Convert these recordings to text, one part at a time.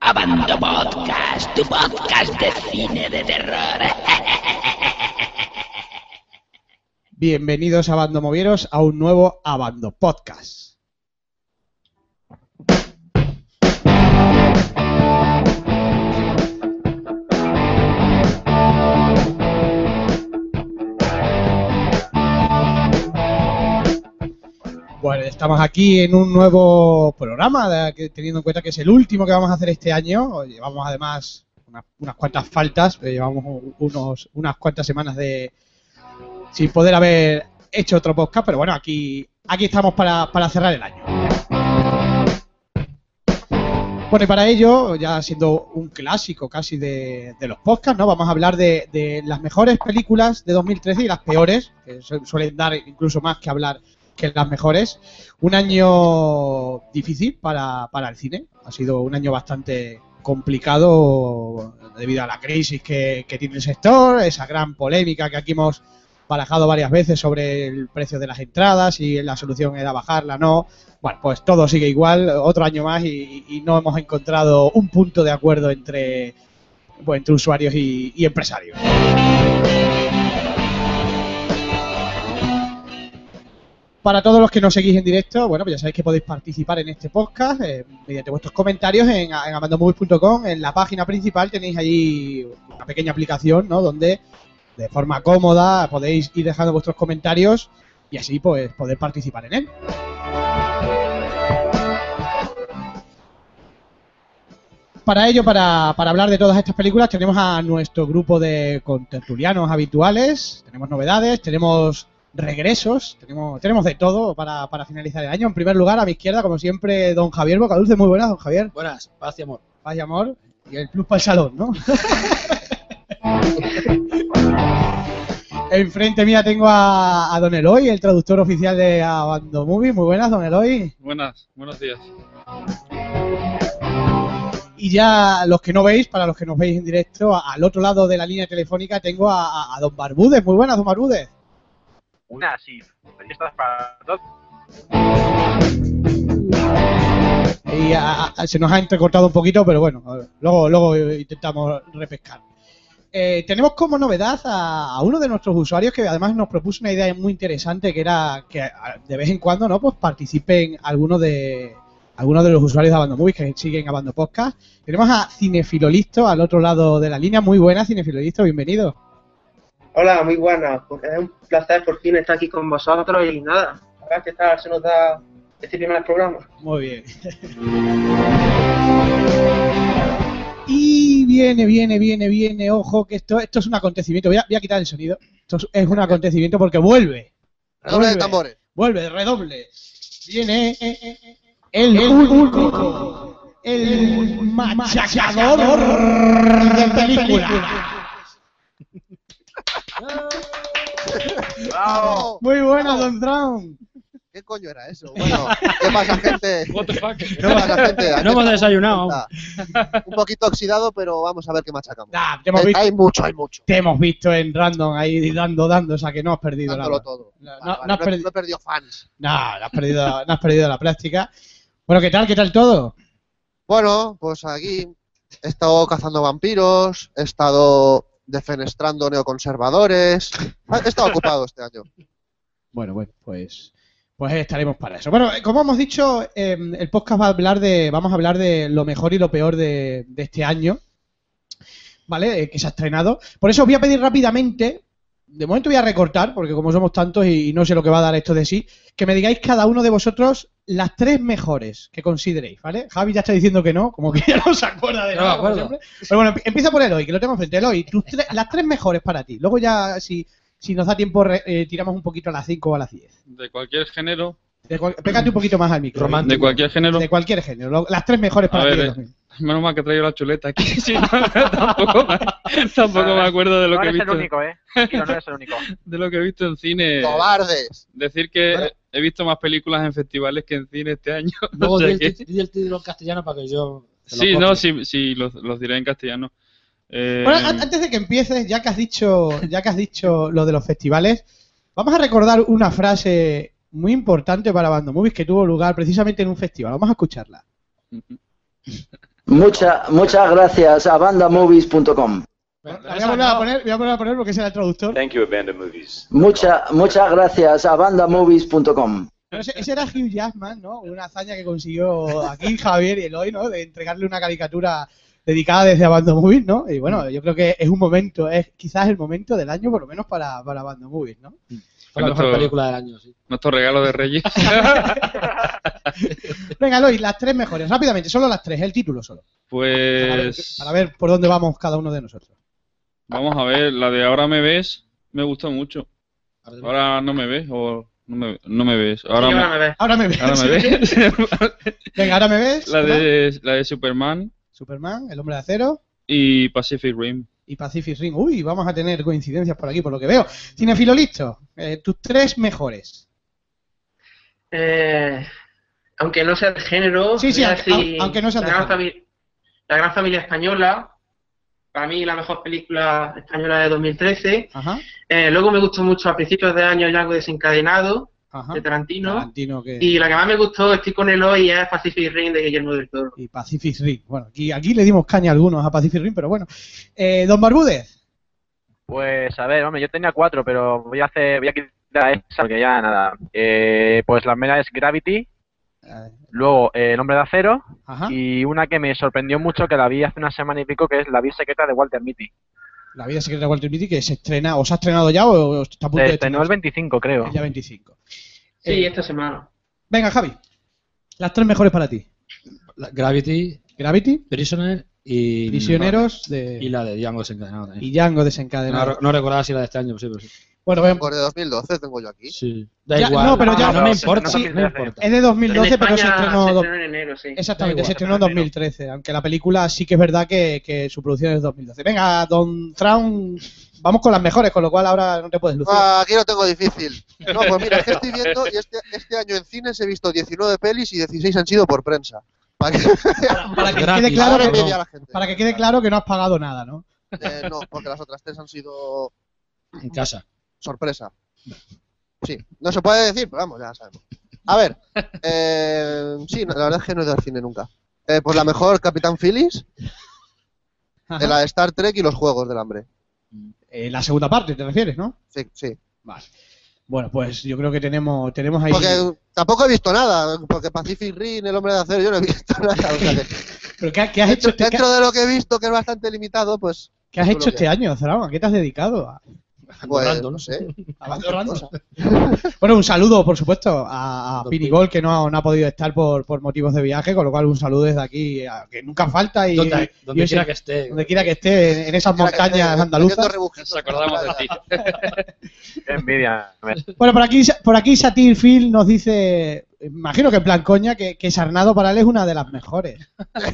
Grabando podcast, tu podcast de cine de terror. Bienvenidos a Bando Movieros a un nuevo Abando Podcast. Bueno, estamos aquí en un nuevo programa, de- que- teniendo en cuenta que es el último que vamos a hacer este año. Llevamos además unas, unas cuantas faltas, eh, llevamos u- unos, unas cuantas semanas de sin poder haber hecho otro podcast, pero bueno, aquí, aquí estamos para, para cerrar el año. Bueno, y para ello, ya siendo un clásico casi de, de los podcasts, ¿no? Vamos a hablar de, de las mejores películas de 2013 y las peores, que su- suelen dar incluso más que hablar que las mejores. Un año difícil para, para el cine. Ha sido un año bastante complicado debido a la crisis que, que tiene el sector, esa gran polémica que aquí hemos barajado varias veces sobre el precio de las entradas, si la solución era bajarla, no. Bueno, pues todo sigue igual, otro año más y, y no hemos encontrado un punto de acuerdo entre, bueno, entre usuarios y- y empresarios. Para todos los que nos seguís en directo, bueno, pues ya sabéis que podéis participar en este podcast eh, mediante vuestros comentarios en, a- en amandomovies.com. En la página principal tenéis allí una pequeña aplicación, ¿no? Donde de forma cómoda podéis ir dejando vuestros comentarios y así pues poder participar en él. Para ello, para, para hablar de todas estas películas, tenemos a nuestro grupo de contertulianos habituales, tenemos novedades, tenemos regresos, tenemos, tenemos de todo para, para finalizar el año. En primer lugar, a mi izquierda, como siempre, don Javier Bocadulce. Muy buenas, don Javier. Buenas, paz y amor. Vaya amor. Y el plus para el salón, ¿no? Enfrente mía tengo a, a Don Eloy, el traductor oficial de Abando Movie. Muy buenas, Don Eloy. Buenas, buenos días. Y ya los que no veis, para los que nos veis en directo, a- al otro lado de la línea telefónica tengo a, a- a Don Barbudes. Muy buenas, Don Barbudes. Una sí. Ahí estás para dos. Y a- a- se nos ha entrecortado un poquito, pero bueno, a ver, luego, luego intentamos repescar. Eh, tenemos como novedad a, a uno de nuestros usuarios que además nos propuso una idea muy interesante que era que a- de vez en cuando no pues participen algunos de algunos de los usuarios de Abando Movies que siguen Abando Podcast. Tenemos a Cinefilolisto al otro lado de la línea. Muy buena, Cinefilolisto, bienvenido. Hola, muy buenas. Pues Es un placer por fin estar aquí con vosotros y nada. Ahora que tal se nos da este primer programa. Muy bien. Y viene, viene, viene, viene. Ojo, que esto, esto es un acontecimiento. Voy a, voy a quitar el sonido. Esto es- es un acontecimiento porque vuelve. Doble de Vuelve. tambores. Vuelve, redoble. Viene eh, eh, eh, eh, el pulco, el machacador de película. ¡Bravo! Muy buena, Don Brown. ¿Qué coño era eso? Bueno, ¿qué pasa, gente? What the fuck? ¿Qué pasa, gente? Aquí No hemos estamos, desayunado aún. está. Un poquito oxidado, pero vamos a ver qué machacamos. Nah, te, hemos Hay- visto, Hay mucho, hay mucho. te hemos visto en random ahí dando, dando, o sea que no has perdido Dándolo nada. todo. No, no, Vale, vale, no has he- perdi- he perdido fans. No, no has perdido, no has perdido la práctica. Bueno, ¿qué tal? ¿Qué tal todo? Bueno, pues aquí he estado cazando vampiros, he estado defenestrando neoconservadores. He estado ocupado este año. Bueno, bueno, pues, pues estaremos para eso. Bueno, eh, como hemos dicho, eh, el podcast va a hablar de, vamos a hablar de lo mejor y lo peor de, de este año, ¿vale? Eh, que se ha estrenado. Por eso os voy a pedir rápidamente, de momento voy a recortar, porque como somos tantos y, y no sé lo que va a dar esto de sí, que me digáis cada uno de vosotros las tres mejores que consideréis, ¿vale? Javi ya está diciendo que no, como que ya no se acuerda de No nada. me acuerdo. como siempre. Pero bueno, emp- empieza por Eloy, que lo tengo frente. Eloy, tus tres- las tres mejores para ti. Luego ya, si, si nos da tiempo, re- eh, tiramos un poquito a las 5 o a las 10. De cualquier género. De cual- Pégate un poquito más al micro. De cualquier género. De cualquier género. Lo- Las tres mejores para A ti. ver, eh, de los- Menos mal que he traído la chuleta aquí. sí, no, tampoco, me, tampoco me acuerdo de lo, No que he eres el visto, único, ¿eh? Tranquilo, no eres el único. de lo que he visto en cine. ¡Cobardes! Decir que Bueno. he visto más películas en festivales que en cine este año. Luego O sea di el, que- tit- di el título en castellano para que yo. te sí, lo copie. no, sí, sí los, los diré en castellano. Eh, Bueno, ah, an- antes de que empieces, ya que has dicho, ya que has dicho lo de los festivales, vamos a recordar una frase muy importante para Bando Movies que tuvo lugar precisamente en un festival. Vamos a escucharla. Mucha, muchas gracias a bandamovies.com. Voy a, volver a poner, voy a volver a poner porque será el traductor. Thank you, Abandoned Movies. Mucha, muchas gracias a bandamovies.com. Pero ese, ese era Hugh Jackman, ¿no? Una hazaña que consiguió aquí Javier y Eloy, ¿no? De entregarle una caricatura dedicada desde Abandon Movies, ¿no? Y bueno, yo creo que es un momento, es quizás el momento del año, por lo menos para, para Abandon Movies, ¿no? Fue la Cuando- mejor película del año, sí. Nuestro regalo de Reyes. Venga, Eloy, las tres mejores, rápidamente, solo las tres, el título solo. Pues. Para ver por dónde vamos cada uno de nosotros. Vamos a ver, la de ahora me ves me gustó mucho. Ahora te- Ahora no me ves o no me, no me ves. Ahora Sí, me, ahora me ves. Ahora me ves. ahora me ves. Venga, ahora me ves. la, de, la de Superman Superman, el hombre de acero. y Pacific Rim. y Pacific Ring. Uy, vamos a tener coincidencias por aquí, por lo que veo. Cinefilo listo. Eh, tus tres mejores. Eh, aunque no sea de género, Sí, sí, voy a aunque- decir au- aunque no sea la de gran, género. Fami- la gran familia española, para mí la mejor película española de 2013. Ajá, Eh, luego me gustó mucho a principios de año algo desencadenado ajá. de Tarantino. Tarantino que... Y la que más me gustó, estoy con el hoy, es Pacific Rim de Guillermo del Toro. y Pacific Ring. Bueno, aquí, aquí le dimos caña a algunos a Pacific Ring, pero bueno. Eh, Don Barbúdez. Pues a ver, hombre, yo tenía cuatro, pero voy a hacer, voy a quitar esa porque ya nada. Eh, pues la primera es Gravity, Eh, luego eh, El Hombre de Acero Ah. Ajá. y una que me sorprendió mucho que la vi hace una semana y pico que es La Vida Secreta de Walter Mitty. La vida secreta de Walter Mitty que se estrena, o se ha estrenado ya o o está a punto Se de estrenó el estrenarse. 25 creo. El día 25. Sí, Eh, esta semana. Venga, Javi. Las tres mejores para ti. la- Gravity, Gravity, Prisoner y. Prisioneros de... Y la de Django desencadenado también. Mm, y Django No, desencadenado. re- no recordaba si la de este año, sí, pero sí. Bueno, em, vean, Por Pues de 2012 tengo yo aquí. Sí. Da Ya, igual. no, pero ya- no, me Ah, no, importa. sí, no me importa. es de 2012, en España pero se estrenó... se dos- estrenó en enero, sí. Da Exactamente, igual. se estrenó en 2013, aunque la película sí que es verdad que, que su producción es de 2012. Venga, Don Traun, vamos con las mejores, con lo cual ahora no te puedes lucir. Ah, aquí lo tengo difícil. No, pues mira, es que estoy viendo y este, este año en cines he visto 19 pelis y 16 han sido por prensa. Para que, para, que gratis, quede claro para que, remediar a la gente. para que quede claro que no has pagado nada, ¿no? Eh, no, porque las otras tres han sido En casa. sorpresa. Sí, no se puede decir, pero vamos, ya sabemos. A ver, eh, sí, la verdad es que no he ido al cine nunca. Eh, pues la mejor Capitán Phillips, de la de Star Trek y los Juegos del Hambre. Eh, la segunda parte, ¿te refieres, no? Sí, sí. Vale. Bueno, pues yo creo que tenemos, tenemos ahí... Porque tampoco he visto nada, porque Pacific Rim, El Hombre de Acero, yo no he visto nada. O sea que ¿Pero qué, qué has hecho, dentro, este, qué, dentro de lo que he visto, que es bastante limitado, pues... qué has dentro hecho de lo este año, Zaragoza? ¿A qué te has dedicado? ¿A- pues, Ahorrando, ¿no? no sé. a- Bueno, un saludo, por supuesto, a, a Don Pini Pini. Gol, que no ha, no ha podido estar por, por motivos de viaje, con lo cual un saludo desde aquí, a- que nunca falta y Donde, donde y- quiera que esté. donde quiera que esté, en esas montañas andaluzas. Nos acordamos de ti. Qué envidia. me- Bueno, por aquí, por aquí Satir Phil nos dice, imagino que en plan coña, que, que Sarnado para él es una de las mejores. Eh,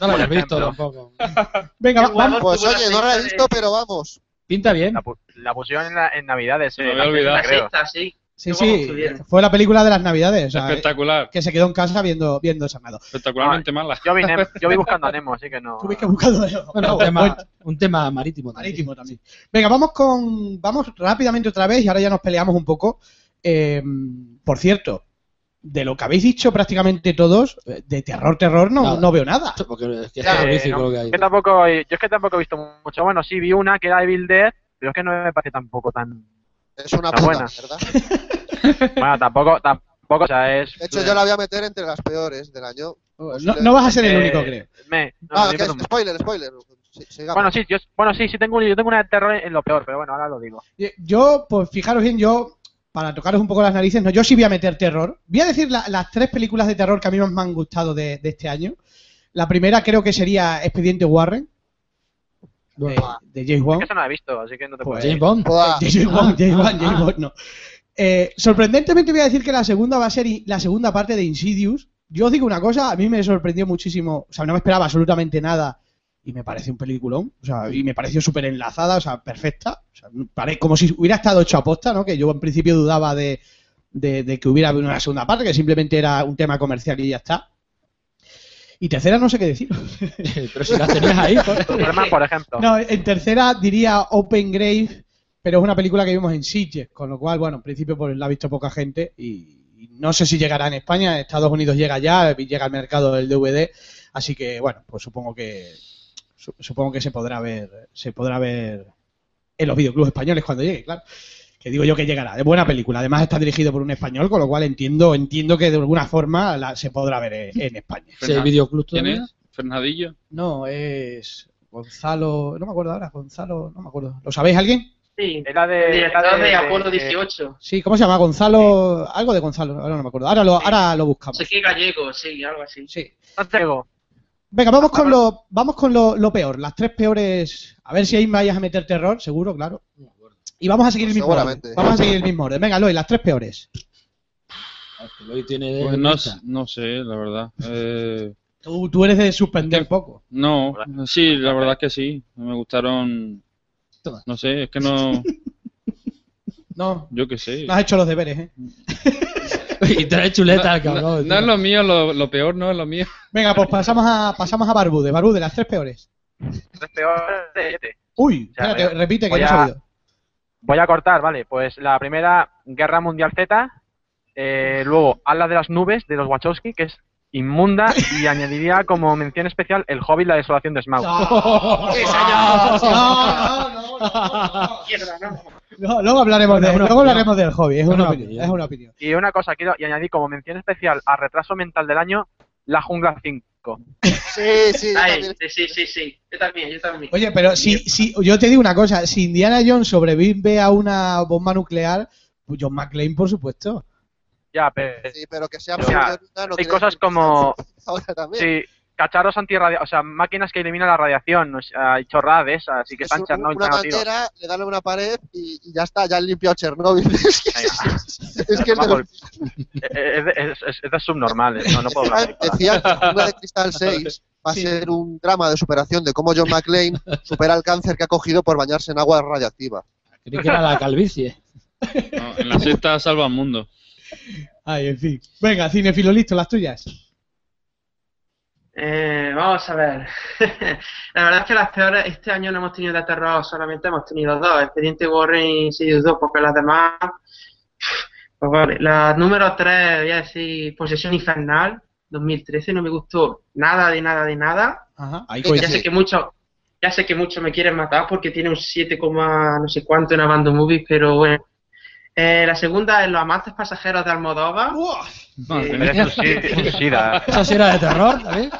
No lo habías Por visto ejemplo. tampoco. Venga, va- Qué vamos. guapo. Pues Tuvo la oye, no la he cinta de- visto, pero vamos. Pinta bien. La, pu- la pusieron en, la- en Navidades. Se eh, me había la olvidado. sexta, La creo. sexta, sí. Sí, qué guapo sí, estuvieron. fue la película de las navidades, o sea, Espectacular. que se quedó en casa viendo, viendo Sarnado. Espectacularmente mala. Yo vi, Nem- yo vi buscando a Nemo, así que no. Tuviste que buscarlo de nuevo. Bueno, un, Ah. Bueno, pues tema, un tema marítimo. también. Marítimo también. Venga, vamos con. Vamos rápidamente otra vez y ahora ya nos peleamos un poco. Eh, por cierto, de lo que habéis dicho prácticamente todos, eh, de terror, terror, no, Nada. no veo nada. Porque es que es Eh, terrorífico no, lo que hay. yo tampoco, yo es que tampoco he visto mucho. Bueno, sí vi una que era Evil Dead, pero es que no me parece tampoco tan. Es una Está puta, buena. ¿verdad? Bueno, tampoco, tampoco, o sea, es. De hecho, yo la voy a meter entre las peores del año. No, no vas a ser el Eh, único, creo. me- no, Ah, ni que es- por un- spoiler, spoiler. Sí, sigamos. bueno, sí, yo, bueno, sí, sí tengo, un- yo tengo una de terror en lo peor, pero bueno, ahora lo digo. Yo, pues fijaros bien, yo, para tocaros un poco las narices, no, yo sí voy a meter terror. Voy a decir la- las tres películas de terror que a mí más me han gustado de, de este año. La primera creo que sería Expediente Warren, de, de James Wan. Eso no la he visto, así que no te puedo Pues, decir. James Bond. Buah, James Bond, James Bond, ah. James Bond, no. Eh, sorprendentemente voy a decir que la segunda va a ser i- la segunda parte de Insidious. Yo os digo una cosa, a mí me sorprendió muchísimo, o sea, no me esperaba absolutamente nada y me parece un peliculón, o sea, y me pareció súper enlazada, o sea, perfecta, o sea, pare- como si hubiera estado hecho aposta, ¿no? Que yo en principio dudaba de, de- de que hubiera una segunda parte, que simplemente era un tema comercial y ya está. Y tercera no sé qué decir. pero si las tenías ahí. pues, Superman, por ejemplo. No, en tercera diría Open Grave, pero es una película que vimos en Sitges, con lo cual, bueno, en principio pues, la ha visto poca gente y, y no sé si llegará en España, en Estados Unidos llega ya, llega al mercado del DVD, así que bueno, pues supongo que su- supongo que se podrá ver, se podrá ver en los videoclubs españoles cuando llegue, claro. Que digo yo que llegará, es buena película. Además está dirigido por un español, con lo cual entiendo, entiendo que de alguna forma la- se podrá ver en, en España. ¿Sí hay videoclub ¿Quién todavía? es? Fernadillo. No, es Gonzalo, no me acuerdo ahora, Gonzalo, no me acuerdo. ¿Lo sabéis alguien? Sí, Es la de. el la director de Apolo eh, 18. Sí, ¿cómo se llama? Gonzalo, algo de Gonzalo, ahora no me acuerdo. Ahora lo, ahora lo buscamos. Sé que gallego, sí, algo así. Sí. Santiago. Venga, vamos con lo, vamos con lo, lo peor, las tres peores. A ver si ahí me vayas a meter terror, seguro, claro. Y vamos a seguir el mismo orden. Seguramente. Vamos a seguir el mismo orden. Venga, Lois, las tres peores. Ah, es que Loy tiene. Pues no, lista. no sé, la verdad. Eh, Tú, tú eres de suspender poco. no, sí, la verdad que sí. Me gustaron. Todas. No sé, es que no. No, Yo qué sé. no has hecho los deberes, ¿eh? y trae chuletas, No, cabrón. no es lo mío, lo, lo peor no es lo mío. Venga, pues pasamos a, pasamos a Barbude. Barbude, las tres peores. Es peor de siete. Uy, Ya, espérate, voy a- repite que voy no he a- sabido. Voy a cortar, vale. Pues la primera, Guerra Mundial Z. eh, luego, Alas de las Nubes, de los Wachowski, que es inmunda. Y añadiría como mención especial El Hobbit, la desolación de Ah, Smaug. No, no, no, no, Mierda, no. no. Luego hablaremos, de, Una luego opinión. hablaremos del hobby, es una, Una opinión, opinión. Es una opinión. Y una cosa, quiero y añadir como mención especial a retraso mental del año, La Jungla 5. Sí, sí, yo Ay, también. sí, sí, sí, sí. Yo también, yo también. Oye, pero si, si, yo te digo una cosa, si Indiana Jones sobrevive a una bomba nuclear, pues John McClane, por supuesto. Ya, pero... Sí, pero que sea O sea, absurdo, no hay creo cosas que- como- Ahora también. Sí, cacharros antirradiación, o sea, máquinas que eliminan la radiación, o sea, y chorradas de esas, así que Es están un- Chernobyl, una están a tiro. bandera, le dan a una pared y, y ya está, ya han limpiado Chernóbil. es que Venga. es, que es de Vamos, los- eh, eh, es, es- es de subnormales, no, no puedo hablar. de Decían- Decían que la de Cristal 6 va a Sí. ser un drama de superación de cómo John McClane supera el cáncer que ha cogido por bañarse en agua radioactiva. Creí que era la calvicie. No, en la sexta salva al mundo. Ay, en fin. Venga, cinefilo listo, las tuyas. Eh, vamos a ver. la verdad es que las peores, este año no hemos tenido de terror, solamente hemos tenido dos, Expediente Warren y Sirius 2, porque las demás... Pues vale, la número 3, voy a decir, Posesión Infernal, 2013, no me gustó nada, de nada, de nada. Ajá, ahí Pues ya sí. sé que mucho ya sé que muchos me quieren matar porque tiene un 7, coma no sé cuánto en Abandon Movies, pero bueno. Eh, la segunda es Los amantes pasajeros de Almodóvar. Pero eso sí, eh. eso sí da. Esa sí era de terror, ¿sabes?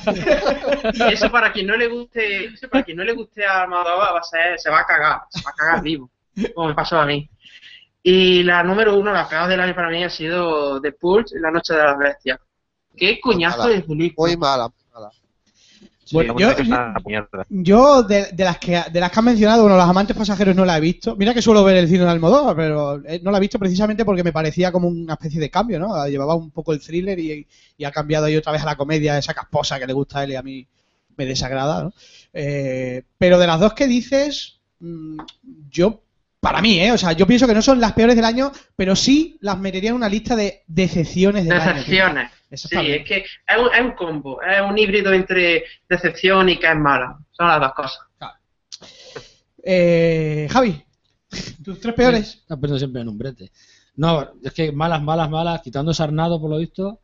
Eso para quien no le guste, eso para quien no le guste a Almodóvar va a ser, se va a cagar, se va a cagar vivo, como me pasó a mí. Y la número uno, la peor del año para mí ha sido The Pulse, La Noche de las Bestias. Qué coñazo de película. Muy mala, muy mala. Bueno, Sí, yo- es una mierda. Yo, de, de las que, de las que has mencionado, bueno, los amantes pasajeros no la he visto. Mira que suelo ver el cine de Almodóvar, pero eh, no la he visto precisamente porque me parecía como una especie de cambio, ¿no? Llevaba un poco el thriller y, y ha cambiado ahí otra vez a la comedia, esa casposa que le gusta a él y a mí me desagrada, ¿no? Eh, pero de las dos que dices, mm, yo, para mí, ¿eh? O sea, yo pienso que no son las peores del año, pero sí las metería en una lista de decepciones del año. Decepciones. Sí, Exactamente. es que es un, es un combo, es un híbrido entre decepción y que es mala. Son las dos cosas. Eh, Javi, tus tres peores. Está perdiendo siempre en un brete. No, es que malas, malas, malas, quitando Sarnado por lo visto.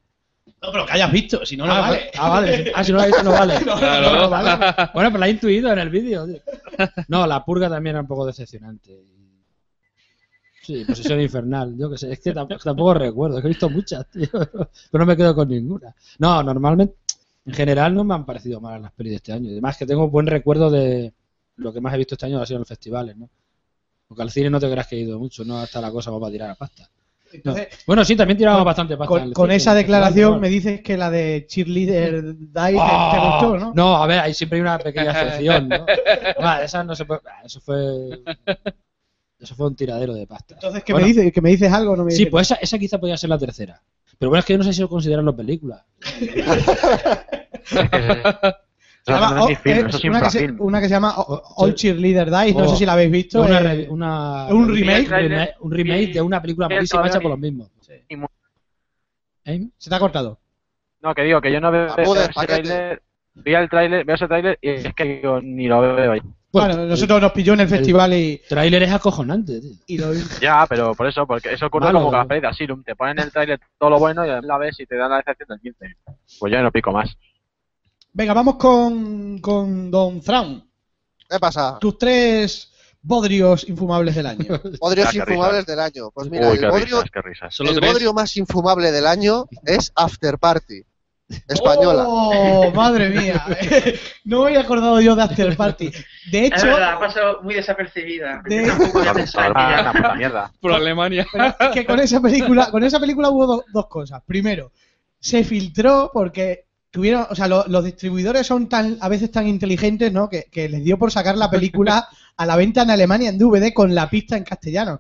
No, pero que hayas visto, si no, no ah, vale. Ah, vale. Ah, si no la has visto, no vale. Claro. No, vale. Bueno, pero la he intuido en el vídeo. tío. No, la purga también era un poco decepcionante. Sí, posesión infernal, yo qué sé. Es que tamp- tampoco recuerdo, es que he visto muchas, tío. Pero no me quedo con ninguna. No, normalmente, en general no me han parecido malas las pelis de este año. Además que tengo buen recuerdo de lo que más he visto este año ha sido en los festivales, ¿no? Porque al cine no te creas que he ido mucho, no hasta la cosa va para tirar la pasta. No. Entonces, Bueno, sí, también tirábamos con- bastante pasta. en con, el con cine, esa en el festival, declaración igual. me dices que la de Cheerleader Die te- te, ¡Ah! gustó, ¿no? a ver, ahí siempre hay una pequeña excepción, ¿no? Va, esa no se puede. ah, Eso fue. Eso fue un tiradero de pasta. Entonces, ¿qué Bueno, me dices? ¿Que me dices algo? o No me Sí, dices pues esa, esa quizá podía ser la tercera. Pero bueno, es que yo no sé si lo considerarlo película. nada? Se llama no es ni O- film, eh, eso es una, que se, infrafilm. una que se llama O- O- All Cheerleader Dies, no O- sé si la habéis visto. Una eh, re- una- un remake. rema- un remake de una película Sí, malísima todavía hecha ni- por los mismos. Y mu- ¿Eh? Se te ha cortado. No, que digo, que yo no veo Vamos de ese paquete. trailer. Vi el tráiler, veo ese tráiler y es que yo ni lo veo ahí. pues, Bueno, nosotros nos pilló en el festival y, Trailer es acojonante, tío. y lo vimos. Ya, pero por eso, porque eso ocurre Malo. como con la peli de Asylum. Te ponen el tráiler todo lo bueno y la ves y te dan la decepción del 15. Pues yo no pico más. Venga, vamos con, con Don Thrawn. ¿Qué pasa? Tus tres bodrios infumables del año. Oh, Bodrios Ah, qué infumables risas. del año. Pues mira, Uy, el, qué bodrio, risas, qué risas. Solo el tres. bodrio más infumable del año es After Party. Española. ¡Oh, madre mía! no me había acordado yo de After Party. De Es hecho, verdad, ha pasado muy desapercibida. De- Yo tampoco había pensado que Ah, ya- una puta mierda. Por Alemania. es que con esa película, con esa película hubo do- dos cosas. Primero, se filtró porque tuvieron, o sea, lo- los distribuidores son tan, a veces tan inteligentes, ¿no? Que, que les dio por sacar la película a la venta en Alemania en DVD con la pista en castellano.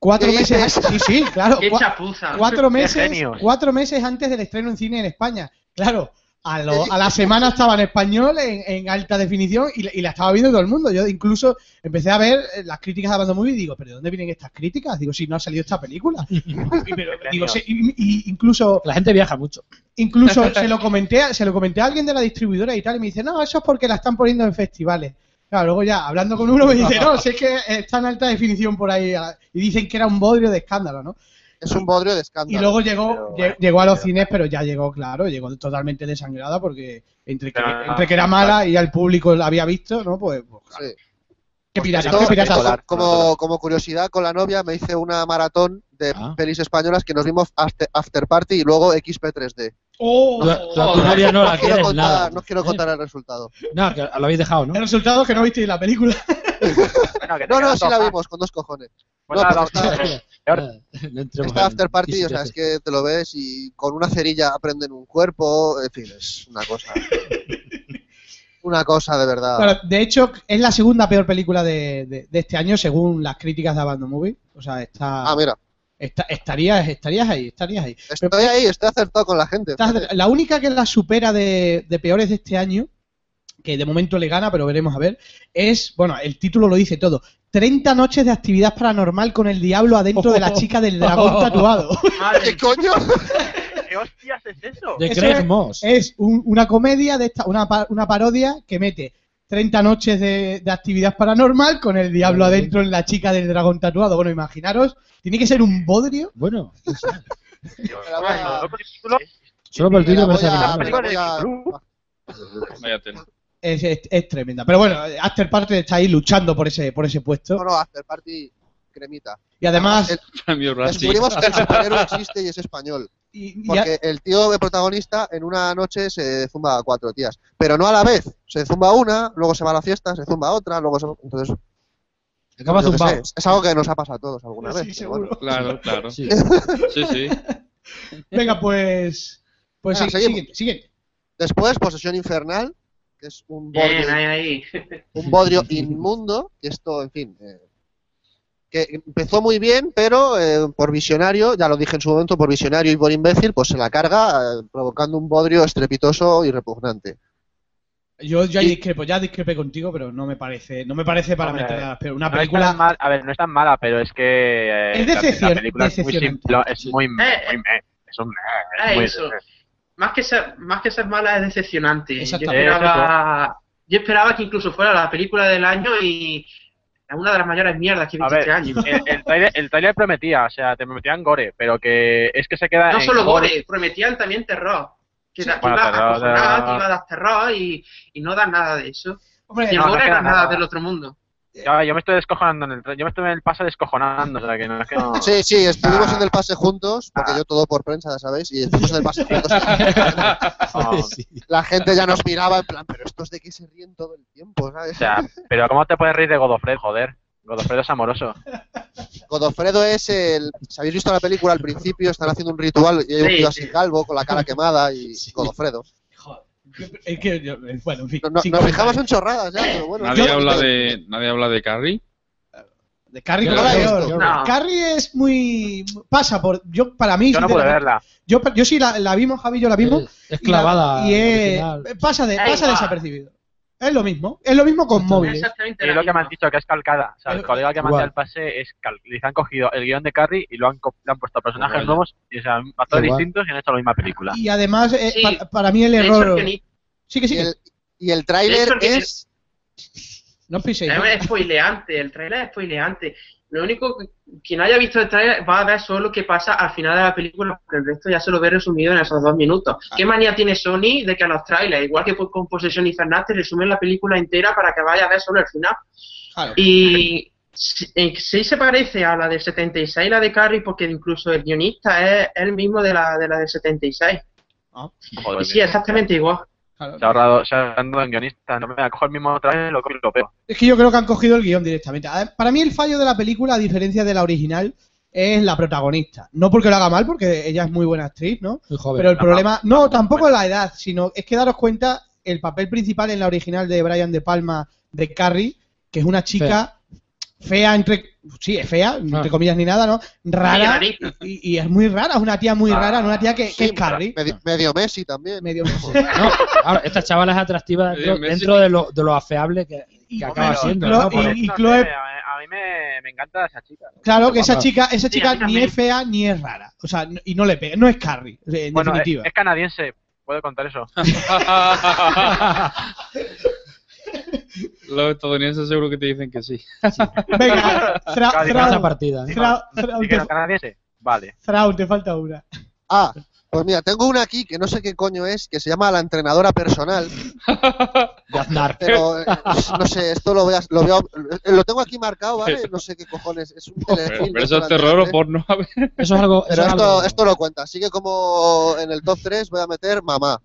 Cuatro ¿Qué meses. dices? Sí, sí, claro. Ah, Qué cua- chapuza. cuatro meses, genios. cuatro meses antes del estreno en cine en España. Claro, a, lo- a la semana estaba en español, en, en alta definición, y, la- y la estaba viendo todo el mundo. Yo incluso empecé a ver eh, las críticas de Abandon Movie y digo, ¿pero de dónde vienen estas críticas? Digo, si no ha salido esta película. Y- pero- digo, sí, y- y incluso La gente viaja mucho. Incluso se lo comenté, a- se lo comenté a alguien de la distribuidora y tal, y me dice, no, eso es porque la están poniendo en festivales. Claro, luego ya, hablando con uno, me dice, no, si es que está en alta definición por ahí. a la- Y dicen que era un bodrio de escándalo, ¿no? Es un bodrio de Y escándalo. luego llegó, pero- lle- llegó a los cines, pero ya llegó, claro, llegó totalmente desangrada porque entre que, Pero- entre que era mala y ya el público la había visto, ¿no? Pues, pues, claro. Sí. qué pirata, Esto, qué pirata. como- solar. como, como curiosidad, con la novia me hice una maratón de Ah. pelis españolas que nos vimos after, After Party y luego XP3D. ¡Oh! Tú, tú a tu novia no la No quiero, quieres Ah, nada. contar, no quiero contar el resultado. No, que lo habéis dejado, ¿no? oh, El resultado es que no visteis la película. Bueno, que te No, no, quedas sí la dos, vimos, con dos cojones. pues No, nada, pero dos, está- tres. Ah, No entremos Esta en- After Party, y o sea, es situaciones. que te lo ves y con una cerilla aprenden un cuerpo, en fin, es una cosa. una cosa de verdad. Claro, de hecho, es la segunda peor película de, de- de este año según las críticas de Abandon Movie. O sea, está, Ah, mira, está- estarías, estarías ahí, estarías ahí. estoy ahí, estoy acertado con la gente. Estás- la única que la supera de, de peores de este año, que de momento le gana, pero veremos a ver, es, bueno, el título lo dice todo. 30 noches de actividad paranormal con el diablo adentro de la chica del dragón tatuado. Madre ¿Qué coño? ¿Qué hostias es eso? De Eso Craig es- Moss. Es un- una comedia, de esta, una, pa- una parodia que mete 30 noches de, de actividad paranormal con el diablo Vale. adentro en la chica del dragón tatuado. Bueno, imaginaros, tiene que ser un bodrio. Bueno, Me la voy a- solo por el me título la voy merece la pena. a- me la voy a- Vaya tela. Es, es- es tremenda. Pero bueno, After Party está ahí luchando por ese, por ese No, puesto. no, After Party cremita. Y además, El- Cambio racista. descubrimos que el superhéroe existe y es español. y- y a- Porque el tío de protagonista en una noche se zumba a cuatro tías. Pero no a la vez. Se zumba una, luego se va a la fiesta, se zumba a otra, luego se... Entonces, Acaba yo qué zumbado. sé, es algo que nos ha pasado a todos alguna Sí, vez. pero seguro. bueno. Claro, claro. Sí, Sí. sí. Venga, pues. Pues Venga, sí, seguimos. siguiente, siguiente. Después, Posesión Infernal, que es un mía. Bien, bodrio- ahí, ahí. un bodrio inmundo, que esto, en fin, eh, que empezó muy bien, pero eh, por visionario, ya lo dije en su momento, por visionario y por imbécil, pues se la carga, eh, provocando un bodrio estrepitoso y repugnante. Yo, yo ahí discrepo, ya discrepé contigo, pero no me parece, no me parece para Hombre, meter a las peores. Una No es tan película. mal- a ver, no es tan mala, pero es que. eh, Es la- la decepcion- película es muy decepcionante. simple, es muy. Eh, muy meh, es un meh, eh, muy- eso. Más que ser, más que ser mala es decepcionante. Yo Exactamente. esperaba, yo esperaba que incluso fuera la película del año y es una de las mayores mierdas que he A visto ver, este año. El, el tráiler- el tráiler prometía, o sea, te prometían gore, pero que es que se queda. No en solo gore, prometían también terror. Que Sí. la- que Bueno, iba a terror, acojonar, terror. que iba a dar terror y, y no dan nada de eso. Hombre, Y el no, no gore no queda es nada nada. del otro mundo. Ya, yo me estoy descojonando en el tra- Yo me estoy en el paso descojonando, o sea, que no es que no. Sí, sí, estuvimos en el pase juntos, porque yo todo por prensa, ya sabéis, y estuvimos en el pase juntos. no. Sí. La gente ya nos miraba en plan, pero estos de qué se ríen todo el tiempo, O ¿sabes? sea, pero ¿cómo te puedes reír de Godofredo, joder? Godofredo es amoroso. Godofredo es el... Si habéis visto la película al principio, están haciendo un ritual y hay un Sí, tío sí. así calvo, con la cara quemada y Sí. Godofredo. joder, es que yo- eh, bueno, en fin. No- no- sin nos comentarios. fijamos en chorradas ya, pero bueno. Nadie Yo- habla de. Nadie habla de Carrie. De Carrie Yo no la he Costello. visto. No. Carrie es muy pasa por yo para mí Yo no pude sinceramente, verla. yo, yo sí la, la vimos Javi yo la vimos Es- Es y la- clavada. y es- eh, original. pasa de Ey, pasa va. desapercibido es lo mismo es lo mismo con móviles Exactamente. Y la lo que me misma. han dicho que es calcada. O sea, el Pero- colega que me Igual. ha el pase es cal les han cogido el guión de Carrie y lo han, co- le han puesto a personajes Igual. nuevos, y, o sea, actores Igual. distintos y han hecho la misma película. y además eh, Sí. pa- para mí el De hecho, error el guioni- Sí, que sí. Y que- el, y el tráiler De hecho, el que- es... No os piséis. ¿no? Es spoileante, el trailer es spoileante. Lo único que quien haya visto el trailer va a ver solo lo que pasa al final de la película, porque el resto ya se lo ve resumido en esos dos minutos. Ah. ¿Qué manía tiene Sony de que a los trailers, igual que con Possession y Fernández, resumen la película entera para que vaya a ver solo el final? Claro. Y sí eh, sí se parece a la del 76, la de Carrie, porque incluso el guionista es el mismo de la, de la del 76. Joder, Y sí, exactamente igual. claro. Se ha ahorrado, se ha ahorrado en guionista. No me voy a coger el mismo otra vez, lo copio y lo pego. Es que yo creo que han cogido el guión directamente. A ver, Para mí el fallo de la película, a diferencia de la original, es la protagonista. No porque lo haga mal, porque ella es muy buena actriz, ¿no? Muy joven. Pero el Pues la problema, no, tampoco Bueno. la edad, sino es que daros cuenta, el papel principal en la original de Brian De Palma de Carrie, que es una chica fea, entre, sí, es fea, Ah. entre comillas ni nada, ¿no? Rara, Sí, y, y es muy rara, es una tía muy Ah, rara, una tía que, que sí, es Carrie. Medio, medio Messi también. Medio... No, ahora, esta chavala es atractiva Sí, dentro, Messi. dentro de, lo, de lo afeable que, que acaba pero- siendo. pero- ¿no? Por- y- y No sé, Chloe- a a mí me, me encanta esa chica. Claro que esa Guapa. chica, esa Sí, chica a mí ni también. es fea ni es rara. O sea, no- y no le pega, no es Carrie, en Bueno, es, definitiva. es canadiense. Puedo contar eso. Los estadounidenses seguro que te dicen que sí. Venga, Fra- Cádiz, Fra- esa partida. ¿eh? Fra- Fraun, ¿Y que te- no es canadiense? Vale. Fraun, te falta una. Ah, pues mira, tengo una aquí que no sé qué coño es, que se llama La entrenadora personal, Aznar. pero eh, no sé, esto lo voy a- lo, veo- lo tengo aquí marcado, ¿vale? No sé qué cojones, es un Pero, telefilm. pero eso es durante terror o tres. porno. A ver. Eso es algo. Pero eso es algo- esto, esto lo cuenta, así que como en el top 3 voy a meter Mamá.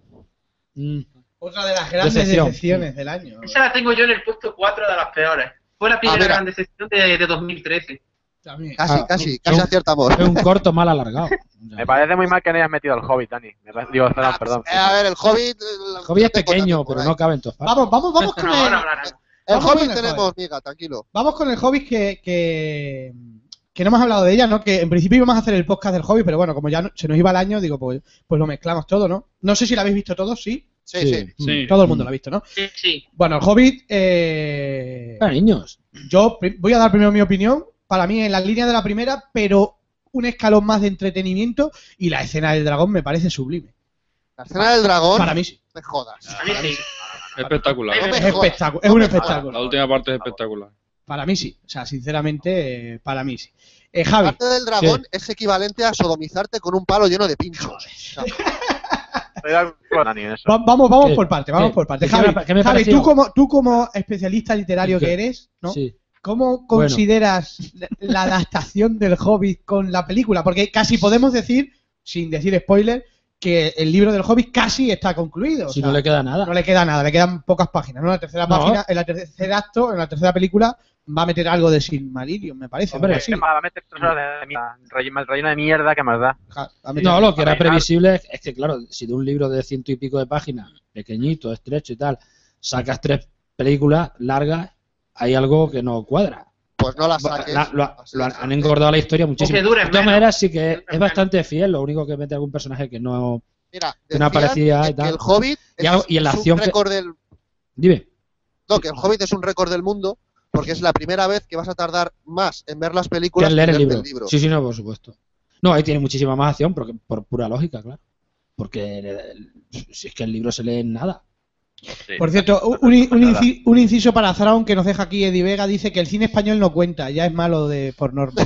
Mm. Otra de las grandes Decepción. decepciones del año. ¿eh? Esa la tengo yo en el puesto 4 de las peores. Fue la primera mira. gran decepción de, de 2013. También. Casi, Ah, casi, yo- casi aciertamos. Es un corto mal alargado. Me parece muy mal que no hayas metido al Hobbit, Dani. Me parece- digo, Zoran, perdón. Ah, Eh, a ver, el Hobbit... eh, El Hobbit es tengo pequeño, tanto por pero ahí. Ah, no cabe en todos partes. Vamos, vamos, vamos con No, ahora el, hablarán. El Vamos con Hobbit el tenemos, miga, tranquilo. vamos con el hobby que, que, que no hemos hablado de ella, ¿no? Que en principio íbamos a hacer el podcast del hobby, pero bueno, como ya no- se nos iba el año, digo, pues, pues lo mezclamos todo, ¿no? No sé si la habéis visto todos, sí. Mm, Sí, sí. Sí. Todo el mundo la ha visto, ¿no? Sí, sí. Bueno, el Hobbit, eh, Para niños. yo pri- voy a dar primero mi opinión. Para mí, en la línea de la primera, pero un escalón más de entretenimiento y la escena del dragón me parece sublime. La escena del dragón, Para mí sí. me jodas. A mí sí. Espectacular. No me Es, jodas, espectacu- es no un me espectáculo. La última parte es espectacular. Para mí sí. O sea, sinceramente, eh, para mí sí. Eh, Javi, Parte del dragón es equivalente a sodomizarte con un palo lleno de pinchos. Estoy de acuerdo con Dani en eso. va- vamos, vamos Sí. por parte, vamos Sí. por parte. Eh, ¿Qué Javi, me- qué me Javi, pareció? tú, como, tú como especialista literario ¿Qué? que eres, ¿no? Sí. ¿Cómo Bueno. consideras la- la adaptación del Hobbit con la película? Porque casi podemos decir, sin decir spoiler, que el libro del Hobbit casi está concluido. o Si sea, no le queda nada. no le queda nada, le quedan pocas páginas. ¿no? En la tercera No. página, en la tercer acto, en la tercera película, va a meter algo de Silmarillion, me parece. Hombre, algo Es así. más, va a meter tres Mm. horas de mierda. Relleno, el relleno de mierda que más da. Ja- va a meter- No, lo que era Para ah, previsible es- es que, claro, si de un libro de ciento y pico de páginas, pequeñito, estrecho y tal, sacas tres películas largas, hay algo que no cuadra. Pues no la Va- saques. la- lo ha- Así lo han, es. han engordado la historia muchísimo. O que dure de todas menos. maneras, sí que es, Dure menos. bastante fiel, lo único que mete algún personaje que no... Mira, que no decían aparecía y que tal. el Hobbit Y algo- y en la es acción un que- récord del... Dime. No, que el Hobbit es un récord del mundo porque es la primera vez que vas a tardar más en ver las Que películas es leer el leerte libro. Sí, sí, no, por supuesto. No, ahí tiene muchísima más acción porque, por pura lógica, claro. Porque el- si es que el libro se lee en nada. Sí. Por cierto, un, un- un inci- un inciso para Zaraun que nos deja aquí Eddie Vega, dice que el cine español no cuenta, ya es malo de por norma.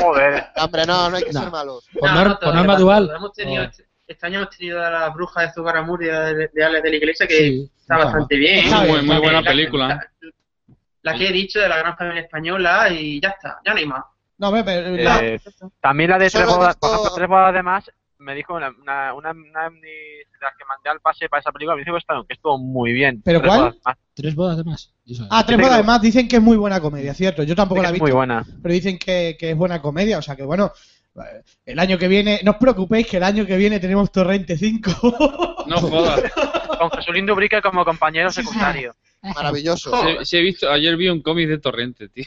Joder. Hombre, no, no hay que No. ser malos. Por, No, nor- no, por todo, norma todo. dual. Hemos tenido- oh, este, este año hemos tenido a la bruja de Zugaramur y a- de, de Alex de la Iglesia que sí, está no bastante bien. Está Muy, muy Eh, buena la- película. La, la que he dicho de la gran familia española y ya está, ya no hay más. No, hombre, pero, no, Ah, Eh, también la de Solo tres bodas, he por visto- ejemplo, tres bodas de más, me dijo una, una, una, una de las que mandé al pase para esa película, me dijo que, está- que estuvo muy bien. ¿Pero Tres cuál? bodas de más. Tres bodas de más. Eso es. Ah, tres Dice bodas que- además dicen que es muy buena comedia, cierto. Yo tampoco Dice la he que es visto, muy buena. pero dicen que, que es buena comedia. O sea que bueno, eh, el año que viene, no os preocupéis que el año que viene tenemos Torrente 5. No jodas. Con Jesulín Dubrique como compañero secundario. Maravilloso. Sí, sí he visto, ayer vi un cómic de Torrente, tío.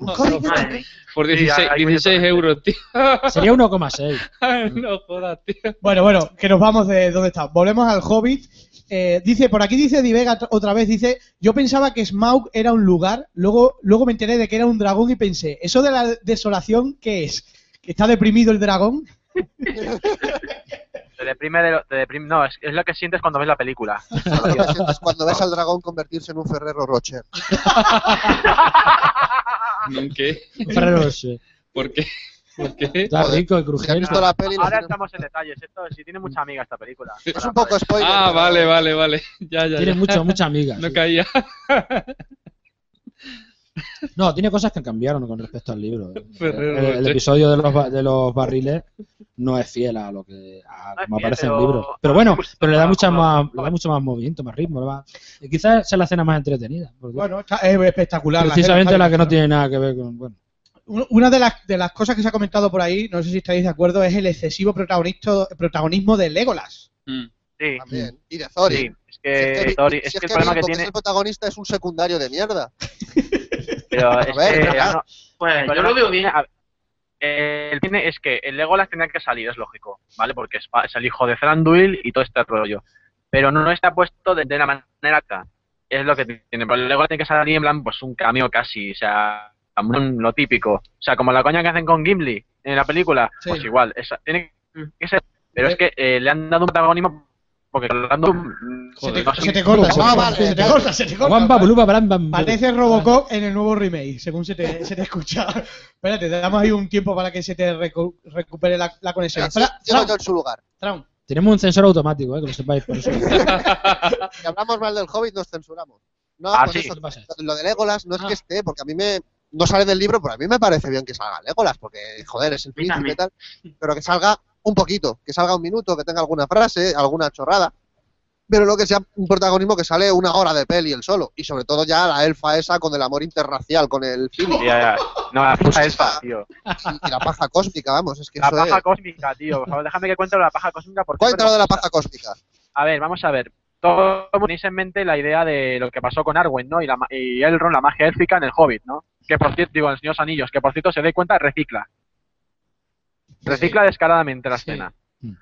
Madre mía. Por Sí, 16, hay- hay muy de 16 Torrente. euros, tío. Sería 1,6. no jodas, tío. bueno, bueno, que nos vamos de dónde está. Volvemos al Hobbit. Eh, dice, por aquí dice Divega otra vez, dice, yo pensaba que Smaug era un lugar, luego, luego me enteré de que era un dragón y pensé, ¿eso de la desolación qué es? ¿Que está deprimido el dragón? Te deprime de lo- te deprime- no, es, es lo que sientes cuando ves la película. Lo que sientes cuando ves al dragón convertirse en un Ferrero Rocher. ¿Nun qué? Ferrero Rocher. ¿Por qué? ¿Por qué? Está Joder, rico eh, y Si has crujiente. visto la peli, lo Ahora tienes- estamos en detalles, esto si tiene mucha amiga esta película. es un poco spoiler. Ah, pero- vale, vale, vale. Ya, ya, Tiene ya. mucho, mucha amiga. sí. No caía. No, tiene cosas que cambiaron con respecto al libro. El, Ferrero el- el Rocher. episodio de los, ba- de los barriles no es fiel a lo que a No es como fiel, aparece en el pero- libro. Pero bueno, pero le da Como- mucha como- más, le da mucho más movimiento, más ritmo. le va- eh, Quizás sea la escena más entretenida. porque- Bueno, está- es espectacular. la precisamente escena, la que no está bien tiene nada que ver con. Bueno, hecha. Una de las, de las cosas que se ha comentado por ahí, no sé si estáis de acuerdo, es el excesivo protagonista, protagonismo de Legolas. Mm. Sí, También. Y de Zori. sí. Es Si que, Tori- es que el problema que Bilbo, tiene. es el protagonista es un secundario de mierda. Pero es ver, que, pero- ah, no, Pues yo problema- lo veo bien. a- eh, El cine es que el Legolas tendría que salir, es lógico, ¿vale? Porque es, pa- es el hijo de Thranduil y todo este rollo. Pero no está puesto de, de una manera acá. Es lo que tiene. Pero el Legolas tiene que salir en plan, pues un cameo casi, o sea, un- lo típico. O sea, como la coña que hacen con Gimli en la película, Sí. pues igual. esa- tiene Mm. que ser. Pero es que eh, le han dado un protagonismo porque mm, le han dado un- Se Joder. te, no se te sé, corta, se, Ah, te, vale, se te vale. corta, se te corta. Juan Babuluba, Bram Bam. Parece Robocop en el nuevo remake, según se te, se te escucha. Espérate, te damos ahí un tiempo para que se te recu- recupere la, la conexión. Así, Fra- llego yo Traun, en su lugar. Traun. Tenemos un sensor automático, eh, que lo sepáis. Por eso. Si hablamos mal del Hobbit, nos censuramos. No, Ah, pues sí. eso, ¿Qué pasa? lo de Legolas no es Ah. que esté, porque a mí me. No sale del libro, pero a mí me parece bien que salga Legolas, porque joder, es el Mira a príncipe mí. y tal. Pero que salga un poquito, que salga un minuto, que tenga alguna frase, alguna chorrada. Pero no que sea un protagonismo que sale una hora de peli el solo. Y sobre todo ya la elfa esa con el amor interracial, con el Philip ya, ya. No, la puta elfa, tío. y la paja cósmica, vamos. Es que La eso paja es. cósmica, tío. Por favor, déjame que cuente lo de la paja cósmica. Porque es Cuéntalo de la vergonzosa. paja cósmica. A ver, vamos a ver. Todos tenéis en mente la idea de lo que pasó con Arwen, ¿no? Y, la, ma- y Elrond, la magia élfica en el Hobbit, ¿no? Que por cierto, digo, en el Señor de los Anillos, que por cierto, se dé cuenta, recicla. Recicla descaradamente la Sí. escena. Mm.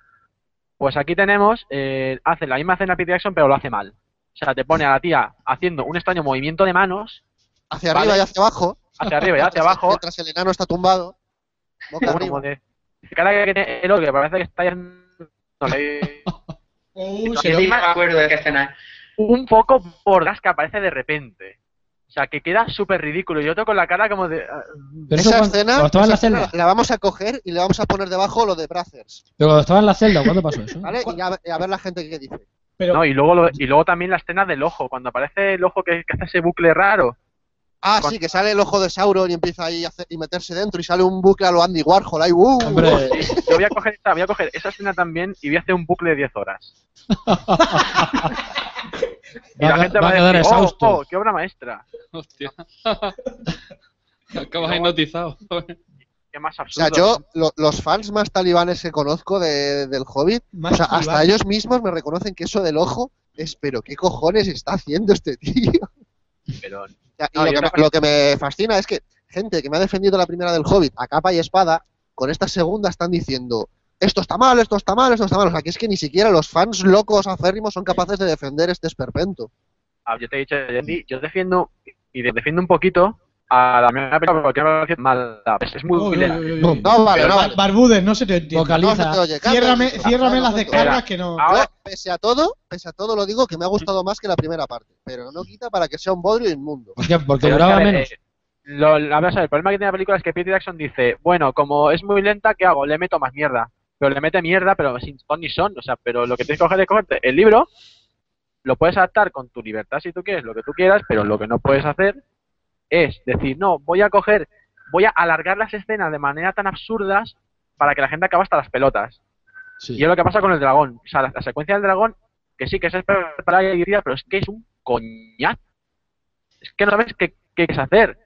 Pues aquí tenemos, eh, hace la misma escena Peter Jackson, pero lo hace mal. O sea, te pone a la tía haciendo un extraño movimiento de manos, Hacia Vale. arriba y hacia abajo. hacia arriba y hacia abajo, Mientras el enano está tumbado. Boca como arriba. de... Cara que tiene el otro, que parece que está... no sé, Uh, Yo se lo- ni me acuerdo de qué escena es. un poco por gas que aparece de repente. O sea, que queda súper ridículo. Y otro con la cara como de. ah, Pero eso esa cuando, escena, cuando estaba en la esa escena celda. la vamos a coger y le vamos a poner debajo lo de Brazzers, Pero cuando estaba en la celda, ¿cuándo pasó eso? ¿vale? Y a, y a ver la gente qué dice. pero, No, y luego, lo- y luego también la escena del ojo, cuando aparece el ojo que, que hace ese bucle raro. Ah, sí, que sale el ojo de Sauron y empieza ahí a hacer- y meterse dentro y sale un bucle a lo Andy Warhol. Ahí, ¡uh! Hombre, Yo voy a coger esa, voy a coger esa escena también y voy a hacer un bucle de 10 horas. Y va, la a- gente va va, a quedar a decir, oh, exhausto. oh, qué obra maestra. Hostia. Acabas hipnotizado. Qué más O sea, absurdo. yo, lo- los fans más talibanes que conozco de- del Hobbit, más o sea, activa. hasta ellos mismos me reconocen que eso del ojo es, pero ¿qué cojones está haciendo este tío? Pero O sea, y No, lo, yo que me, también- lo que me fascina es que gente que me ha defendido la primera del Hobbit a capa y espada, con esta segunda están diciendo esto está mal, esto está mal, esto está mal. O sea, que es que ni siquiera los fans locos aférrimos son capaces de defender este esperpento. ah, yo te he dicho, Andy, yo defiendo y de- defiendo un poquito a la primera película porque me parece mal. Es, es muy. Uy, uy, uy, uy, uy. No, vale, Pero no Bar- vale. Barbudes, no se te entiende. Vocal- No se te oye, Carlos, Ciérrame, eso. ciérrame Ah, las no, Ah, no, descargas que no. Ahora, Yo, pese a todo, pese a todo, lo digo que me ha gustado más que la primera parte, pero no quita para que sea un bodrio inmundo. ¿Por qué? Porque Pero Pues es que, duraba a ver, menos. eh, lo- la- vamos a ver, el problema que tiene la película es que Peter Jackson dice, bueno, como es muy lenta, ¿qué hago? Le meto más mierda. Pero le mete mierda, pero sin ton ni son. O sea, pero lo que tienes que coger es cogerte el libro, lo puedes adaptar con tu libertad si tú quieres, lo que tú quieras, pero lo que no puedes hacer es decir, no, voy a coger, voy a alargar las escenas de manera tan absurdas para que la gente acabe hasta las pelotas. Sí. Y es lo que pasa con el dragón. O sea, la, la secuencia del dragón, que sí, que es para pero es que es un coñazo. Es que no sabes qué, qué quieres hacer.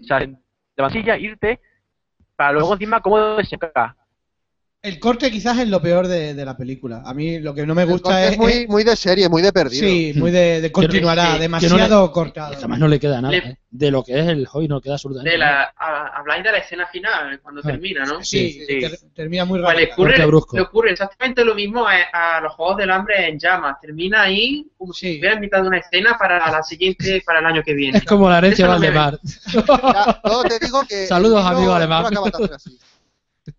O sea, te vas a silla, irte, para luego encima cómo desencaja. El corte quizás es lo peor de, de la película. A mí lo que no me El corte gusta es... eh, es muy, muy de serie, muy de perdido. sí, muy de, de Yo continuará, no- sí, yo demasiado no cortado. Además no le queda nada. Le- eh. De lo que es el hoy no queda absolutamente De nada. la, a- habláis de la escena final, cuando Ah. termina, ¿no? Sí, Sí, sí. ter- termina muy Pues le rápido. ocurre, Corte brusco. le ocurre exactamente lo mismo a, a los Juegos del Hambre en llamas. Termina ahí como si Sí. estuviera en mitad de una escena para la siguiente, para el año que viene. Es como la herencia de Eso no me Valdemar. Ya, no, te digo que. Saludos, el libro- amigo el alemán. libro acaba también así.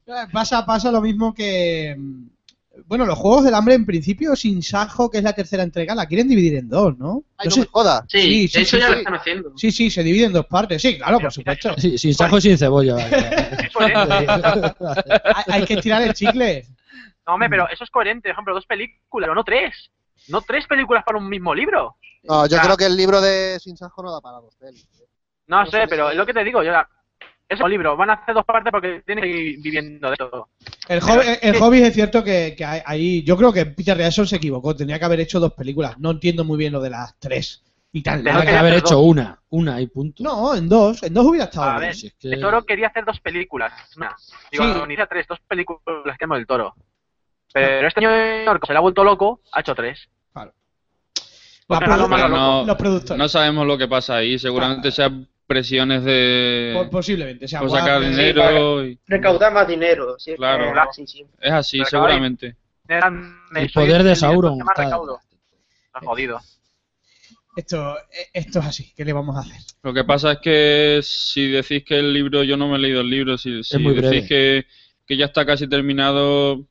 Eh, Pasa, pasa lo mismo que... mm, Bueno, los Juegos del Hambre en principio, sin Sajo, que es la tercera entrega, la quieren dividir en dos, ¿no? Ay, Yo no sé- me jodas. Sí, Sí, sí, de hecho sí, ya sí. lo están haciendo. Sí, sí, se divide en dos partes. Sí, claro, por supuesto. Sí, sin sajo y sin cebolla. Eso es. Hay, hay que estirar el chicle. No, hombre, pero eso es coherente. Por ejemplo, dos películas, pero no tres. No tres películas para un mismo libro. No, yo Ah. creo que el libro de Sin Sajo no da para dos pelis. eh. No No sé, sé, pero sí. es lo que te digo. Yo la... Es un libro. Van a hacer dos partes porque tienen que ir viviendo de todo. El, hobby, el hobby es cierto que, que hay- ahí. Yo creo que Peter Jackson se equivocó. Tenía que haber hecho dos películas. No entiendo muy bien lo de las tres. Y tan Hay Pero que largas. era haber hacer hecho una, una y punto. No, en dos. En dos hubiera estado. A bien. ver, si es que- El Toro quería hacer dos películas. Una. Digo, Sí. organiza tres, dos películas que hemos del Toro. Pero este señor, como se le ha vuelto loco, ha hecho tres. La Pero no, produ- pero no- los productores. No sabemos lo que pasa ahí. Seguramente sean presiones de. Po- posiblemente. O sea, por sacar Warner- dinero. y- Recaudar más dinero, sí. Claro. eh, sí, sí. Es así, Pero claro, seguramente. Eran- El soy poder de el Sauron. que más está- recaudo. Está jodido. Esto, eh, esto es así. ¿Qué le vamos a hacer? Lo que pasa es que si decís que el libro, yo no me he leído el libro, si, si muy breve. decís que, que ya está casi terminado,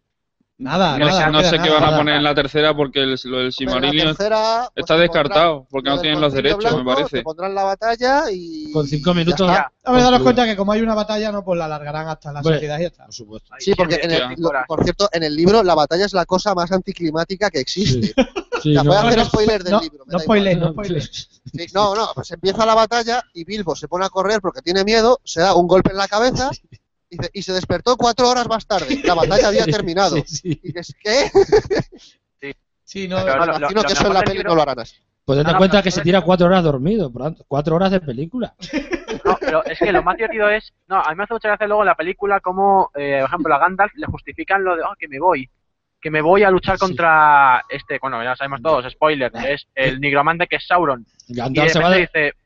Nada, no, Ah, nada. sé- no queda sé qué nada. van a nada. poner en la tercera porque el, lo del Hombre, la Simarillion tercera, pues, está te descartado porque pondrán no lo tienen del los Concilio derechos, me Blanco, parece. Te pondrán la batalla y. Con cinco minutos. Ya está. Ya. A ver, daros Concluido. cuenta que como hay una batalla, no, pues la alargarán hasta la Hombre. sociedad y ya está. Por supuesto. Ay, Sí, porque en el, Hostia. lo- por cierto, en el libro la batalla es la cosa más anticlimática que existe. Sí. Sí, Ya, no, voy a no, hacer no, spoiler del no, libro. me no da spoiler. igual. no no, spoiler. Sí, no, no, pues empieza la batalla y Bilbo se pone a correr porque tiene miedo, se da un golpe en la cabeza y, dice, y se despertó cuatro horas más tarde. La batalla había Sí, terminado. sí, sí. Y dices, ¿qué? Sí, no, Pero lo- Imagino lo que eso en mejor la del peli libro- no lo harán así. Pues date No, no, cuenta pero que no se es- tira cuatro horas dormido, por tanto, cuatro horas de película. No, pero es que lo más divertido es. No, a mí me hace mucha gracia luego en la película como, eh, por ejemplo, a Gandalf le justifican lo de. Oh, que me voy. Que me voy a luchar Sí. contra este. Bueno, ya lo sabemos todos, spoiler. Es el nigromante que es Sauron. Y Gandalf de se va repente de... dice,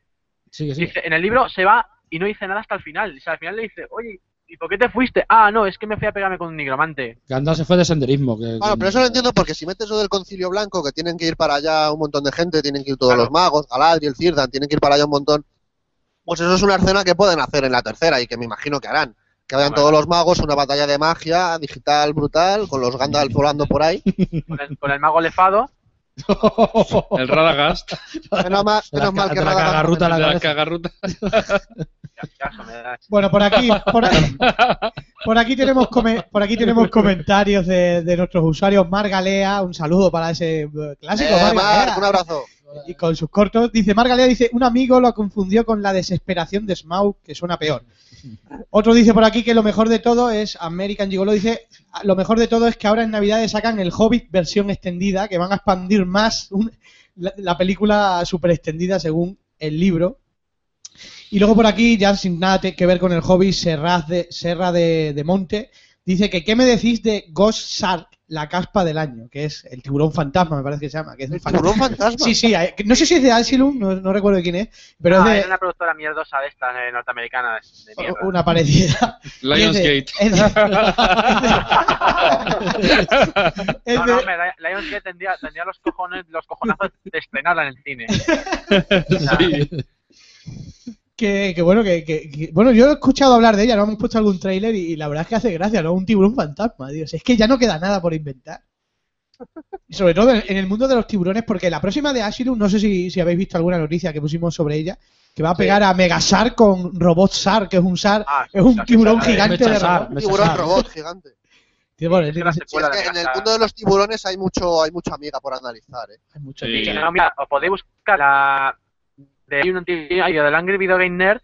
Sigue, sigue. dice. En el libro se va y no dice nada hasta el final. O sea, al final le dice, oye, ¿y por qué te fuiste? Ah, no, es que me fui a pegarme con un nigromante. Gandalf se fue de senderismo. Que, Bueno, pero eso lo entiendo porque si metes lo del concilio blanco, que tienen que ir para allá un montón de gente, tienen que ir todos Claro. los magos, Galadriel, Cirdan, tienen que ir para allá un montón. Pues eso es una escena que pueden hacer en la tercera y que me imagino que harán. Que vayan Bueno. todos los magos, una batalla de magia digital brutal, con los Gandalf volando por ahí. Con el, con el mago lefado. El Radagast, Menos mal, De la, menos mal ca- que de la Radagast- cagarruta a la de la cabeza. cagarruta. Ya, ya, eso me da- Bueno, por aquí, por aquí, por aquí tenemos come- por aquí tenemos comentarios de, de nuestros usuarios. Margalea, un saludo para ese eh, clásico. Eh, Margalea. Marc, un abrazo. Y con sus cortos. Dice Margalea, dice, un amigo lo confundió con la desesperación de Smaug, que suena peor. Otro dice por aquí que lo mejor de todo es, American Gigolo dice, lo mejor de todo es que ahora en Navidades sacan el Hobbit versión extendida, que van a expandir más un- la, la película super extendida según el libro. Y luego por aquí, ya sin nada te- que ver con el Hobbit, Serraz de, Serra de, de Monte, dice que ¿qué me decís de Ghost Shark, la caspa del año? Que es el tiburón fantasma, me parece que se llama. Que es un fantasma. Tiburón fantasma. Sí, sí, hay- no sé si es de Asylum, no, no recuerdo de quién es, pero Ah, es era una productora mierdosa de esta eh, norteamericana. De de mierda. una parecida. Lionsgate. Es de, es de- es No, de- no, hombre, Lion- Lionsgate tendría, tendría los cojones, los cojonazos de estrenarla en el cine. Sí. que, que bueno, que, que- que- bueno, yo he escuchado hablar de ella, no hemos puesto algún tráiler y, y la verdad es que hace gracia, ¿no? Un tiburón fantasma, Dios, es que ya no queda nada por inventar. Y Sobre todo en en el mundo de los tiburones, porque la próxima de Asylum, no sé si, si habéis visto alguna noticia que pusimos sobre ella, que va a pegar a Megasar con Robot Sar, que es un Sar, Ah, es un la tiburón Sar, eh, gigante de Mechazar, robot. Un tiburón Mechazar. robot gigante. Tiene- bueno, Es tiene- la Sí, es secuela que de en el Megasar. mundo de los tiburones hay mucho, hay mucha amiga por analizar, ¿eh? hay mucho- Sí. Y no, mira, os podéis buscar la de hay un tío hay del Angry Video Game Nerd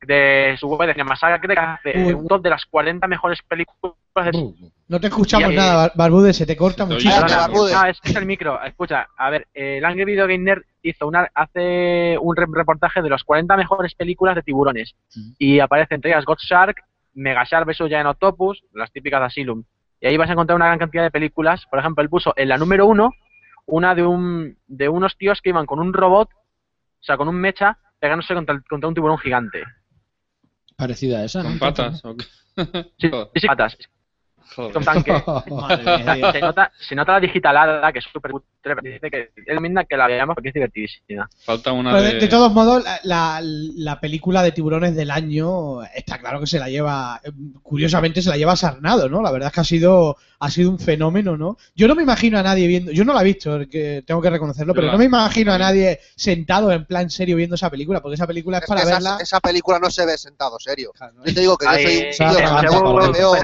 de su web de Cinemasacre que hace Uy. un top de las 40 mejores películas de No te escuchamos Y- nada, Bar- Barbude, se te corta Te oye. muchísimo. Ah, te barbudes. No, es, es el micro, escucha, a ver, eh, el Angry Video Game Nerd hizo una, hace un re- reportaje de las 40 mejores películas de tiburones y aparecen entre ellas God Shark, Mega Shark vs. Giant Octopus, las típicas de Asylum. Y ahí vas a encontrar una gran cantidad de películas, por ejemplo, él puso en la número uno una de, un, de unos tíos que iban con un robot, o sea, con un mecha, pegándose contra, el- contra un tiburón gigante. Parecida a esa. ¿no? Con patas. ¿o qué? Oh. Sí, sí, patas. Con Joder. tanque. Madre mía, tío. Se nota, se nota la digitalada, que es súper cutre, pero Dice que es Midnight que la veamos porque es divertidísima. Falta una Pero de, de... de todos modos, la- la, la película de tiburones del año está claro que se la lleva, eh, curiosamente se la lleva Sarnado, ¿no? La verdad es que ha sido, ha sido un fenómeno, ¿no? Yo no me imagino a nadie viendo, yo no la he visto, que tengo que Yo reconocerlo, pero la- no me imagino a nadie sentado en plan serio viendo esa película, porque esa película es, Es que para esa, verla. esa película no se ve sentado, serio. Claro, ¿no? Yo te digo que yo Ay, soy un eh, tío eh, que seguro. me veo,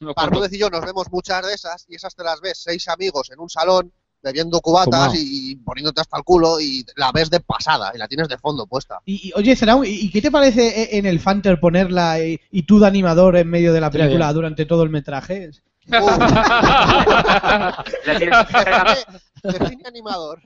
unos cuantos- Parnudez y yo nos vemos muchas de esas y esas te las ves seis amigos en un salón bebiendo cubatas Fumao. y, y poniéndote hasta el culo y la ves de pasada y la tienes de fondo puesta. Y, y, oye, Zerau, ¿y, y qué te parece eh, en el Fanter ponerla y, y tú de animador en medio de la Estaría película bien. durante todo el metraje? Uh, Le tienes que pegar de de cine animador.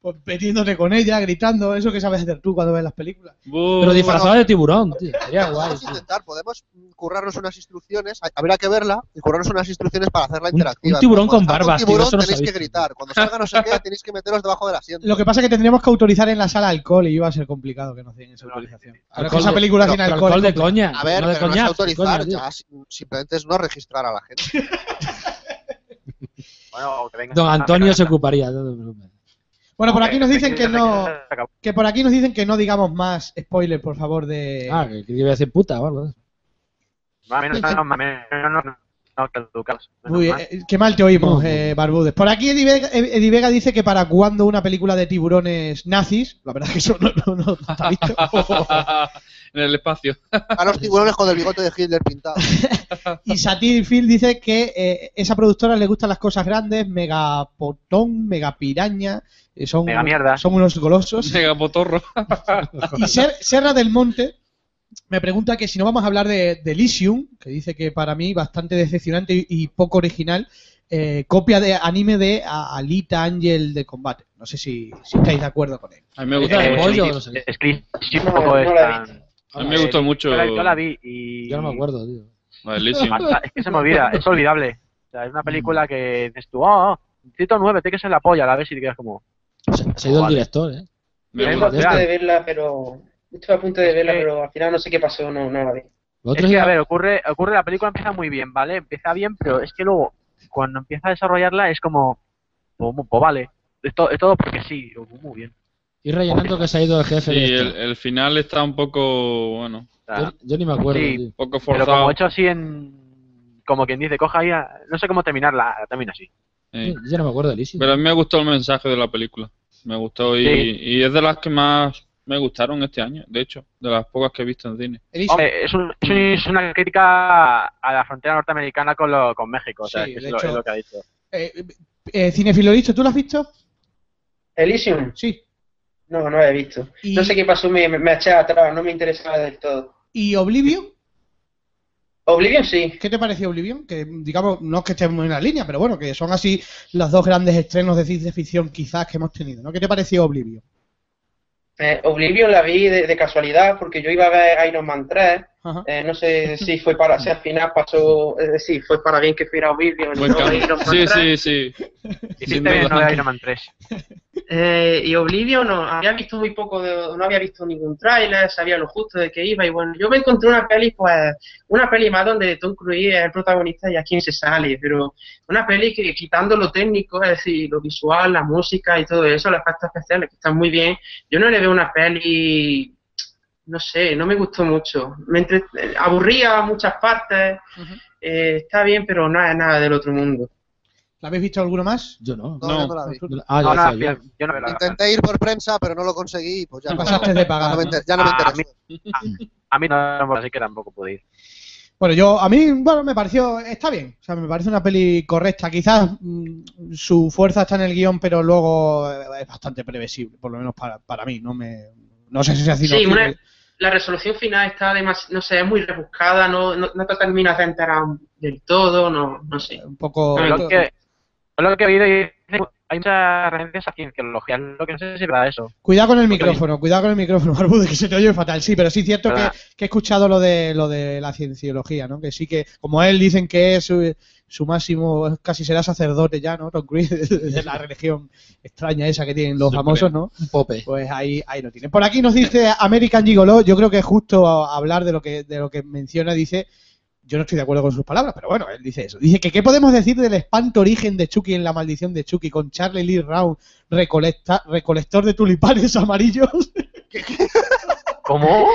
Pues metiéndote con ella, gritando, eso que sabes hacer tú cuando ves las películas. Bu- Pero disfrazado de tiburón, tío. Sería guay, Podemos tío. intentar, podemos currarnos unas instrucciones, ha- habrá que verla y currarnos unas instrucciones para hacerla Un- interactiva. un tiburón con Cuando salga un barbas, tío, tiburón eso no tenéis sabéis. que gritar. Cuando salga no sé qué, tenéis que meteros debajo del asiento. Lo que pasa es que tendríamos que autorizar en la sala alcohol y iba a ser complicado que nos den esa autorización. Ahora que Alcohol esa de- película pero sin Alcohol, alcohol. de coña. A ver, no de pero coña. no es autorizar, coña, tío. ya, si- simplemente es no registrar a la gente. Bueno, o que venga- Don Antonio se ocuparía. no te preocupes. Bueno, por aquí nos dicen que Se no, acabó. que por aquí nos dicen que no digamos más spoiler, por favor, de. Ah, que que iba a decir puta o algo. Más o menos, no, más o menos, no, no, no, no, te educas. Menos Uy, mal. eh, qué mal te oímos, Ujú. eh, Barbudes. Por aquí Eddie Vega, eh, Eddie Vega dice que para cuando una película de tiburones nazis, la verdad es que eso no, no, no está visto. en el espacio. A los tiburones con el bigote de Hitler pintado. Y Satir Phil dice que eh, esa productora le gustan las cosas grandes, megapotón, megapiraña, eh, son, Megamierda. son unos golosos. Mega potorro. Y Ser- Serra del Monte me pregunta que si no vamos a hablar de, de Elysium, que dice que para mí bastante decepcionante y, y poco original, eh, copia de anime de A- Alita Angel de combate. No sé si, si estáis de acuerdo con él. A mí me Puta de gustó mucho. pollo, sí, no sé qué. Es que sí, No, tampoco es no la he tan- A mí me gustó mucho. Yo la, yo la vi y. Yo no me acuerdo, tío. La de Elysium. Basta- Es que se me olvida, es olvidable. O sea, es una película que dices tú, oh, oh, Distrito 9, tiene que ser la polla, la ves y te quedas como. Se, se ha ido el Vale. director, ¿eh? Me Estuve Venga, a gustó. Este. punto de verla, pero. Estuve a punto de verla, que- pero al final no sé qué pasó, no, no la vi. Vosotros Es que, ya- a ver, ocurre, ocurre, la película empieza muy bien, ¿vale? Empieza bien, pero es que luego, cuando empieza a desarrollarla, es como, pues, mu- pues vale, es, to- es todo porque sí, Yo, "Pues, muy bien. ir rellenando que se ha ido el jefe. Sí, de esto. el, el final está un poco, bueno, O sea, yo, yo ni me acuerdo, Sí. tío. poco pero como forzado. hecho así en, como quien dice, coja ahí, a- no sé cómo terminarla, también así. Sí. Yo- Yo no me acuerdo de Elysium. Pero a mí me gustó el mensaje de la película. Me gustó y, Sí. y es de las que más me gustaron este año, de hecho, de las pocas que he visto en cine. Hombre, es, un- es un- es una crítica a la frontera norteamericana con, lo- con México, o sea, Sí, es, que de es lo, hecho- es lo que ha dicho. Eh, eh, Cinefilo Listo, ¿tú lo has visto? Elysium, Sí. no, no la he visto. Y- No sé qué pasó, me, me, me eché atrás, no me interesaba del todo. ¿Y Oblivion? Oblivion sí. ¿Qué te pareció Oblivion? Que digamos, no es que estemos en la línea, pero bueno, que son así los dos grandes estrenos de ciencia ficción quizás que hemos tenido, ¿no? ¿Qué te pareció Oblivion? Eh, Oblivion la vi de, de casualidad porque yo iba a ver Iron Man 3. Ajá. Eh, no sé si fue para, si al final pasó, es decir, fue para bien que fuera Oblivion. Buen no cambio. Iron Man Sí, 3. sí, sí. Hiciste duda. bien, no de Iron Man 3. Eh, y Oblivion no, había visto muy poco, de- no había visto ningún tráiler, sabía lo justo de que iba y bueno, yo me encontré una peli, pues, una peli más donde Tom Cruise es el protagonista y a quién se sale, pero una peli que quitando lo técnico, es decir, lo visual, la música y todo eso, los efectos especiales que están muy bien, yo no le veo una peli, no sé, no me gustó mucho, me entre- eh, aburría muchas partes, eh, está bien, pero no es nada del otro mundo. ¿La habéis visto alguno más? Yo no. No, No. yo no la vi. Yo no- Ah, ya No, no, decía yo, yo. yo no me la- Intenté ir por prensa, pero no lo conseguí. Pues ya, Te no, pasaste de ya no pagar. me ¿no? inter- ya no me Ah, interesa. mi- A mí no, así que tampoco pude ir. Bueno, yo a mí, bueno, me pareció, está bien, o sea, me parece una peli correcta. Quizás mm, su fuerza está en el guión, pero luego eh, es bastante previsible, por lo menos para, para mí. No me, no sé si se ha sido Sí, una- la resolución final está además, no sé, es muy rebuscada, no, no, no te terminas de enterar del todo, no, no sé. un poco. Pero lo que, lo que he oído y hay muchas referencias a cienciología, lo que no sé si es verdad eso. Cuidado con el micrófono, cuidado con el micrófono, Barbudo, que se te oye fatal. Sí, pero sí es cierto que, ¿Verdad? que he escuchado lo de lo de la cienciología, ¿no? Que sí que, como él dicen que es su, su máximo, casi será sacerdote ya, ¿no? Tom Cruise, de la religión extraña esa que tienen los Sí, famosos, ¿no? Un pope. Pues ahí, ahí lo tienen. Por aquí nos dice American Gigolo, yo creo que es justo a- hablar de lo que, de lo que menciona, dice yo no estoy de acuerdo con sus palabras, pero bueno, él dice eso. Dice que qué podemos decir del espanto origen de Chucky en La maldición de Chucky con Charlie Lee Round, recolecta, recolector de tulipanes amarillos. ¿Cómo?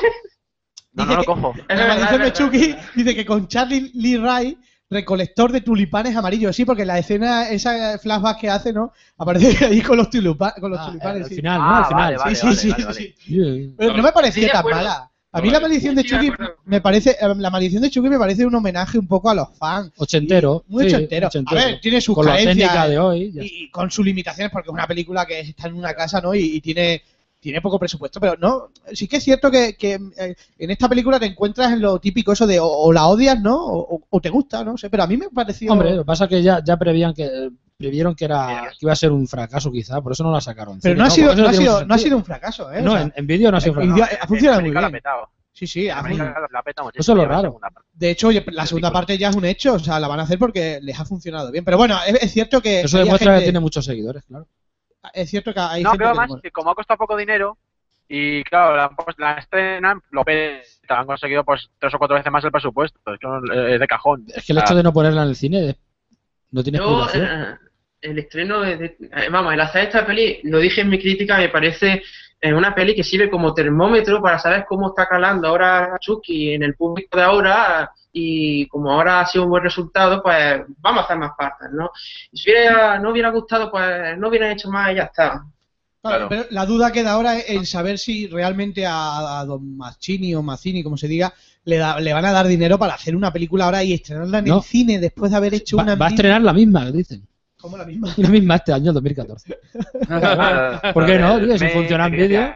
No, Dice no lo que- cojo. Es La verdad, maldición de es verdad, es Chucky verdad. dice que con Charlie Lee Ray, recolector de tulipanes amarillos. Sí, porque la escena, esa flashback que hace, ¿no? Aparece ahí con los, tulipa- con los Ah, tulipanes. al sí. final, ¿no? Ah, Al final. vale, vale, sí, vale, sí, vale, sí, vale. sí. Sí. Pero Eh, no me parecía Sí, de tan acuerdo. mala. A mí la maldición de Sí, de Chucky acuerdo. me parece, eh, la maldición de Chucky me parece un homenaje un poco a los fans. Ochentero. Muy sí, ochentero. A ver, tiene sus Con la carencias eh. técnica de hoy. ya y, y con sus limitaciones, porque es una película que está en una casa, ¿no? Y, y tiene, tiene poco presupuesto, pero no, sí que es cierto que, que, eh, en esta película te encuentras en lo típico eso de o, o la odias, ¿no? O, o- o te gusta, no sé, pero a mí me pareció... Hombre, lo que pasa es que ya, ya prevían que eh, previeron que era que iba a ser un fracaso quizá, por eso no la sacaron. en pero cine, no ha, sido, Porque eso no, ha tiene sido, mucho no ha sentido. sido un fracaso, ¿eh? O No, sea, en, en vídeo no ha sido un y fracaso. dio- eh, ha funcionado muy América la ha bien. petado. Sí, sí, ha América fun- la ha petado muchísimo. Eso es lo Ya va la raro. segunda parte. de hecho, oye, la segunda parte ya es un hecho, o sea, la van a hacer porque les ha funcionado bien. Pero bueno, es, es cierto que... Eso había demuestra que gente- tiene muchos seguidores, claro. Es cierto que hay No, gente creo que más le mola. que como ha costado poco dinero y claro, la, pues, la estrenan, lo peta, han conseguido pues tres o cuatro veces más el presupuesto, es que no- eh, es de cajón. Es que el hecho de no ponerla en el cine eh, no tiene Yo, explicación. eh, el estreno, de, de- eh, vamos, el hacer esta peli, lo dije en mi crítica, me parece eh, una peli que sirve como termómetro para saber cómo está calando ahora Chucky en el público de ahora y como ahora ha sido un buen resultado, pues vamos a hacer más partes, ¿no? Y si hubiera- no hubiera gustado, pues no hubieran hecho más y ya está. Claro, Claro. pero la duda queda ahora en saber si realmente a, a Don Machini o Mazzini, como se diga, le, da- le van a dar dinero para hacer una película ahora y estrenarla en No. el cine después de haber hecho Va, una va a mini- estrenar la misma, dicen. como la misma. La misma este año, 2014. ¿Por qué no, tío? Si funciona en vídeo.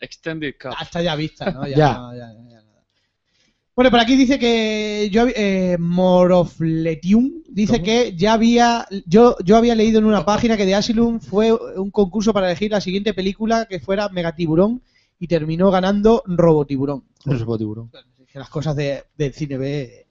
Extended Cup. Hasta ya vista, ¿no? Ya, Ya. no, ya, ya, ya, nada. Bueno, por aquí dice que yo eh, Morofletium dice ¿Cómo? que ya había yo yo había leído en una página que de Asylum fue un concurso para elegir la siguiente película que fuera Megatiburón y terminó ganando Robotiburón. Robotiburón. que las cosas de, del cine B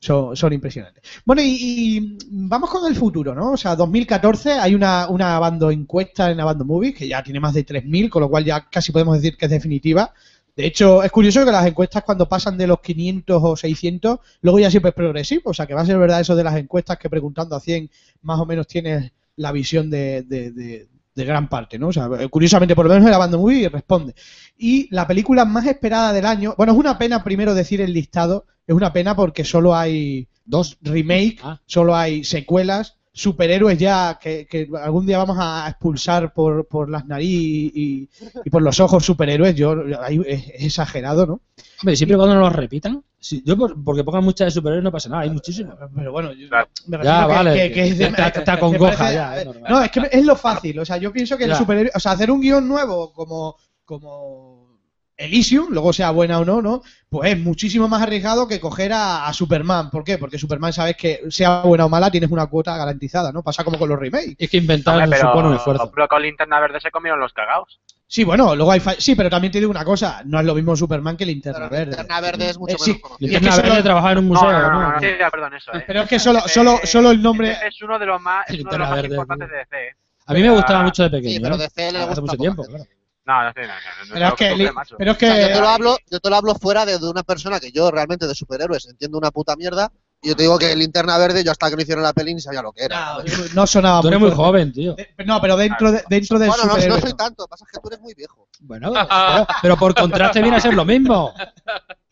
son, son impresionantes. Bueno, y, y vamos con el futuro, ¿no? O sea, 2014 hay una, una Abando encuesta en Abando Movies que ya tiene más de 3.000, con lo cual ya casi podemos decir que es definitiva. De hecho, es curioso que las encuestas cuando pasan de los 500 o 600, luego ya siempre es progresivo. O sea, que va a ser verdad eso de las encuestas que preguntando a 100 más o menos tienes la visión de, de- de- de gran parte, ¿no? O sea, curiosamente, por lo menos el Abando Movie responde. Y la película más esperada del año, bueno, es una pena primero decir el listado, es una pena porque solo hay Dos. remake, Ah. solo hay secuelas, superhéroes ya que, que algún día vamos a expulsar por, por las narices y, y por los ojos superhéroes, yo ahí es, es exagerado, ¿no? Hombre, siempre y cuando no los repitan. Sí, yo por- porque pongan muchas de superhéroes no pasa nada, hay muchísimas. Pero bueno, yo Claro. me refiero Ya, que- vale. que, que es de- está, está con me goja, parece- eh, ya. es normal. No, es que es lo fácil. O sea, yo pienso que el Ya. superhéroe. O sea, hacer un guión nuevo como, como Elysium, luego sea buena o no, ¿no? Pues es muchísimo más arriesgado que coger a, a Superman. ¿Por qué? Porque Superman sabes que, sea buena o mala, tienes una cuota garantizada, ¿no? Pasa como con los remakes. Es que inventar Hombre, pero, supone un esfuerzo. pero con Linterna Verde se comieron los cagados. Sí, bueno, luego hay. fa- Sí, pero también te digo una cosa: no es lo mismo Superman que Linterna Pero Verde. Linterna Verde es mucho Eh, menos sí. conocida. es Y es que que solo- de trabajar en un museo, no, no, no, no, ¿no? sí, ya, perdón, eso, eh. Pero es que solo, solo, solo el nombre. Este es uno de los más, es uno de los Linterna más Verde, importantes tío. de DC. eh. A mí me gustaba mucho de Sí, pequeño. pero ¿eh? DC le gusta Hace mucho poca tiempo, gente. claro. No, no, sí, no, no, no, Pero es no, que, no, li- macho. pero es O sea, que yo, te lo hablo, yo te lo hablo fuera de, de una persona que yo realmente de superhéroes entiendo una puta mierda. Y yo te digo que Linterna Verde, yo hasta que no hicieron la peli ni sabía lo que Ah, era. no, no sonaba Tú eres muy fuerte. joven, tío. De- No, Eh, pero dentro, de, dentro del bueno, no, superhéroe, no soy no. tanto, pasa que tú eres muy viejo. Bueno, pero, pero por contraste viene a ser lo mismo.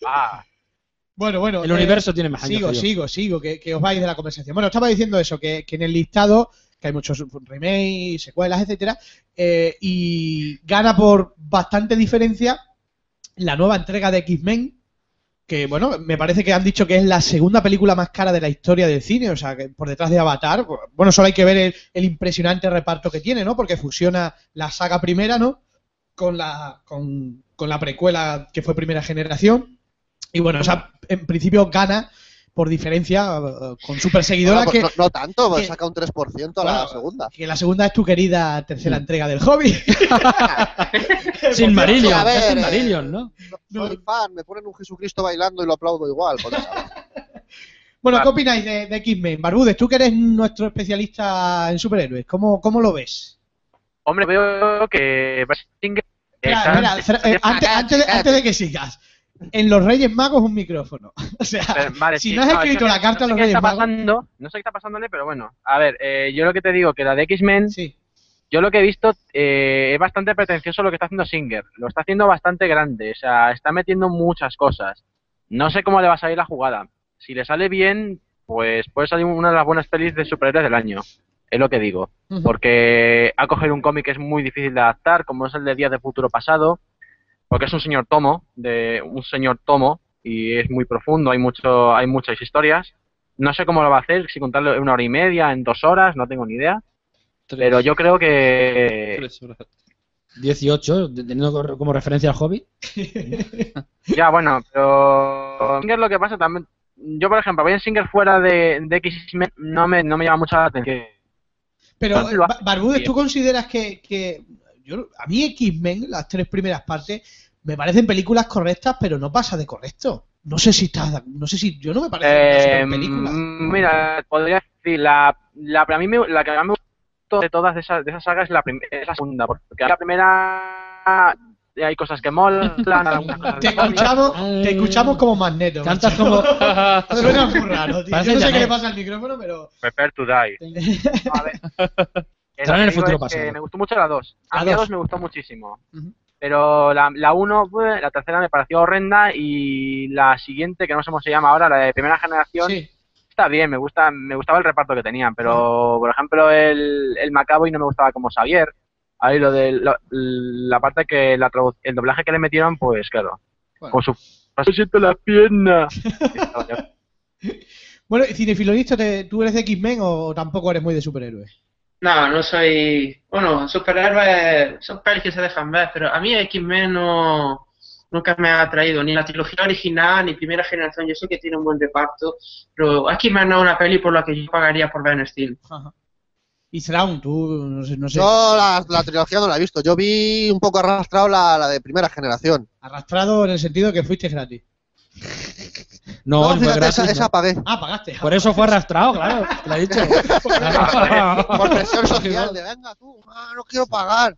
Ah, Bueno, bueno. El eh, universo tiene más años. Sigo, que yo. sigo, sigo, que, que os vais de la conversación. Bueno, estaba diciendo eso, que, que en el listado, que hay muchos remakes, secuelas, etcétera, eh, y gana por bastante diferencia la nueva entrega de X-Men, que bueno, me parece que han dicho que es la segunda película más cara de la historia del cine, o sea, que por detrás de Avatar, bueno, solo hay que ver el, el impresionante reparto que tiene, ¿no? Porque fusiona la saga primera, ¿no? Con la, con, con la precuela que fue primera generación. Y bueno, o sea, en principio gana por diferencia eh, con su perseguidora Bueno, que, pues no, no tanto, pues que- saca un 3% a la Bueno, segunda. que la segunda es tu querida Mm. tercera entrega del hobby. Sin Marillion, A ver, es sin eh, Marillion, ¿no? no. Soy fan, me ponen un Jesucristo bailando y lo aplaudo igual. con esa. Bueno, ¿qué Claro. opináis de, de X-Men? Barbudes, tú que eres nuestro especialista en superhéroes, ¿cómo, cómo lo ves? hombre, veo que Brasinger Espera, está- espera, espera, eh, antes, Cállate, antes de, cállate. antes de que sigas, en Los Reyes Magos un micrófono. O sea, Pero, vale, si sí, no has es que escrito la carta a no sé los qué Reyes está Magos- pasando, no sé qué está pasándole, pero bueno. A ver, eh, yo lo que te digo, que la de X-Men, sí. yo lo que he visto eh, es bastante pretencioso lo que está haciendo Singer. Lo está haciendo bastante grande, o sea, está metiendo muchas cosas. No sé cómo le va a salir la jugada. Si le sale bien, pues puede salir una de las buenas pelis de superhéroes del año. Es lo que digo. Ujú. Porque ha cogido un cómic que es muy difícil de adaptar, como es el de Días de Futuro Pasado, porque es un señor tomo, de un señor tomo, y es muy profundo, hay mucho, hay muchas historias. No sé cómo lo va a hacer, si contarlo en una hora y media, en dos horas, no tengo ni idea. Tres- Pero yo creo que. tres horas. 18, de- teniendo cor- como referencia al hobby. Ya, bueno, pero. Singer lo que pasa también. Yo, por ejemplo, en Singer fuera de, de X-Men no me, no me llama mucho la atención. Pero, Entonces lo Ba- Barbudes, bien. ¿tú consideras que, que yo, a mí X-Men, las tres primeras partes, me parecen películas correctas, pero no pasa de correcto? No sé si estás, no sé si yo no me parece Eh, una película. mm, mira, podría decir, la, la, para mí me- la que más me gustó de todas de esas, de esas sagas es la, prim- es la segunda, porque la primera hay cosas que molan, algunas cosas Te que no. escuchamos, te escuchamos como magneto. Cantas macho. como. Suena muy raro, tío. Parece Yo no sé Janet. qué le pasa al micrófono, pero. Prepare to die. A ver. Traen el Lo que futuro digo es pasado. que Me gustó mucho la 2. La A mí la dos. 2 me gustó muchísimo. Ujú. Pero la 1, la, uno, bueh, la tercera me pareció horrenda y la siguiente, que no sé cómo se llama ahora, la de primera generación, Sí. está bien, me gusta, me gustaba el reparto que tenían, pero por ejemplo el, el Macabo y no me gustaba como Xavier. Ahí lo de lo- la parte que la tradu- el doblaje que le metieron, pues claro, Bueno. con su "Me siento las piernas. Bueno, cinefilonista, te- ¿tú eres de X-Men o tampoco eres muy de superhéroes? No, no soy. Bueno, superhéroes son pelis que se dejan ver, pero a mí X-Men no, nunca me ha atraído, ni la trilogía original, ni primera generación. Yo sé que tiene un buen reparto, pero X-Men no es una peli por la que yo pagaría por ver en Steel. Ajá. Y Thrawn, tú, no sé, no sé, Yo la, la trilogía no la he visto. Yo vi un poco arrastrado la, la de primera generación. arrastrado en el sentido que fuiste gratis. No, no, fue fíjate, gratis, esa, no. esa pagué. Ah, pagaste. Por eso fue arrastrado, claro. Te lo he dicho. Por presión social, de venga tú, ah, no quiero pagar.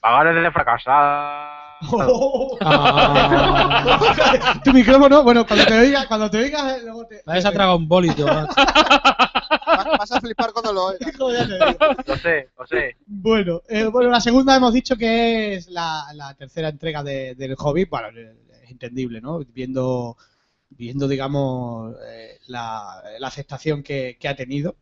Pagar es de fracasada. Oh. Ah, tu micrófono, bueno, cuando te oigas, cuando te oigas, eh, luego te. me habéis atragado un bólito. macho. Va- Vas a flipar cuando lo oigas. Hijo, ya te digo. Lo sé, lo sé. Bueno, eh, bueno, la segunda hemos dicho que es la, la tercera entrega de- del hobby. Bueno, es entendible, ¿no? Viendo, viendo digamos, eh, la, la aceptación que, que ha tenido.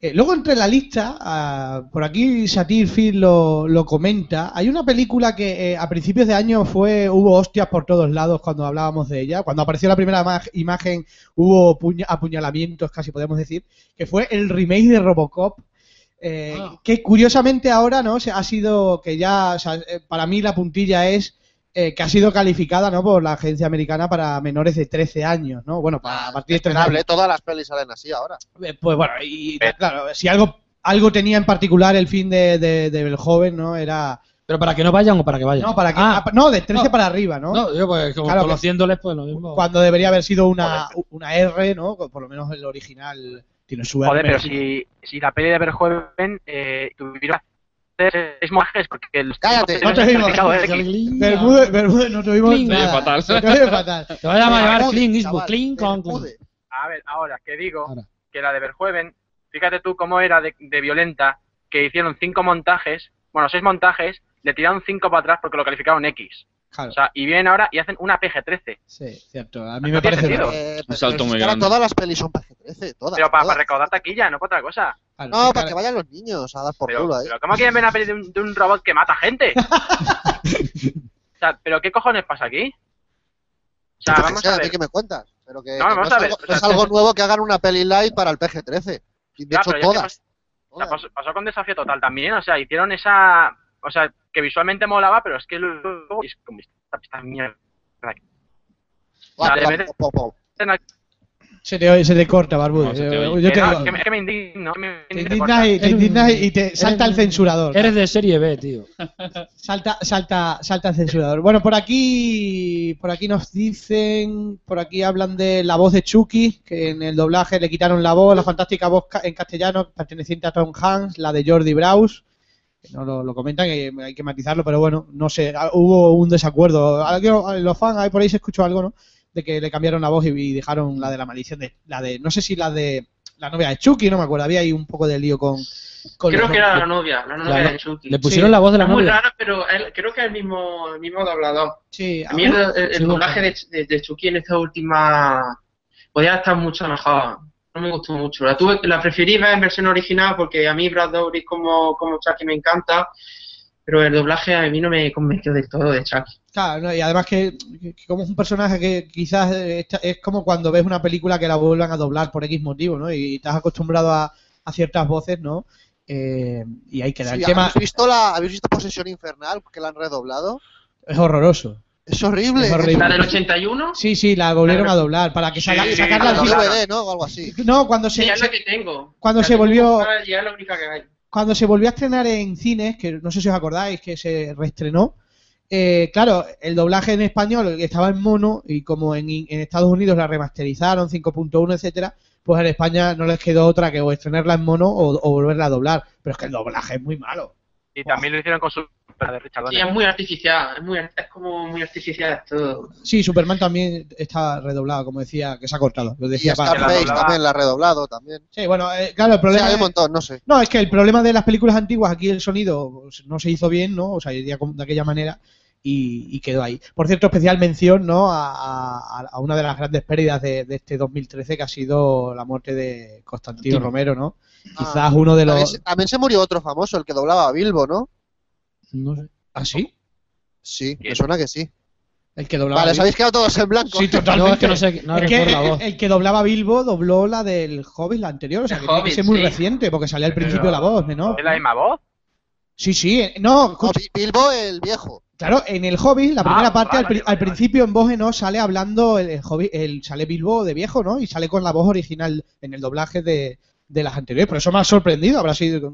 Eh, luego entre la lista, ah, por aquí Satir Phil lo, lo comenta, hay una película que eh, a principios de año fue hubo hostias por todos lados cuando hablábamos de ella, cuando apareció la primera ma- imagen hubo puña- apuñalamientos, casi podemos decir, que fue el remake de Robocop, eh, que curiosamente ahora no Se- ha sido que ya, o sea, eh, para mí la puntilla es eh, que ha sido calificada no por la agencia americana para menores de 13 años, no bueno, para, Ah, Ah, a partir de 13 años. Hable, ¿eh? todas las pelis salen así ahora. Eh, Pues bueno, y claro, si algo, algo tenía en particular el fin de, de, de del joven, ¿no? Era. Pero para que no vayan o para que vayan. No, para que, Ah, ah, no de 13 no. para arriba, ¿no? no, yo pues como Claro que- conociéndoles, pues lo mismo. Cuando debería haber sido una, una R, ¿no? Por lo menos el original tiene su R. Joder, pero sí. si, si la peli de Verjoven eh, tuviera seis monjes, porque los Cállate. tipos No te eran digo. calificados de X. Bermúdez, Bermúdez, no tuvimos Clean. nada. Fatal. Se te oye fatal. Te voy a llamar Te a pude, Clean Eastwood. chaval, Clean te con. pude. A ver, ahora, que digo Ahora. que la de Verjueven, fíjate tú cómo era de, de violenta, que hicieron cinco montajes, bueno, seis montajes, le tiraron cinco para atrás porque lo calificaron X. Claro, O sea, y vienen ahora y hacen una PG-13. sí, cierto. A mí me No tiene parece. sentido. mal. Eh, pero salto es muy que ahora grande. Todas las pelis son PG-13, todas. Pero para, todas. para recaudar taquilla, no para otra cosa. Claro, No, para claro. que vayan los niños a dar por Pero, culo eh. ahí. pero ¿cómo quieren ver una peli de un, de un robot que mata gente? o sea, ¿pero qué cojones pasa aquí? O Yo sea, qué vamos sé, a mí ver. que me cuentas. Pero que No, que vamos es a ver, algo- o no es sea- algo nuevo que hagan una peli live para el PG-13. Y De Ya, hecho, pero ya que todas. O sea, todas. pasó, pasó con Desafío Total también, ¿eh? o sea, hicieron esa... O sea, que visualmente molaba, pero es que luego... Es como esta, esta mierda. Guau, Dale, guau, vete. guau, guau. Se, te, oye- se te corta, Barbudo. No, se te Yo- oye. yo que, te no, digo, que me, que me indigno. que me te indigno, indignas y- te Eres- indignas y te salta el eres- censurador. Eres de serie B, tío. Salta, salta, salta el censurador. Bueno, por aquí, por aquí nos dicen, por aquí hablan de la voz de Chucky, que en el doblaje le quitaron la voz, la fantástica voz ca- en castellano perteneciente a Tom Hanks, la de Jordi Braus. que no lo, lo comentan, que hay que matizarlo, pero bueno, no sé, ah, hubo un desacuerdo. Algo- Los fans, ahí por ahí se escuchó algo, ¿no? De que le cambiaron la voz y, y dejaron la de la maldición, de, la de, no sé si la de la novia de Chucky, no me acuerdo, había ahí un poco de lío con... con Creo los que era la nombres. novia, la novia La- de Chucky. Le pusieron la voz de la Es muy novia. rara, pero él- creo que es el mismo, el mismo doblador. Sí, A mí el, el- el Sí, doblaje de, de- de Chucky en esta última podía estar mucho mejor. No me gustó mucho. La tuve, la preferí ver en versión original porque a mí Brad Dourif como, como Chucky me encanta, pero el doblaje a mí no me convenció del todo de Chucky. Claro, no, y además que, que como es un personaje que quizás eh, está- es como cuando ves una película que la vuelvan a doblar por X motivo, ¿no? Y estás acostumbrado a, a ciertas voces, ¿no? Eh, y hay que dar. Sí, el tema ¿habéis, visto la, ¿Habéis visto Posesión Infernal? Que la han redoblado. es horroroso. Es horrible. Es horrible. La del 81, Sí, sí, la volvieron a doblar para que salga, Sí, Es sacarla la al cine. DVD, ¿no? O algo así. No, cuando se, sí, es se- la que tengo. cuando La se tengo volvió- comprada y es la única que hay. cuando se volvió a estrenar en cines, que no sé si os acordáis, que se reestrenó, eh, claro, el doblaje en español estaba en mono y como en, en Estados Unidos la remasterizaron 5.1, etcétera, pues en España no les quedó otra que o estrenarla en mono o, o volverla a doblar. Pero es que el doblaje es muy malo. Y también lo hicieron con su la de Richard Sí, Donner. es muy artificial, es, muy, ar- es como muy artificial todo. Sí, Superman también está redoblado, como decía, que se ha cortado. Lo Y decía Pablo. Scarface doblaba. también la ha redoblado también. Sí, bueno, eh, claro, el O problema sea, hay un es- montón, no sé. No, es que el problema de las películas antiguas, aquí el sonido pues, no se hizo bien, ¿no? O sea, iría como de aquella manera y, y quedó ahí. Por cierto, especial mención, ¿no? A, a- a una de las grandes pérdidas de, de este 2013 que ha sido la muerte de Constantino Constantino. Romero, ¿no? Ah, Quizás uno de también, los... se, también se murió otro famoso, el que doblaba a Bilbo, ¿no? No sé. ¿Ah, sí? Sí, me ¿Quién? suena que sí. El que doblaba... Vale, a os Bilbo. habéis quedado todos en blanco. Sí, totalmente. No, es que no sé, no Es que recuerdo la el, voz. el que doblaba a Bilbo dobló la del Hobbit, la anterior, o sea, El que tiene que Hobbit, ser muy sí. reciente, porque salía al principio la voz, ¿no? ¿Es la misma voz? Sí, sí, eh, no, No, escucha, Bi- Bilbo el viejo. Claro, en el Hobbit, la Ah, primera parte, vale, al, pri- vale, al vale. principio en voz en off sale hablando el, el Hobbit, el- sale Bilbo de viejo, ¿no? Y sale con la voz original en el doblaje de, de las anteriores. Por eso me ha sorprendido, habrá sido...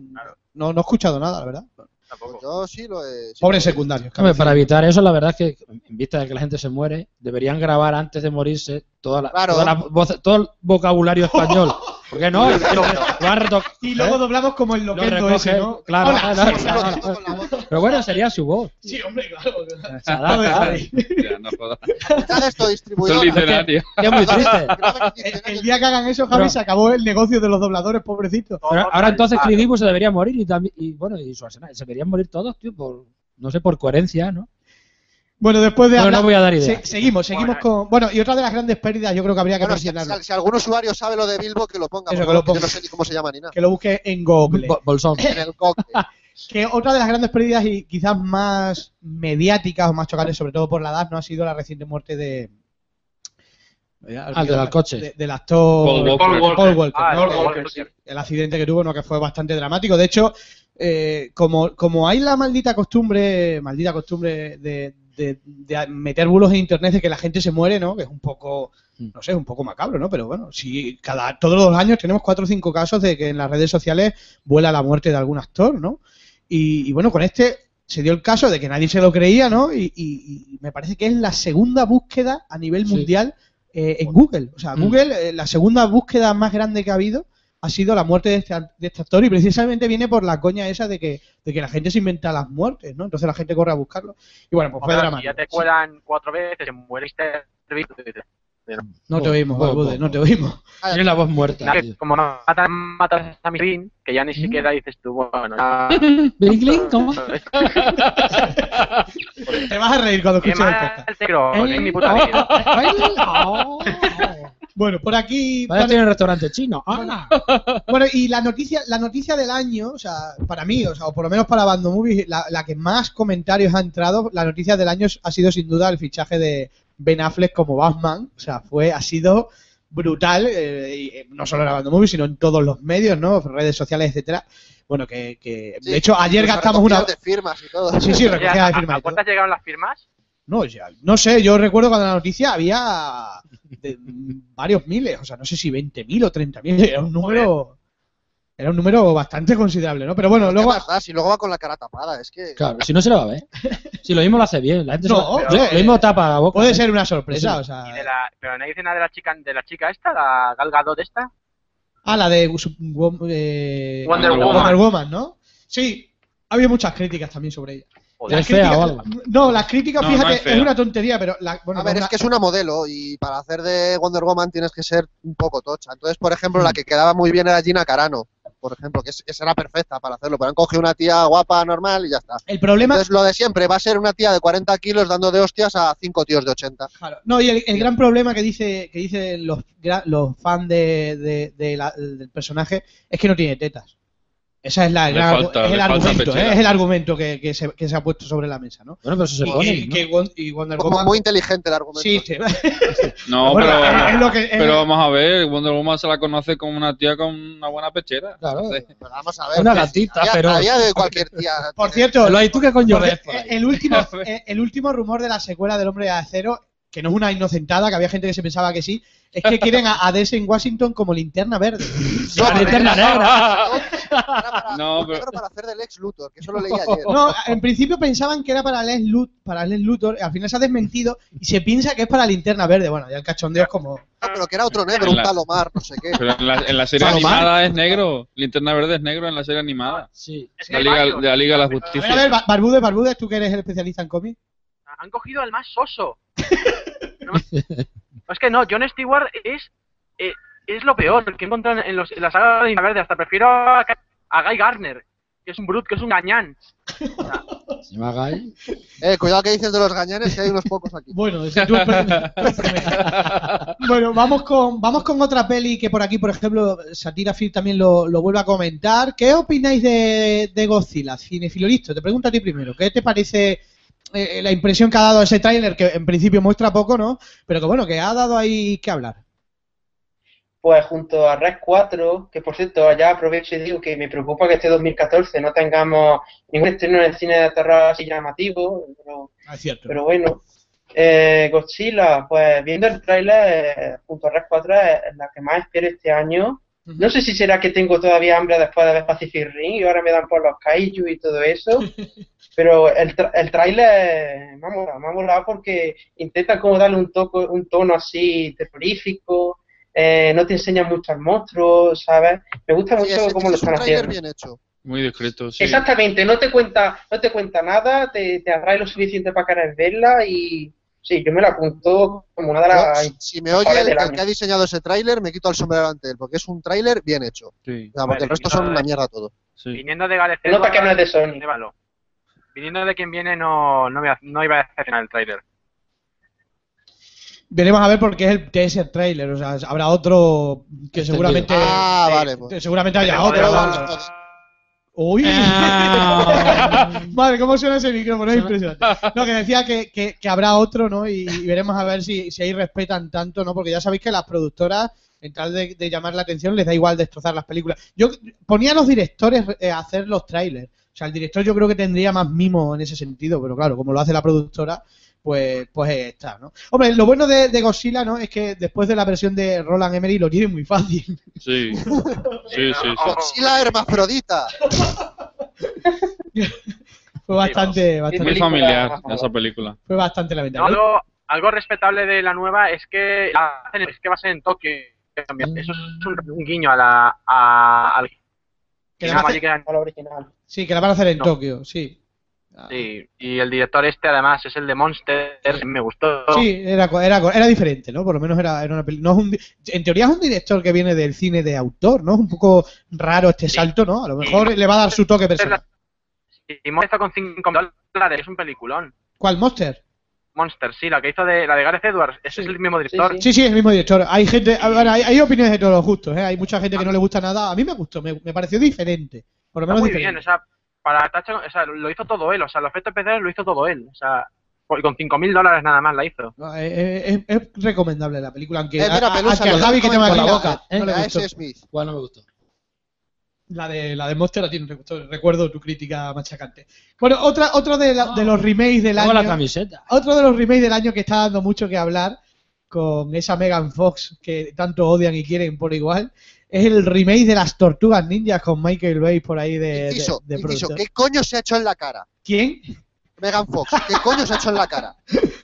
No, no he escuchado nada, la verdad. Tampoco. Yo sí lo he... sí Pobres lo he- secundarios. Hombre, cabeza. para evitar eso, la verdad es que, en vista de que la gente se muere, deberían grabar antes de morirse toda la, Claro. toda la voz- todo el vocabulario español. ¿Por qué no? Lo han reto- Y luego ¿eh? doblamos como el Lo loquendo recoge, ese, ¿no? claro, Hola, claro, sí, claro, sí, claro. Con la voz. Pero bueno, sería su voz. Sí, hombre, claro. Se adapta. Es Ya, no jodas. Quitad esto, Son distribuidora. literarios. que es muy triste. Graben el El, diccionario. el día que hagan eso, Javi, Pero- se acabó el negocio de los dobladores, pobrecito. Pero Todos ahora entonces malvados. Clint Eastwood se debería morir y también, y bueno, y Schwarzenegger, se deberían morir todos, tío, por, no sé, por coherencia, ¿no? Bueno, después de Bueno, hablar- no voy a dar ideas. se- seguimos, seguimos con... Bueno, y otra de las grandes pérdidas, yo creo que habría que Bueno, si, mencionarlo. si- si algún usuario sabe lo de Bilbo, que lo ponga. Eso, por que lo favor, ponga. Yo no sé ni cómo se llama ni nada. Que lo busque en Google. Bo- Bolsón. En el cockpit. Que otra de las grandes pérdidas y quizás más mediáticas o más chocantes, sobre todo por la edad, no ha sido la reciente muerte de. Ah, de los coches. de- del actor Paul Walker. Paul Walker, Paul Walker, Ah, ¿no? el Paul Walker, Walker, sí. El accidente que tuvo, no, que fue bastante dramático. De hecho, eh, como, como hay la maldita costumbre, maldita costumbre de, de- de meter bulos en internet de que la gente se muere, ¿no? Que es un poco, no sé, un poco macabro, ¿no? Pero bueno, si cada, todos los años tenemos cuatro o cinco casos de que en las redes sociales vuela la muerte de algún actor, ¿no? Y, y bueno, con este se dio el caso de que nadie se lo creía, ¿no? Y, y- y me parece que es la segunda búsqueda a nivel Sí. mundial eh, en Google. O sea, Mm. Google, eh, la segunda búsqueda más grande que ha habido ha sido la muerte de este, a- de este actor y precisamente viene por la coña esa de que, de que la gente se inventa las muertes, ¿no? Entonces la gente corre a buscarlo. Y bueno, pues fue Ojalá, si dramático. ya te cuelan cuatro veces, te este mueriste. No pues, te oímos, Bo- Barbude, bo- no te oímos. Tiene la voz muerta. Nada, tío. que Como no matas, matas a mi Green, que ya ni siquiera dices tú, bueno, ya. Billy Clinton, ¿cómo? Te vas a reír cuando Qué escuches el mal podcast. te creo, Eh, en mi puta oh, vida. oh, oh. Bueno, por aquí... Vaya, tiene un restaurante chino. Ah, Hola. Bueno, y la noticia, la noticia del año, o sea, para mí, o sea, o por lo menos para Bando Movies, la, la que más comentarios ha entrado, la noticia del año ha sido sin duda el fichaje de Ben Affleck como Batman. O sea, fue, ha sido brutal, eh, y, eh, no solo en Bando Movies, sino en todos los medios, ¿no? Redes sociales, etcétera. Bueno, que, que Sí, Pues de hecho ayer incluso gastamos una. recogidas de firmas y todo. Sí, sí, O sea, recogida ¿a- de firmas. ¿A y todo. cuántas llegaron las firmas? No, ya, no sé, yo recuerdo cuando la noticia había de varios miles, o sea, no sé si 20.000 o 30.000, era un número era un número bastante considerable, ¿no? Pero bueno, ¿Qué luego más da? si luego va con la cara tapada, es que... Claro, si no se lo va a ver. Si lo mismo lo hace bien, la gente se No, lo- hombre, lo mismo tapa la boca. puede ¿eh? ser una sorpresa, o Y de sea, la, pero nadie dice nada de la chica, de la chica esta, la Gal Gadot esta. ah, la de Us- Wom- eh, Wonder Woman. Woman, ¿no? Sí, ha habido muchas críticas también sobre ella. Joder. Es fea o críticas- algo. No, las críticas, No, no fíjate, es es, fea. una tontería, pero. la- bueno, A ver, no, es que es una modelo y para hacer de Wonder Woman tienes que ser un poco tocha. Entonces, por ejemplo, Hmm. la que quedaba muy bien era Gina Carano, por ejemplo, que es- esa era perfecta para hacerlo, pero han cogido una tía guapa, normal y ya está. El problema. Entonces, lo de siempre, va a ser una tía de 40 kilos dando de hostias a cinco tíos de 80. Claro. No, y el, el gran problema que dice que dicen los, gra- los fans de, de- de la- del personaje es que no tiene tetas. Esa es la Le gran- falta- es le el falta argumento, pechera. ¿eh? es el argumento que, que se, que se ha puesto sobre la mesa, ¿no? Bueno, pero eso se Y pone. que- que Won- y Wonder Como Woman muy inteligente el argumento. sí, sí. No, Bueno, pero, es- es lo que- es- pero vamos a ver, Wonder Woman se la conoce como una tía con una buena pechera. Claro. Entonces, Pero vamos a ver. Una pues, gatita, había- pero- había de cualquier tía. Por tiene- cierto, Lo hay tú que coño porque ves por ahí. el último eh, el último rumor de la secuela del Hombre de Acero, que no es una inocentada, que había gente que se pensaba que sí, es que quieren a, a Desen Washington como linterna verde. eh, No, La pero linterna negra. era para- No, pero- era para hacer del ex Luthor, que eso lo leí ayer. No, en principio pensaban que era para Les, Lut, para Les Luthor, al final se ha desmentido y se piensa que es para Linterna Verde. Bueno, ya el cachondeo es como... No, Ah, pero que era otro negro, un La- palomar, no sé qué. pero en la, en la serie Palomar. animada es negro. Linterna verde es negro en la serie animada. Sí. Es que La hay Liga, varios. de la Liga de la A ver, a Justicia. ver, Ba- Barbudes, Barbudes, tú que eres el especialista en cómics. Han cogido al más soso. No me- No, es que no, John Stewart es, eh, es lo peor que he encontrado en, los, en la saga de Verde. Hasta prefiero a, Ca- a Guy Garner, que es un brut, que es un gañán. Se llama Guy. Eh, cuidado que dices de los gañanes, que hay unos pocos aquí. Bueno, si tú- bueno, vamos con, vamos con otra peli que por aquí, por ejemplo, Satira Film también lo, lo vuelve a comentar. ¿Qué opináis de, de Godzilla, cinefiloristo? Te pregunto a ti primero, ¿qué te parece eh, la impresión que ha dado ese tráiler, que en principio muestra poco, ¿no? Pero que bueno, que ha dado ahí que hablar. Pues junto a Red 4, que por cierto, ya aprovecho y digo que me preocupa que este 2014 no tengamos ningún estreno en el cine de terror así llamativo, pero, Ah, es cierto. pero bueno. Eh, Godzilla, pues viendo el tráiler eh, junto a Red 4 es la que más espero este año. No sé si será que tengo todavía hambre después de ver Pacific Rim y ahora me dan por los kaiju y todo eso, pero el, tra- el tráiler me ha molado, me ha molado porque intenta como darle un, toco, un tono así terrorífico, eh, no te enseña mucho al monstruo, ¿sabes? Me gusta Sí, mucho es, cómo lo es un están trailer haciendo. bien hecho. Muy discreto, sí. Exactamente, no te cuenta no te cuenta nada, te, te atrae lo suficiente para querer verla y sí, yo me la apunto como una de Yo, las... si- si me oye Ahora el, del el año. que ha diseñado ese tráiler, me quito el sombrero ante él, porque es un tráiler bien hecho. O Sí, sea, porque Vale, el resto y nada son una de- mierda todo. sí. Viniendo de Gareth Se nota que no es de Sony. Llévalo. Viniendo de quien viene, no, no, voy a- no iba a decepcionar el tráiler. Veremos a ver porque es el TS trailer, o sea, habrá otro que Este seguramente tío. Ah, eh, vale, pues. que seguramente haya Pero otro. bueno, ¿no? Uy. Eh, Ah. Madre, cómo suena ese micrófono, es impresionante. No, que decía que, que- que habrá otro, ¿no? Y, y veremos a ver si, si ahí respetan tanto, ¿no? Porque ya sabéis que las productoras, en tal de, de llamar la atención, les da igual destrozar las películas. Yo ponía a los directores eh, a hacer los trailers. O sea, el director yo creo que tendría más mimo en ese sentido, pero claro, como lo hace la productora, pues, pues eh, está, ¿no? Hombre, lo bueno de, de Godzilla, ¿no? Es que después de la versión de Roland Emery lo tiene muy fácil. Sí, sí, sí. sí. Godzilla hermafrodita. Fue bastante, Muy bastante, fa- familiar esa película. fue bastante lamentable. Algo, algo respetable de la nueva es que, la hacen- es que va a ser en Tokio. Ah. Eso es un, un guiño a la, a, al Que guiño además- allí que eran- a la original. Sí, que la van a hacer en No. Tokio, sí. Sí, y el director este además es el de Monster, me gustó. Sí, era, co- era, co- era diferente, ¿no? Por lo menos era, era una peli- no es un di- En teoría es un director que viene del cine de autor, ¿no? Es un poco raro este salto, ¿no? A lo mejor le va a dar su toque personal. Y Monster está con 5 dólares, es un peliculón. ¿Cuál, Monster? Monster, sí, la que hizo de la de Gareth Edwards, ese es el mismo director. sí. Sí, sí, es el mismo director. Hay gente, a ver, hay, hay opiniones de todos los gustos, ¿eh? Hay mucha gente que no le gusta nada. A mí me gustó, me, me pareció diferente. Por lo Está menos muy bien, diferente. o sea, para Tacha, o sea, lo hizo todo él, o sea, los efectos especiales lo hizo todo él, o sea, por- con 5.000 dólares nada más la hizo. No, eh, eh, es, es recomendable la película, aunque, Eh, mira, a- a- Pelusa, aunque a lo Javi que dejo te va en la la- boca. ¿eh? no le a gustó. ese Smith. ¿Cuál no me gustó? La de, la de Monster a ti no te gustó. Recuerdo tu crítica machacante. Bueno, otra, otro de, la- de los remakes del Tengo año. la camiseta. Otro de los remakes del año que está dando mucho que hablar con esa Megan Fox que tanto odian y quieren por igual es el remake de las Tortugas Ninjas con Michael Bay por ahí de, de- Inciso, de inciso, productor. ¿qué coño se ha hecho en la cara? ¿Quién? Megan Fox, ¿qué coño se ha hecho en la cara?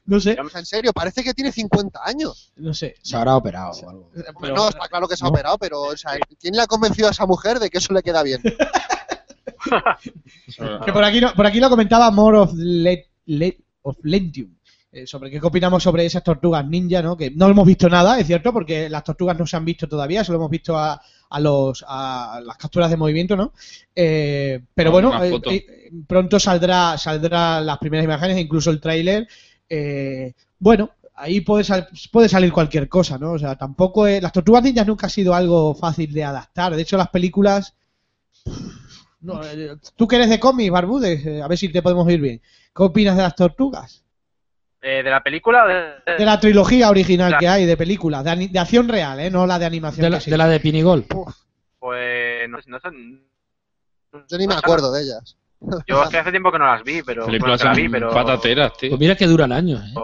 No sé, O sea, En serio, parece que tiene 50 años. no sé. Se habrá operado o algo. Hombre, no, está claro que se ha operado, pero o sea, ¿quién le ha convencido a esa mujer de que eso le queda bien? Que por aquí, no- por aquí lo comentaba More of, Le- Le- of Lentium. eh, sobre qué opinamos sobre esas tortugas ninja, ¿no? Que no hemos visto nada, es cierto, porque las tortugas no se han visto todavía, solo hemos visto a, a los, a las capturas de movimiento, ¿no? Eh, pero Ah, bueno, una eh, foto. eh, pronto saldrá, saldrá las primeras imágenes, incluso el tráiler. eh, bueno, ahí puede, sal- puede salir cualquier cosa, ¿no? O sea, tampoco es- las tortugas ninjas nunca ha sido algo fácil de adaptar. De hecho, las películas. No, eh, Tú que eres de cómics, Barbudes, eh, a ver si te podemos ir bien. ¿Qué opinas de las tortugas? Eh, ¿De la película o de, De la trilogía original Claro. que hay de películas, de, ani- de acción real, ¿eh? No la de animación. De la que sí. de, la de Pinigol. Pues no, no son... Yo ni me acuerdo de ellas. Yo hace, hace tiempo que no las vi, pero... bueno, Películas que las vi, son pero... patateras, tío. Pues mira que duran años, ¿eh?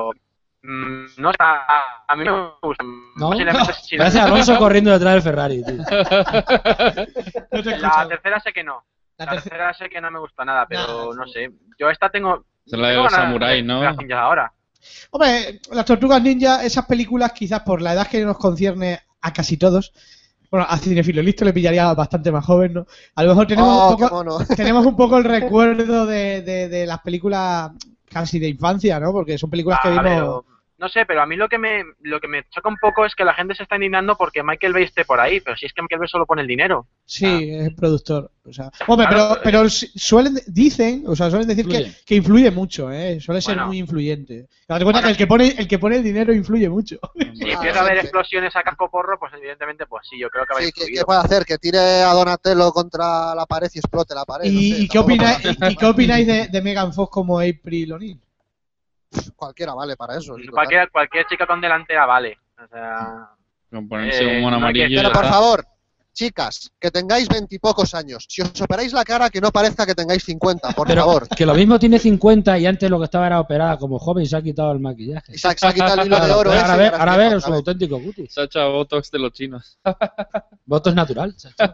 Mm, no está... A mí no me gusta. ¿No? Posiblemente si la- Parece Alonso corriendo detrás del Ferrari, tío. No te he La escuchado. tercera sé que no. La La tercera- tercera sé que no me gusta nada, pero Nada, no sí. sé. Yo esta tengo... Es la de tengo los ganas samuráis, ¿no? las ninjas ahora. Hombre, las tortugas ninja, esas películas, quizás por la edad que nos concierne a casi todos. Bueno, a Cinefilo Listo le pillaría bastante más joven, ¿no? A lo mejor tenemos Oh, un poco. qué mono. tenemos un poco el recuerdo de, de- de las películas casi de infancia, ¿no? Porque son películas Pues que A vimos. ver, o- no sé, Ah, pero a mí lo que me lo que me choca un poco es que la gente se está indignando porque Michael Bay esté por ahí, pero si es que Michael Bay solo pone el dinero. Sí, es el productor. O sea, hombre, Claro, pero, pero si- suelen, dicen, o sea, suelen decir que, Influye. que influye mucho, ¿eh? Suele ser Bueno. muy influyente. Date cuenta que el que pone, el que pone el dinero influye mucho. Si Ah, empieza a haber Ah, sí. explosiones a casco porro, pues evidentemente, pues sí, yo creo que va a Sí, ¿qué, influir. qué puede hacer? ¿Que tire a Donatello contra la pared y explote la pared? ¿Y, No sé, y qué tampoco opináis, puede y- y qué opináis de, de Megan Fox como April O'Neil? hacer- Cualquiera vale para eso. Pues sí, total. cualquier, cualquier chica con delantera vale. O sea, Con ponerse Eh, un mono no hay que- amarillo. y Pero ya por está. favor, chicas, que tengáis veintipocos años. Si os operáis la cara, que no parezca que tengáis 50, por Pero favor. que lo mismo tiene 50 y antes lo que estaba era operada como joven y se ha quitado el maquillaje. Isaac se ha quitado el hilo de Claro, oro. pero ese ahora y ver, ahora ahora sí, ver otra su vez. auténtico cutis. Sacha Botox de los chinos. Voto es natural. chacho.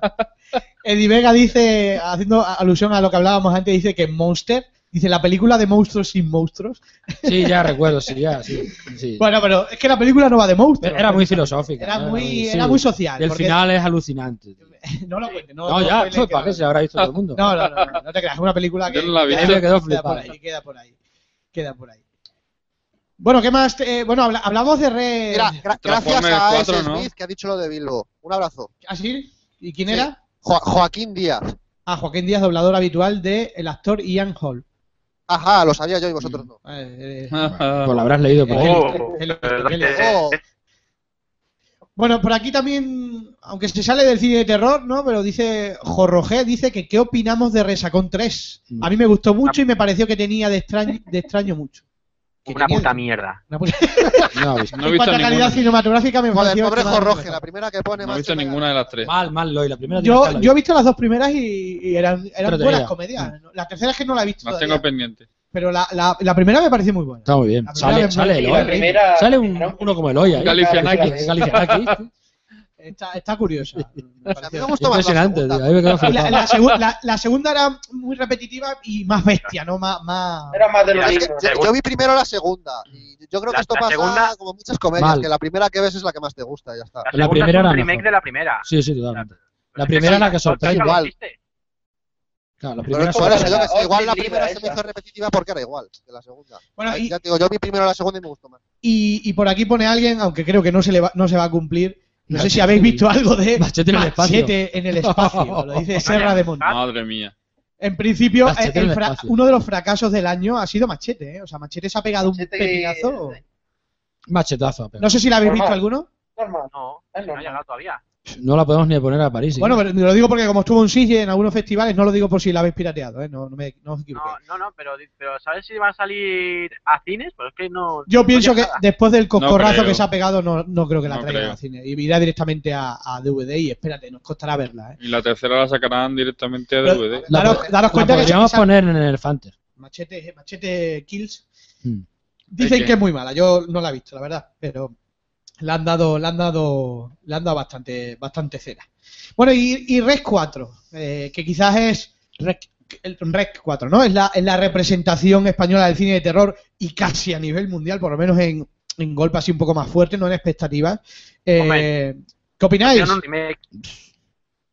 Eddie Vega dice, haciendo alusión a lo que hablábamos antes, dice que Monster, dice la película de monstruos sin monstruos. Sí, ya recuerdo, sí, ya, sí. sí. Bueno, pero es que la película no va de monstruos. Pero era muy filosófica. Era muy, sí. era muy social. Y el porque- final es alucinante. tío. No lo cuentes, no. No, no ya, spoiler, pues, ¿para que- qué se habrá visto todo el mundo? No, no, no, no, no te creas, es una película que Yo no la he queda- visto. Me quedó queda por flipada. ahí, queda por ahí, queda por ahí. Bueno, ¿qué más? te- eh, bueno, habla- hablamos de Red... Mira, gra- gracias Transformers a 4, ese ¿no? Smith que ha dicho lo de Bilbo. Un abrazo. ¿Así? ¿Y quién Sí. era? Jo- Joaquín Díaz. Ah, Joaquín Díaz, doblador habitual del el actor Ian Hall. Ajá, lo sabía yo y vosotros Mm. no. Oh, Eh, eh, Pues lo habrás leído por ahí. Oh. el- el- pero el- es que- Oh, Bueno, por aquí también, aunque se sale del cine de terror, ¿no? Pero dice, Jorroge dice que qué opinamos de Resacón 3. A mí me gustó mucho y me pareció que tenía de extraño, de extraño mucho. Que una tenía- puta mierda. una puta- No, visto. No he en visto cuanto a calidad ninguna. cinematográfica me joder, pareció pobre extremadamente Jorge, la mejor. primera que pone. No he macho, visto me- ninguna de las tres. Mal, mal, Loy. La primera tienes que Yo, haberla yo he visto. visto las dos primeras y, y eran, eran Entretenida. buenas comedias. ¿eh? ¿no? La tercera es que no la he visto Las todavía, tengo pendientes. pero la, la, la primera me pareció muy buena. Está muy bien. La primera Sale, vez sale más- el la Loy. primera- Sale un- uno como el Loy ahí. Galifianakis. Es Galifianakis. Está, está curiosa. me A mí pareció. me gustó más. la Impresionante, segunda. tío. Ahí me quedo Y la, flipado. la segu- la- la segunda era muy repetitiva y más bestia, ¿no? Más, más... Era más de lo Mira, Es que mismo. la yo, yo vi primero la segunda. Y yo creo que La- esto la pasa segunda- como muchas comedias, Mal. que la primera que ves es la que más te gusta y ya está. La, La segunda primera es era un remake mejor. de la primera. Sí, sí, totalmente. La Es primera sí, la que otra sorprende. no Igual. existe. Claro, la Pero primera es como sobre- eso, yo que sé, la- igual la otra primera se libra me esa. hizo repetitiva porque era igual que la segunda. Bueno, y, Ya te digo, yo vi primero la segunda y me gustó más. y, y por aquí pone alguien, aunque creo que no se, le va, no se va a cumplir, no sé si habéis visto algo de Machete en el espacio. Machete en el espacio, lo dice Serra de ¿Ah? Monte. Madre mía. En principio, Machete eh, el en el fra- espacio. uno de los fracasos del año ha sido Machete, ¿eh? O sea, Machete se ha pegado Machete un que- pepinazo. Machetazo. pero- No sé si la habéis Normal. visto alguno. Normal. No, Es no ha normal. llegado todavía. No la podemos ni poner a París. ¿sí? Bueno, pero lo digo porque como estuvo en Sitges en algunos festivales, no lo digo por si la habéis pirateado, ¿eh? No, no me, no os equivoquéis. No, no, no, pero, di- pero ¿sabes si va a salir a cines? Pues es que no. ah, Yo no pienso que llega nada. después del coscorrazo creo. que se ha pegado, no, no creo que la No traigan creo. al cine. Y irá directamente a, a DVD y espérate, nos costará verla, ¿eh? Y la tercera la sacarán directamente de Pero- DVD. La daros- pod- daros la cuenta que podríamos esa- poner en el Fanter. Machete, machete Kills. Hmm. Dicen Es que- que es muy mala, yo no la he visto, la verdad, pero le han dado, le han dado, le han dado bastante, bastante cera. Bueno, y, y Res 4, eh, que quizás es Rec, el- Rec 4, ¿no? Es la, es la representación española del cine de terror y casi a nivel mundial, por lo menos en, en golpe así un poco más fuerte, no en expectativas. Eh, Hombre. ¿Qué opináis? Hicieron un remake.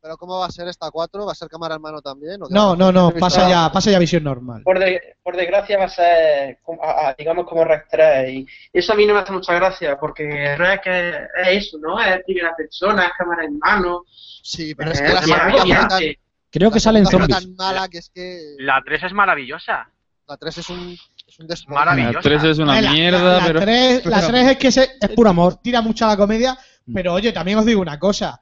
¿Pero cómo va a ser esta 4? ¿Va a ser cámara en mano también? o qué? No, no, no, pasa Ah, ya, pasa ya a visión normal. Por, de- por desgracia va a ser, como- a- a- digamos, como Rack 3. Y eso a mí no me hace mucha gracia, porque Rack es, es eso, ¿no? Es primera persona, es cámara en mano. Sí, pero es eh, que la tiene segunda algo fue tan- brillante. Creo que la salen segunda fue zombies. tan mala que es que La 3 es maravillosa. la 3 es un, es un destrozo. Maravillosa. La 3 es una Eh, la- mierda, la- la pero. tres- la pero- Mm. tres es que se, es Es puro amor. tira mucho a la comedia, pero oye, también os digo una cosa.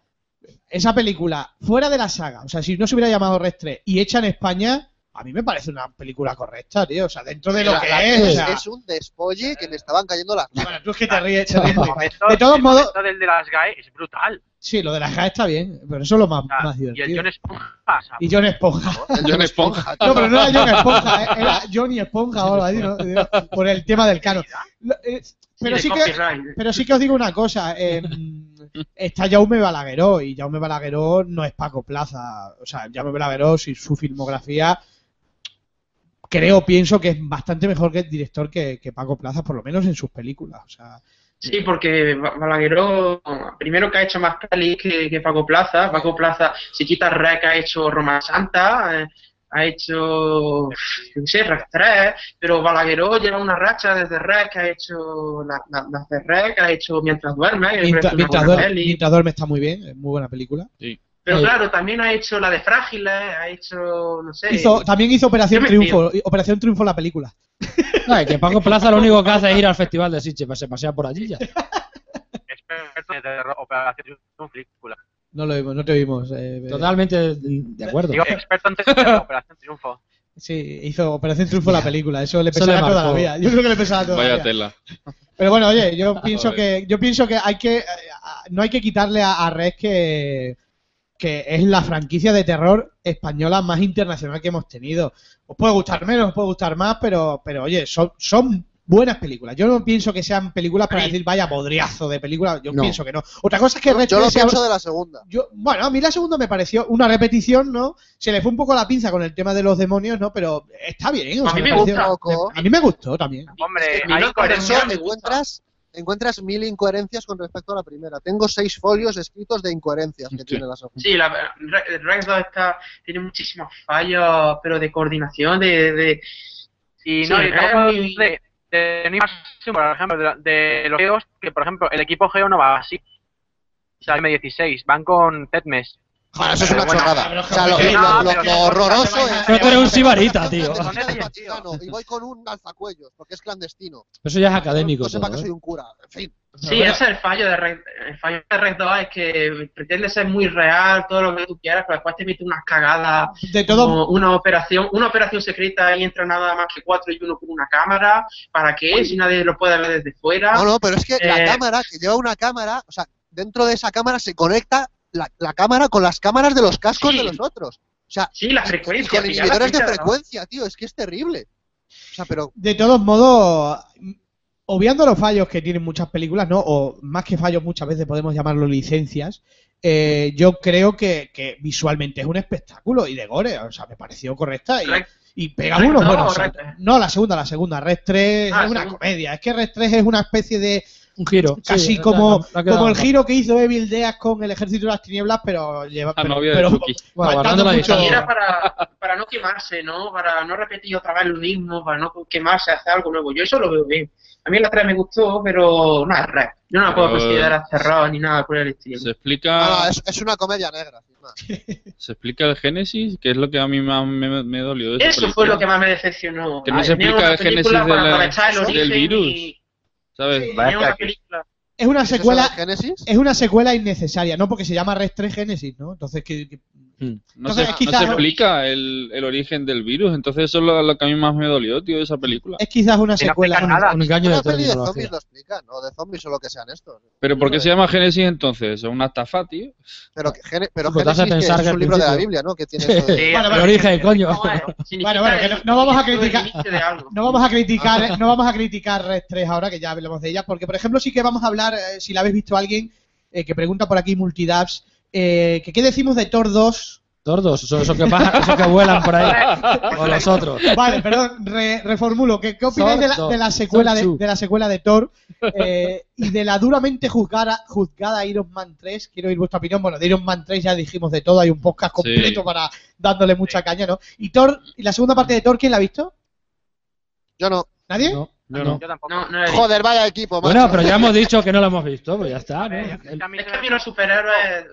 Esa película, fuera de la saga, o sea, si no se hubiera llamado Res 3 y hecha en España, a mí me parece una película correcta, tío. O sea, dentro de lo La- que la es. tres o sea, es un despolle que me estaban cayendo las manos. bueno, tú es que te ríes. te ríes muy mal. Esto- Pues, de todos el modos, momento del de las GAE es brutal. sí, lo de la JA está bien, pero eso es lo más, O sea, más Ah, y el divertido. John Esponja. o sea, Y John Esponja. El John Esponja. No, pero no era John Esponja, eh, era Johnny Esponja o algo así, ¿no? Por el tema del cano. Lo- eh, Pero de sí que, copyright. Pero sí que os digo una cosa, eh, está Jaume Balagueró y Jaume Balagueró no es Paco Plaza, o sea, Jaume Balagueró si su filmografía creo, pienso que es bastante mejor que el director que, que Paco Plaza, por lo menos en sus películas, o sea, Sí, porque Ba- Balagueró, primero que ha hecho más pelis que, que Paco Plaza. Paco Plaza, si quitas Rec, ha hecho Roma Santa, eh, ha hecho, yo qué sé, Rec 3, pero Balagueró lleva una racha desde Rec, ha hecho la, la- las de Rec, ha hecho Mientras duerme, que me mientras, parece una mientras buena duerme, peli. Mientras duerme está muy bien, es muy buena película. Pero Eh. claro, también ha hecho la de Frágiles, ha hecho, no sé... Hizo, también hizo Operación Yo me Triunfo, Operación Triunfo la película. No, es que Paco Plaza lo único que hace es ir al festival de Sitges, se pasea por allí ya. Es perfecto de terror, operación de película. No lo vimos, no te vimos. eh, Totalmente de acuerdo. Digo, experto en terror, operación triunfo. Sí, hizo Operación Triunfo la película, eso le Eso le pesaba toda la marcó. vida. Yo creo que le pesaba toda la Vaya vida. tela. Pero bueno, oye, yo pienso Joder. que yo pienso que hay que eh, a- no hay que quitarle a, a Red que que es la franquicia de terror española más internacional que hemos tenido. Os puede gustar menos, os puede gustar más, pero pero oye, son son buenas películas. Yo no pienso que sean películas para decir vaya bodriazo de película, yo No. pienso que no. Otra cosa es que Red Yo lo 3 sea- pienso de la segunda. yo- bueno, a mí la segunda me pareció una repetición, ¿no? Se le fue un poco la pinza con el tema de los demonios, ¿no? Pero está bien. o A sea, mí me pareció- gusta. A mí me gustó también. Hombre, Es que hay Minotauro Por Pero eso mira, Eh, me gusta. encuentras, encuentras mil incoherencias con respecto a la primera. Tengo seis folios escritos de incoherencias que Sí. tiene la segunda. Sí, la, Re- Rex 2 está, tiene muchísimos fallos, pero de coordinación, de... de Y no, Sí, y es luego muy- de, de New Maximum, por ejemplo, de, la- de los Geos, que por ejemplo, el equipo Geo no va así. O sea, M16, van con Tetmes. Joder, eso es una Bueno, chorrada. O sea, lo, pero- lo- lo- pero- lo horroroso es. Pero tú eres un sibarita, tío. Yo soy de Con ella, Pachicano este Y voy con un alzacuellos, porque es clandestino. Eso ya es académico. No sepa todo, que ¿eh? soy un cura. En fin. Sí, ese es el fallo de Red, el fallo de Red 2 es que pretende ser muy real, todo lo que tú quieras, pero después te mete unas cagadas, De todo, como una operación, una operación secreta y entra nada más que cuatro y uno con una cámara, ¿para qué? Si nadie lo puede ver desde fuera. No, no, pero es que la Eh. cámara, que lleva una cámara, o sea, dentro de esa cámara se conecta la, la cámara con las cámaras de los cascos Sí. de los otros. O sea, Sí, la y frecuencia. con pillar la inhibidores de frecuencia, ¿no? frecuencia, tío, es que es terrible. O sea, pero de todos modos, obviando los fallos que tienen muchas películas, ¿no? O más que fallos, muchas veces podemos llamarlo licencias. eh, yo creo que, que visualmente es un espectáculo y de gore, o sea, me pareció correcta y, Rec- y pega Rec unos no, buenos Rec- saltos. No, la segunda, la segunda. Red 3 Ah, es una segunda. comedia. Es que Red 3 es una especie de. Un giro. casi Sí, como, la- la- la- como el giro que hizo Evil Dead con el Ejército de las Tinieblas, pero lleva. La pero- novia de pero- Chucky. Bueno, faltando guardando la mucho- Y distancia. era para, para no quemarse, ¿no? Para no repetir otra vez lo mismo, para no quemarse, hacer algo nuevo. Yo eso lo veo bien. A mí la 3 me gustó, pero no es red. Yo no la puedo Pero- considerar cerrada ni nada por el estilo. Se ah, explica, es, es una comedia negra. sin más. se explica el Génesis, que es lo que a mí más me, me dolió. de esa Eso fue película. lo que más me decepcionó. Que no Ah, se tenía explica una el génesis película para de la- aprovechar el del origen virus. y- ¿Sabes? tenía Vaya una que- película. Es una ¿Es eso secuela. de Génesis? Es una secuela innecesaria, ¿no? Porque se llama Red 3 Génesis, ¿no? Entonces, que, que- No, Entonces, se, no quizás- se explica el, el origen del virus, entonces eso es lo, lo que a mí más me dolió, tío, de esa película. es quizás una Si no secuela. explican nada, Un engaño Una de peli de zombies terminología. lo explican, ¿no? De zombies o lo que sean estos. Pero ¿por qué se llama Génesis entonces? Es una estafa, tío. Pero, que Gene- pero Sí, porque te hace Génesis que pensar es que al un libro de la principio- Biblia, ¿no? Que tiene Sí. eso de- Bueno, Sí, es- bueno, El origen, coño. significa Bueno, bueno, que no- no vamos a criticar- El inicio de algo. No vamos a criticar, no vamos a criticar Red 3 ahora, que ya hablamos de ella, porque por ejemplo sí que vamos a hablar, eh, si la habéis visto alguien, eh, que pregunta por aquí Multidabs, eh, que qué decimos de Thor 2 Tordos, esos, esos que, pasan- esos que vuelan por ahí. O los otros. Vale, perdón, re- reformulo. ¿Qué, qué opináis de la, de la secuela de, de la secuela de Thor eh, y de la duramente juzgada, juzgada Iron Man 3? Quiero oír vuestra opinión. Bueno, de Iron Man 3 ya dijimos de todo, hay un podcast completo Sí. para dándole mucha caña, ¿no? Y Thor, y la segunda parte de Thor, ¿quién la ha visto? Yo no. ¿Nadie? No, ah, no, Yo no. Yo tampoco. No, no es. Joder, vaya equipo, macho. Bueno, pero ya hemos dicho que no lo hemos visto, pues ya está. ¿no? Eh, es que a mí Es se que a me- mí los superhéroes.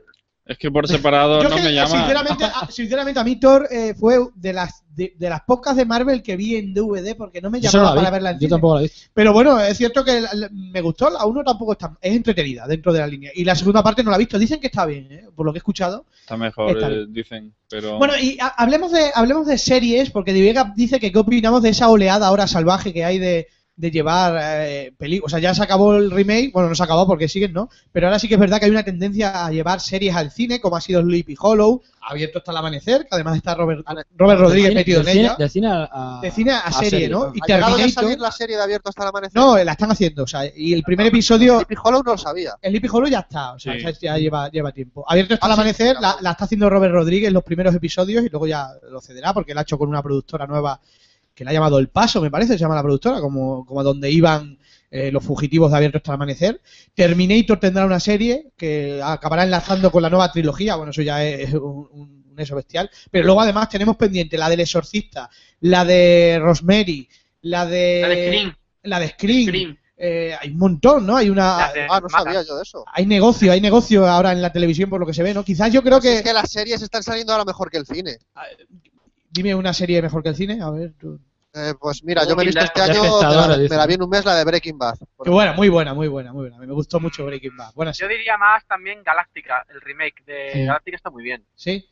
Es que por separado Yo no que, me llama. Sinceramente, a, sinceramente, a mí Thor eh, fue de las de, de las pocas de Marvel que vi en DVD porque no me Yo, solo llamaba la vi. para verla en Yo cine. tampoco la he visto. Pero bueno, es cierto que la- la- me gustó, la uno tampoco está, es entretenida dentro de la línea. Y la segunda parte no la he visto, dicen que está bien, ¿eh? por lo que he escuchado. Está mejor, Está eh, bien. dicen. Pero Bueno, y ha- hablemos de hablemos de series, porque Diviega dice que qué opinamos de esa oleada ahora salvaje que hay de, de llevar eh, peli- O sea, ya se acabó el remake, bueno, no se acabó porque siguen, ¿no? Pero ahora sí que es verdad que hay una tendencia a llevar series al cine, como ha sido Sleepy Hollow, abierto hasta el amanecer, que además está Robert, Robert Rodríguez Del metido cine- en del ella. cine- del cine a, a- De cine a, serie, ¿no? Y Ha llegado de Terminator- salir la serie de abierto hasta el amanecer. No, eh, la están haciendo, o sea, y el primer episodio Sleepy Hollow no lo sabía. El Sleepy Hollow ya está, o sea, Sí. ya- ya lleva, lleva tiempo. Abierto está Ah, el sí, amanecer, la, claro. la está haciendo Robert Rodríguez los primeros episodios y luego ya lo cederá porque la ha hecho con una productora nueva que la ha llamado El Paso, me parece, se llama la productora, como, como donde iban eh, los fugitivos de Abierto hasta el amanecer. Terminator tendrá una serie que acabará enlazando con la nueva trilogía, bueno, eso ya es un, un- un eso bestial. Pero luego además tenemos pendiente la del Exorcista, la de Rosemary, la de... La de Scream. La de Scream. Eh, Scream. Eh, hay un montón, ¿no? Hay una... La de- Ah, no Mata. sabía yo de eso. Hay negocio, hay negocio ahora en la televisión por lo que se ve, ¿no? Quizás yo creo que... Es que las series están saliendo ahora mejor que el cine. Dime una serie mejor que el cine, a ver. tú. Eh, pues mira, yo me he visto este Ya año, me espectadora, la, me dice. la vi en un mes la de Breaking Bad. Que buena, muy buena, muy buena, muy buena. A mí me gustó mucho Breaking Bad. Buena Yo serie, diría más también Galáctica, el remake de Sí. Galáctica está muy bien. sí.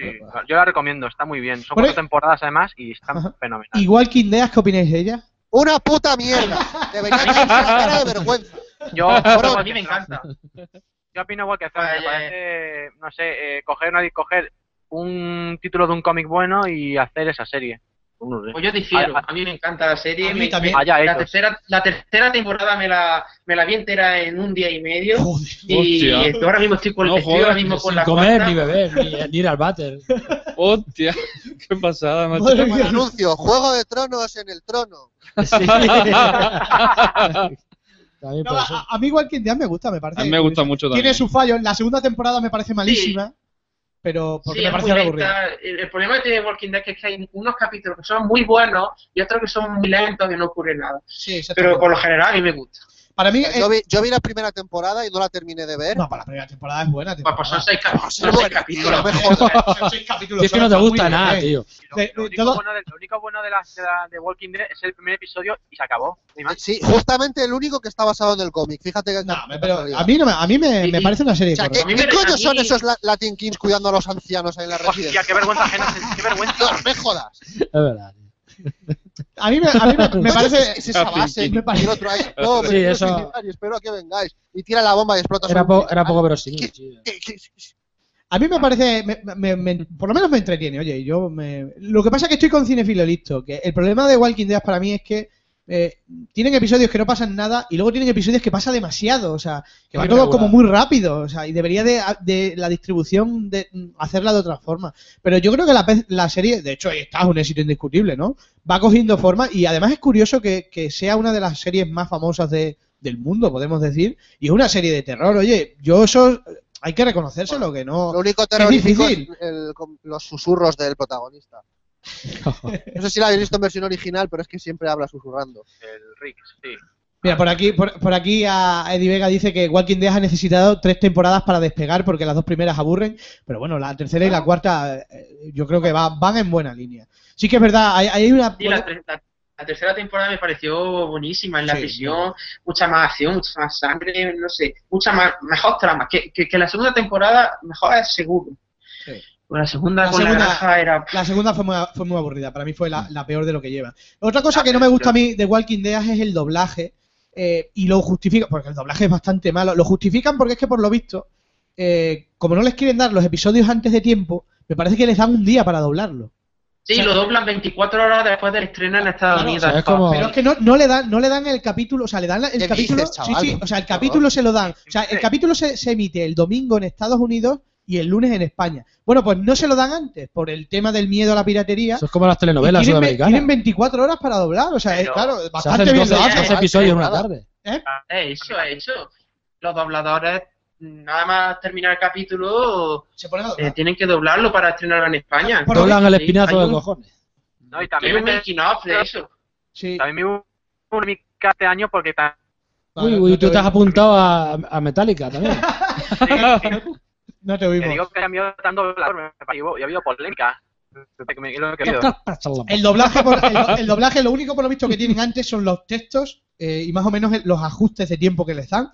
Sí, yo la recomiendo, está muy bien. Son Por cuatro ahí- temporadas además y está Ajá. fenomenal. ¿Y Walking Dead, ¿qué opináis de ella? Una puta mierda. Debería ser una cara de vergüenza. Yo, Bueno, yo a mí me encanta. yo opino igual que Zara, Vaya, me ya, parece, no sé, eh, coger, una- coger un título de un cómic bueno y hacer esa serie. No sé. Pues yo difiero, A- a- a mí me encanta la serie. A mí me- también. Allá La ellos. tercera, la tercera temporada me la, me la vi entera en un día y medio. Joder. Y Hostia. esto, ahora mismo estoy, con, No estoy jodas, ahora mismo con sin la comer, cuarta. ni beber, ni, ni ir al váter. ¡Hostia! ¡Qué pasada, macho! Madre Buen mía. anuncio. Juego de tronos en el trono. También No, puede ser. a, a mí Walking Dead me gusta, me parece. A mí me gusta mucho también. Tiene sus fallos. La segunda temporada me parece malísima, pero porque Sí, me es parece muy aburrida. lenta. El, el problema que tiene Walking Dead es que hay unos capítulos que son muy buenos y otros que son muy lentos y no ocurre nada. Sí, Pero exactamente. por lo general a mí me gusta. Para mí... Yo eh, vi, yo vi la primera temporada y no la terminé de ver. No, para la primera temporada es buena. Pues, temporada. pues son seis, cap- son bueno, seis capítulos. no me jodas. Son seis capítulos, Si es que no son te muy gusta bien, nada, eh. tío. Lo, De- lo de único todo- bueno de, lo único bueno de, la, de, la- de Walking Dead es el primer episodio y se acabó. Ni Ah. más. Sí, justamente el único que está basado en el cómic. Fíjate que. No, pero a mí, no me, a mí me, me parece una serie O sea, correcta. ¿qué, A mí qué me- coño a mí- son esos la- Latin Kings cuidando a los ancianos ahí en la Hostia, residencia? qué vergüenza ajena, qué vergüenza. No me jodas. eh. Es verdad. A mí me, a mí me, me Coño, parece. es- es esa base. me Y el parece- otro ahí, No, me Sí, quiero eso- suicidar y espero a que vengáis. Y tira la bomba y explota. Era, su- Ah, po- era poco verosímil. sí. ¿Qué- qué- a mí me parece. me- me- me- por lo menos me entretiene, oye. Yo me, lo que pasa es que estoy con Cinefilo listo. Que el problema de Walking Dead para mí es que. eh, tienen episodios que no pasan nada y luego tienen episodios que pasa demasiado, o sea, que va Muy todo regular. como muy rápido, o sea, y debería de, de la distribución de mm, hacerla de otra forma. Pero yo creo que la, pe- la serie, de hecho, ahí está, es un éxito indiscutible, ¿no? va cogiendo forma y además es curioso que, que sea una de las series más famosas de, del mundo, podemos decir, y es una serie de terror. Oye, yo eso hay que reconocérselo, que no... Lo único terrorífico es difícil. el- con los susurros del protagonista. No sé si la habéis visto en versión original, pero es que siempre habla susurrando. El Rick, sí. Mira, por aquí, por, por aquí a Eddie Vega dice que Walking Dead ha necesitado tres temporadas para despegar porque las dos primeras aburren, pero bueno, la tercera y la cuarta eh, yo creo que va- van en buena línea. Sí que es verdad, hay, hay una... Sí, la, ter- la- la tercera temporada me pareció buenísima en la Sí, prisión, mucha más acción, mucha más sangre, no sé, mucha más, mejor trama. Que, que, que la segunda temporada mejor es seguro. Sí. Bueno, la segunda La con segunda- la granja era. La segunda fue muy, fue muy aburrida, para mí fue la, la peor de lo que lleva. Otra cosa que no me gusta a mí de Walking Dead es el doblaje, eh, y lo justifican, porque el doblaje es bastante malo, lo justifican porque es que por lo visto, eh, como no les quieren dar los episodios antes de tiempo, me parece que les dan un día para doblarlo. Sí, lo doblan 24 horas después del estreno en Estados Claro, Unidos. o sea, es como- Pero es que no, no le dan, no le dan el capítulo, o sea, le dan la- el ¿Qué capítulo. dices, sí, chaval? sí, o sea, el capítulo se lo dan. O sea, el Sí. capítulo se, se emite el domingo en Estados Unidos y el lunes en España. Bueno, pues no se lo dan antes por el tema del miedo a la piratería. Eso es como las telenovelas Y tienen, ve- sudamericanas. tienen 24 horas para doblar, o sea, es, Pero- claro, Se hacen bastante bien 12, lo hace, 12 hacen. episodios en una nada. tarde. Eh, eso, eso. Los dobladores, nada más terminar el capítulo, Se ponen a eh, doblar. tienen que doblarlo para estrenarlo en España. Por- Doblan el sí, espinazo hay de un- cojones. No, y Hay también un me, making of de eso. Sí, también me hubo un mica este año porque ta- vale, uy, uy, no te tú te has oímos. apuntado a, a Metallica también. No te te digo oímos. que han cambiado tanto doblador, me parece, y hubo- y ha habido polémica. Que me- que lo he querido. El doblaje, por- el, do- el doblaje, lo único por lo visto que tienen antes son los textos eh, y más o menos el- los ajustes de tiempo que les dan.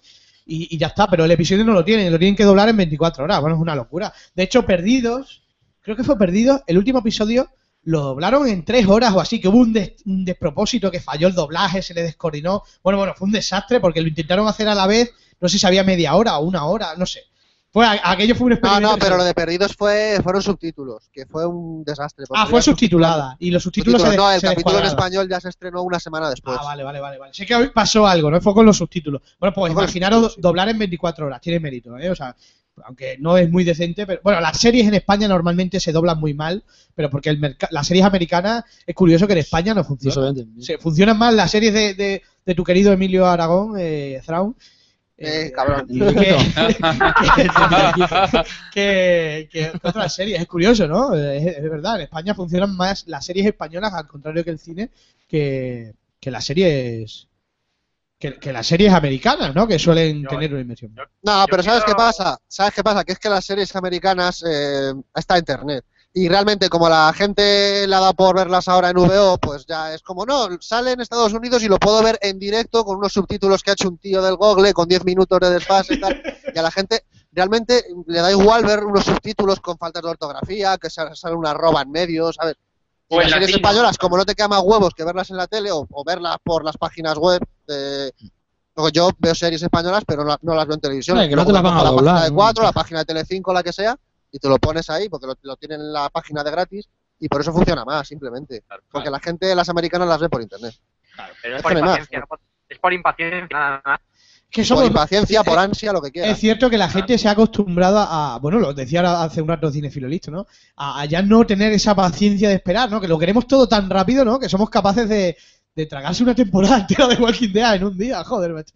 Y, y ya está, pero el episodio no lo tienen, lo tienen que doblar en 24 horas. Bueno, es una locura. De hecho, Perdidos, creo que fue Perdidos, el último episodio lo doblaron en tres horas o así, que hubo un, des- un despropósito, que falló el doblaje, se le descoordinó. Bueno, bueno, fue un desastre porque lo intentaron hacer a la vez, no sé si había media hora o una hora, no sé. Fue, a- aquello fue un Ah, No, experimento. no, pero lo de perdidos fue, fueron subtítulos, que fue un desastre. porque Ah, fue ya- subtitulada. Y los subtítulos, subtítulos, se de- no, el se capítulo en descuadraron. español ya se estrenó una semana después. Ah, vale, vale, vale, vale. Sé que hoy pasó algo, ¿no? Fue con los subtítulos. Bueno, pues Fue con los imaginaros subtítulos, sí. doblar en 24 horas, tiene mérito, ¿eh? O sea, aunque no es muy decente, pero bueno, las series en España normalmente se doblan muy mal, pero porque el merca- las series americanas, es curioso que en España no No funcionan. solamente. Se funcionan mal las series de, de- de tu querido Emilio Aragón, eh, Thrawn. Eh, cabrón. que- que, que otras series. Es curioso, ¿no? Es, es verdad, en España funcionan más las series españolas, al contrario que el cine, que, que las series. Que, que las series americanas, ¿no? Que suelen Yo- tener una inversión. No, Yo pero ¿sabes qué quiero- pasa? ¿Sabes qué pasa? Que es que las series americanas eh, está internet. Y realmente, como la gente la da por verlas ahora en VO, pues ya es como, no, sale en Estados Unidos y lo puedo ver en directo con unos subtítulos que ha hecho un tío del Google con 10 minutos de desfase y tal. Y a la gente realmente le da igual ver unos subtítulos con faltas de ortografía, que sal- sale una arroba en medio, ¿sabes? Y O las en series latino. españolas, como no te queda más huevos que verlas en la tele o, o verlas por las páginas web de, Luego, yo veo series españolas, pero no, no las veo en televisión. Claro, que no te las van a Luego me pongo La doblar, página de ¿no? 4, la página de Telecinco, la que sea, y te lo pones ahí porque lo, lo tienen en la página de gratis y por eso funciona más, simplemente. Porque la gente, las americanas, las ve por internet. Pero es Es por que no hay más. impaciencia, no por- es por impaciencia, nada más. Que Por somos, eh, impaciencia, por ansia, lo que es quieras. cierto que la gente se ha acostumbrado a, bueno, lo decía ahora hace un rato Cinefilo Listo, ¿no? A, a ya no tener esa paciencia de esperar, ¿no? Que lo queremos todo tan rápido, ¿no? Que somos capaces de, de tragarse una temporada entera de Walking Dead en un día, joder, macho.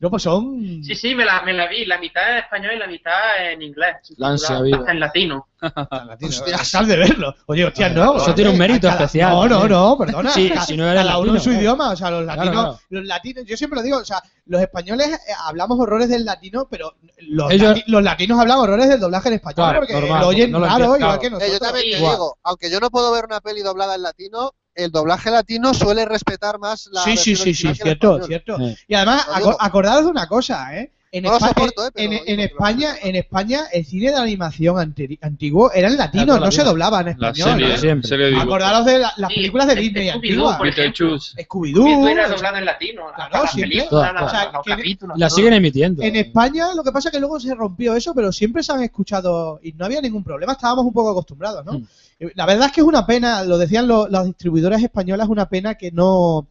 No, pues son... Sí, sí, me la, me la vi. La mitad en español y la mitad en inglés. La ansia Hasta viva. En latino. Ah, Tan latino, Hostias. eh, sal de verlo. Oye, hostia, no. Eso eh, tiene un mérito cada- especial. No, no, también. no, perdona. Sí, Ca- si no eres cada uno en latino, su claro. idioma, o sea, los Claro, latinos, claro. los latinos, yo siempre lo digo, o sea, los españoles eh, hablamos horrores del latino, pero los, Ellos- lati- los latinos hablan horrores del doblaje en español Claro, porque normal, lo oyen no lo raro, entienden, igual claro. que Eh, nosotros. yo también te Guau. digo, aunque yo no puedo ver una peli doblada en latino, el doblaje latino suele respetar más la. sí, sí, versión sí, sí, original que el cierto, español. cierto. Sí. Y además, Lo aco- digo. acordaros de una cosa, ¿eh? En, No lo Espa- soporto, eh, pero en- lo digo en porque lo España, en España, el cine de animación anteri- antiguo era en latino, toda la no se vida. doblaba en La español. serie, ¿eh? siempre. serie de dibujos. Acordaros de la- las Sí, películas de de- de Disney Scooby-Doo, antiguas. por Peter Chus. Tú era Scooby-Doo. doblado en latino. hasta Claro, las siempre. películas, Uh. Todas, la- todas. los capítulos. La todo. siguen emitiendo. En España lo que pasa es que luego se rompió eso, pero siempre se han escuchado y no había ningún problema, estábamos un poco acostumbrados, ¿no? Mm. Eh, La verdad es que es una pena, lo decían lo- las distribuidoras españolas, una pena que no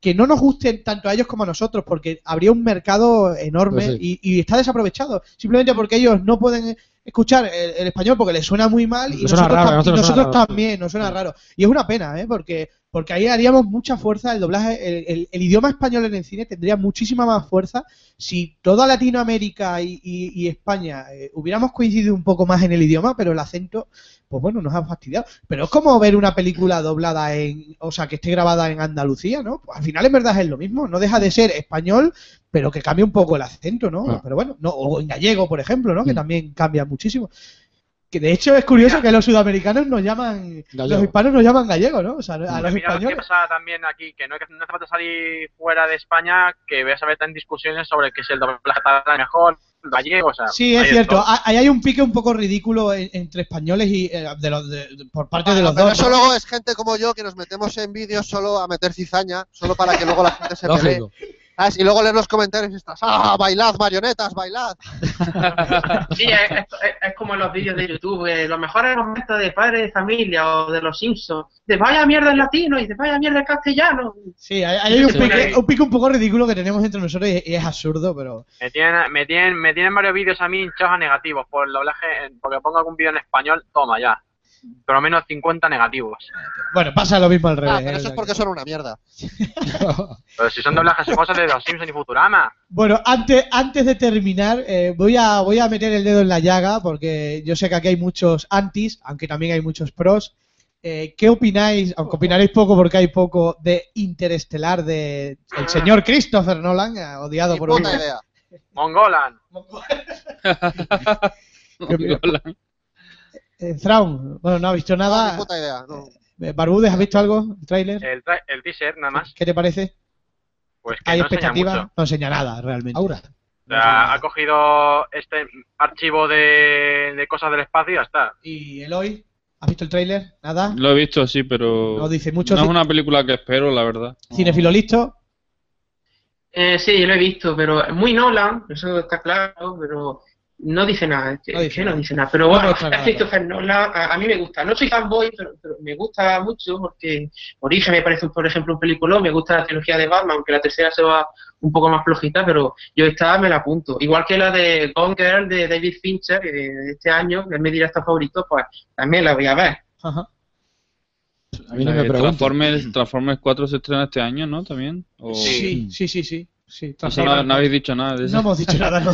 que no nos gusten tanto a ellos como a nosotros, porque habría un mercado enorme Pues y, y está desaprovechado, simplemente porque ellos no pueden escuchar el, el español porque les suena muy mal y Nos suena nosotros, tam- raro, a y nosotros nos suena nosotros raro. también, nos suena raro. Y es una pena, ¿eh? Porque, porque ahí haríamos mucha fuerza, el doblaje, el- el- el idioma español en el cine tendría muchísima más fuerza si toda Latinoamérica y, y- y España eh, hubiéramos coincidido un poco más en el idioma, pero el acento, pues bueno, nos ha fastidiado. Pero es como ver una película doblada en, o sea, que esté grabada en Andalucía, ¿no? Pues al final en verdad es lo mismo, no deja de ser español, pero que cambia un poco el acento, ¿no? Claro. Pero bueno, no, o en gallego, por ejemplo, ¿no? Que Mm. también cambia muchísimo. Que de hecho es curioso que los sudamericanos nos llaman, Gallego. los hispanos nos llaman gallego, ¿no? O sea, a los Mira lo que españoles. pasa también aquí, que no, hay que- no hace falta salir fuera de España, que ves a ver tan discusiones sobre que si el doblaje catalán es mejor, el gallego, o sea... Sí, hay es de cierto. todo. Ah, Ahí hay un pique un poco ridículo en- entre españoles y eh, de los, de- de- por parte de los Ah, Pero dos. eso ¿no? luego es gente como yo que nos metemos en vídeos solo a meter cizaña, solo para que luego la gente se pelee. Lógico. ¿Sabes? Ah, Y luego leer los comentarios y estás, ¡ah, bailad, marionetas, bailad! Ah, Sí, es, es- es como en los vídeos de YouTube, eh, los mejores momentos de padre de familia o de los Simpsons, de vaya mierda en latino y de vaya mierda en castellano. Sí, ahí ahí hay un Sí. pique, un pique un poco ridículo que tenemos entre nosotros y, y es absurdo, pero. Me tienen, me, tienen, me tienen varios vídeos a mí hinchados a negativos por el doblaje, en- porque pongo algún vídeo en español, toma ya. Por lo menos 50 negativos. Bueno, pasa lo mismo al revés. Ah, pero ¿eh? eso es porque son una mierda. Pero si son doblajes cosas de los Simpsons y Futurama. Bueno, antes, antes de terminar, eh, voy, a, voy a meter el dedo en la llaga porque yo sé que aquí hay muchos antis, aunque también hay muchos pros. Eh, ¿Qué opináis, aunque opinaréis poco porque hay poco, de Interestelar de el señor Christopher Nolan, eh, odiado Ni por puta muchos? idea. Mongolan. Hola. Eh, Thrawn, bueno, no ha visto No, ni nada. puta idea. no. Eh, Barbudes, ¿has visto algo? ¿El tráiler? El, tra- el teaser, nada Eh, más. ¿Qué te parece? Pues que ¿Hay no enseña expectativas? mucho. No enseña nada, realmente. Aura. O sea, ha cogido este archivo de, de cosas del espacio y ya está. ¿Y Eloy? ¿Has visto el tráiler? ¿Nada? Lo he visto, sí, pero. No dice mucho. No es una película que espero, la verdad. ¿Cinefilo listo? Eh, sí, yo lo he visto, pero es muy Nolan, eso está claro, pero no dice nada, es que No que no dice dice, nada. nada. Pero No bueno, muestra nada, es Christopher Nolan, a, a mí me gusta, no soy fanboy, pero, pero me gusta mucho porque Origen me parece, por ejemplo, un peliculón, me gusta la trilogía de Batman, aunque la tercera se va un poco más flojita, pero yo esta me la apunto. Igual que la de Gone Girl de David Fincher, que de este año, que es mi director favorito, pues también la voy a ver. Ajá. A mí no me Eh, preguntan. Transformers, Transformers 4 se estrena este año, ¿no? También. O... Sí, sí, sí, sí. sí O sea, no, no habéis dicho nada de No eso. hemos dicho nada, no.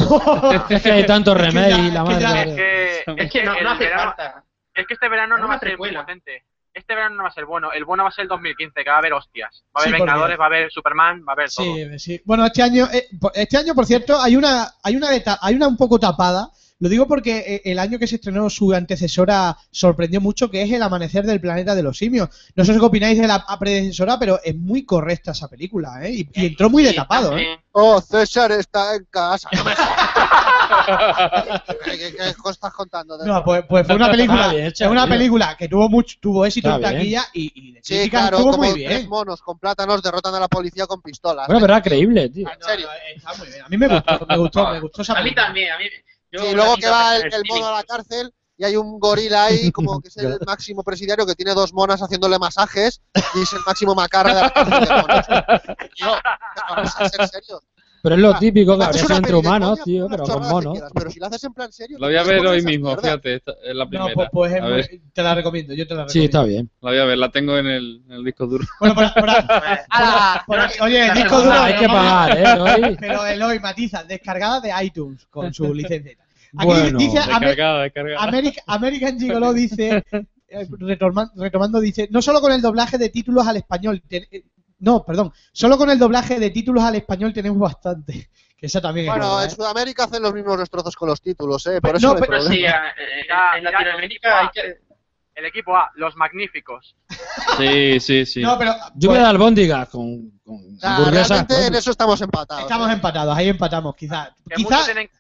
Es que hay tantos remakes y la es que ya- madre. Es que, este Es que no, el no hace verano- falta. es que este verano no Es va una a ser muy precuela. potente. Este verano no va a ser bueno. El bueno va a ser el 2015, que va a haber hostias. Va a Sí, haber porque- Vengadores, va a haber Superman, va a haber todo. Sí, sí. Bueno, este año, eh, por- este año, por cierto, hay una, hay una, de ta- hay una un poco tapada. Lo digo porque eh, el año que se estrenó su antecesora sorprendió mucho, que es El amanecer del planeta de los simios. No sé qué opináis de la predecesora, pero es muy correcta esa película, ¿eh? Y, y entró muy de Sí, tapado, ¿eh? también. Oh, César está en casa. No me jodas. ¿Qué, qué, qué cosas estás contando? de- No, pues, pues fue una película, Está bien hecha, es una tío. película que tuvo mucho, tuvo éxito Está en bien. taquilla y, y de sí, crítica claro, estuvo como muy tres bien. monos con plátanos derrotan a la policía con pistolas. Bueno, pero era creíble, tío. en serio. Está muy bien. A mí me gustó, me gustó, me gustó esa A mí película. también, a mí. yo Sí, la luego vi que va dos el, veces el en el mono a la cine. cárcel y hay un gorila ahí, como que es el máximo presidiario que tiene dos monas haciéndole masajes y es el máximo macarra de la cárcel de monos. Tío, ¿te pones a ser serio? Pero es lo típico que Haces habría una entre peli de humanos, coña, tío, unas pero con chorradas que monos. quieras, pero si lo haces en plan serio... La voy a te pones ver hoy esa mismo, mierda. fíjate, esta es la No, primera. pues, pues es a ver, muy- te la recomiendo, yo te la recomiendo. Sí, está bien. la voy a ver, la tengo en el, en el disco duro. Bueno, pues, por, por- por- pues, oye, el disco duro Ah, hay que vamos, pagar, ¿eh? Roy? Pero Eloy matiza, descargada de iTunes con su licencia. Aquí Bueno, dice Amer- Descargada, descargada. Ameri- American Gigolo dice, eh, retoma- retomando, dice, no solo con el doblaje de títulos al español, te- eh, no, perdón, solo con el doblaje de títulos al español tenemos bastante. Que esa también es Bueno, nueva, en ¿eh? Sudamérica hacen los mismos destrozos con los títulos, ¿eh? Por Pero- eso no, no hay pero Pero sí, problema. a- en, en Latinoamérica hay que. El equipo A, los magníficos. Sí, sí, sí. No, pero Yo voy pues, a dar albóndigas con, con O sea, hamburguesas. Ah, realmente en coño. eso estamos empatados. estamos ¿eh? empatados, ahí empatamos, quizás. Que muchos Quizás tienen,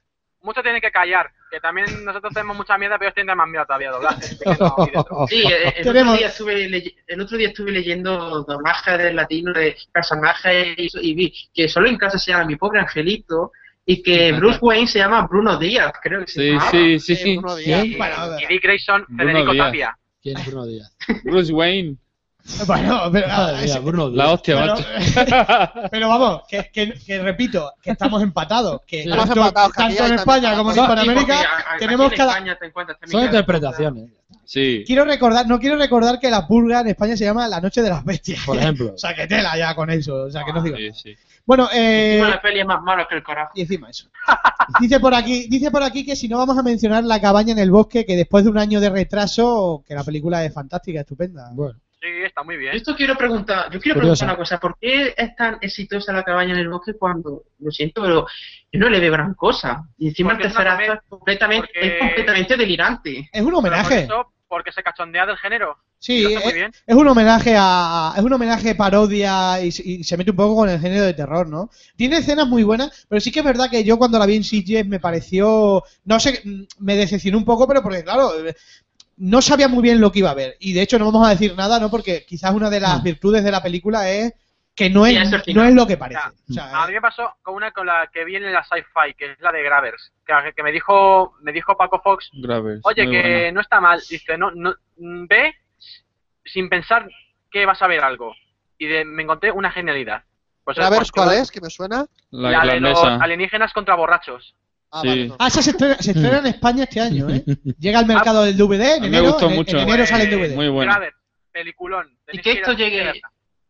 muchos tienen que callar. Que también nosotros tenemos mucha mierda, pero ellos tienen más mierda todavía, doblaje. Así que no, ahí dentro. Sí, eh, el otro, Tenemos- día estuve leye- el otro día estuve leyendo doblajes del latino de personajes y, y vi que solo en casa se llama mi pobre angelito y que Bruce Wayne se llama Bruno Díaz, creo que se Sí, ah, llamaba. sí, eh, Sí, sí. Bruno Díaz. ¿Quién? Bueno, Y Dick Grayson, Bruno Federico Díaz. Tapia. ¿Quién es Bruno Díaz? Bruce Wayne. bueno, pero, Madre mía, ese- Bruno Díaz. La hostia, Pero- macho. Pero vamos, que, que- que repito, que estamos empatados. Que Sí. tanto, Estamos empatados, que aquí tanto en hay España también- como en Sí, porque Hispanoamérica. a- a- tenemos aquí en cada- España te encuentras también Son cada- interpretaciones, Sí. Quiero recordar, no quiero recordar que la purga en España se llama La Noche de las Bestias. por ejemplo. O sea, que tela ya con eso. O sea, que no digo. Sí, sí. Bueno, eh, Encima la peli es más malo que el coraje. y encima eso. Dice por aquí, dice por aquí que si no vamos a mencionar la cabaña en el bosque, que después de un año de retraso, que la película es fantástica, estupenda. Bueno, Sí, está muy Yo bien. Esto quiero preguntar, yo quiero Curioso. preguntar una cosa, ¿por qué es tan exitosa la cabaña en el bosque cuando, lo siento, pero yo no le veo gran cosa? Y encima el Porque es tercer una acto es completamente, porque- es completamente delirante. Es un Pero homenaje. Por eso, porque se cachondea del género. Y Sí, eh, lo hace muy es- bien. Es un homenaje a. Es un homenaje parodia y, se- y se mete un poco con el género de terror, ¿no? Tiene escenas muy buenas, pero sí que es verdad que yo cuando la vi en CGS me pareció. No sé, mm, me decepcionó un poco, pero porque, claro, eh, no sabía muy bien lo que iba a ver. Y de hecho, no vamos a decir nada, ¿no? Porque quizás una de las virtudes de la película es que no Sí, es, eso al final. no es lo que parece. O A sea, mí me pasó con una con la que viene en la sci-fi, que es la de Gravers, que, que me dijo me dijo Paco Fox, Graves. oye, muy que buena. no está mal. Dice, no, no, mm, ve sin pensar que vas a ver algo. Y de- me encontré una genialidad. Pues A ver pues, cuál eh? es, que me suena. La La de los irlandesa. alienígenas contra borrachos. Ah, Sí. vale, no. ah, esa se estrena, se estrena en España este año, ¿eh? Llega al mercado del DVD en me enero. gustó en- en mucho. eh, enero sale el DVD. Muy buena. Gravers, peliculón. Y Tenéis que ir esto a- llegue.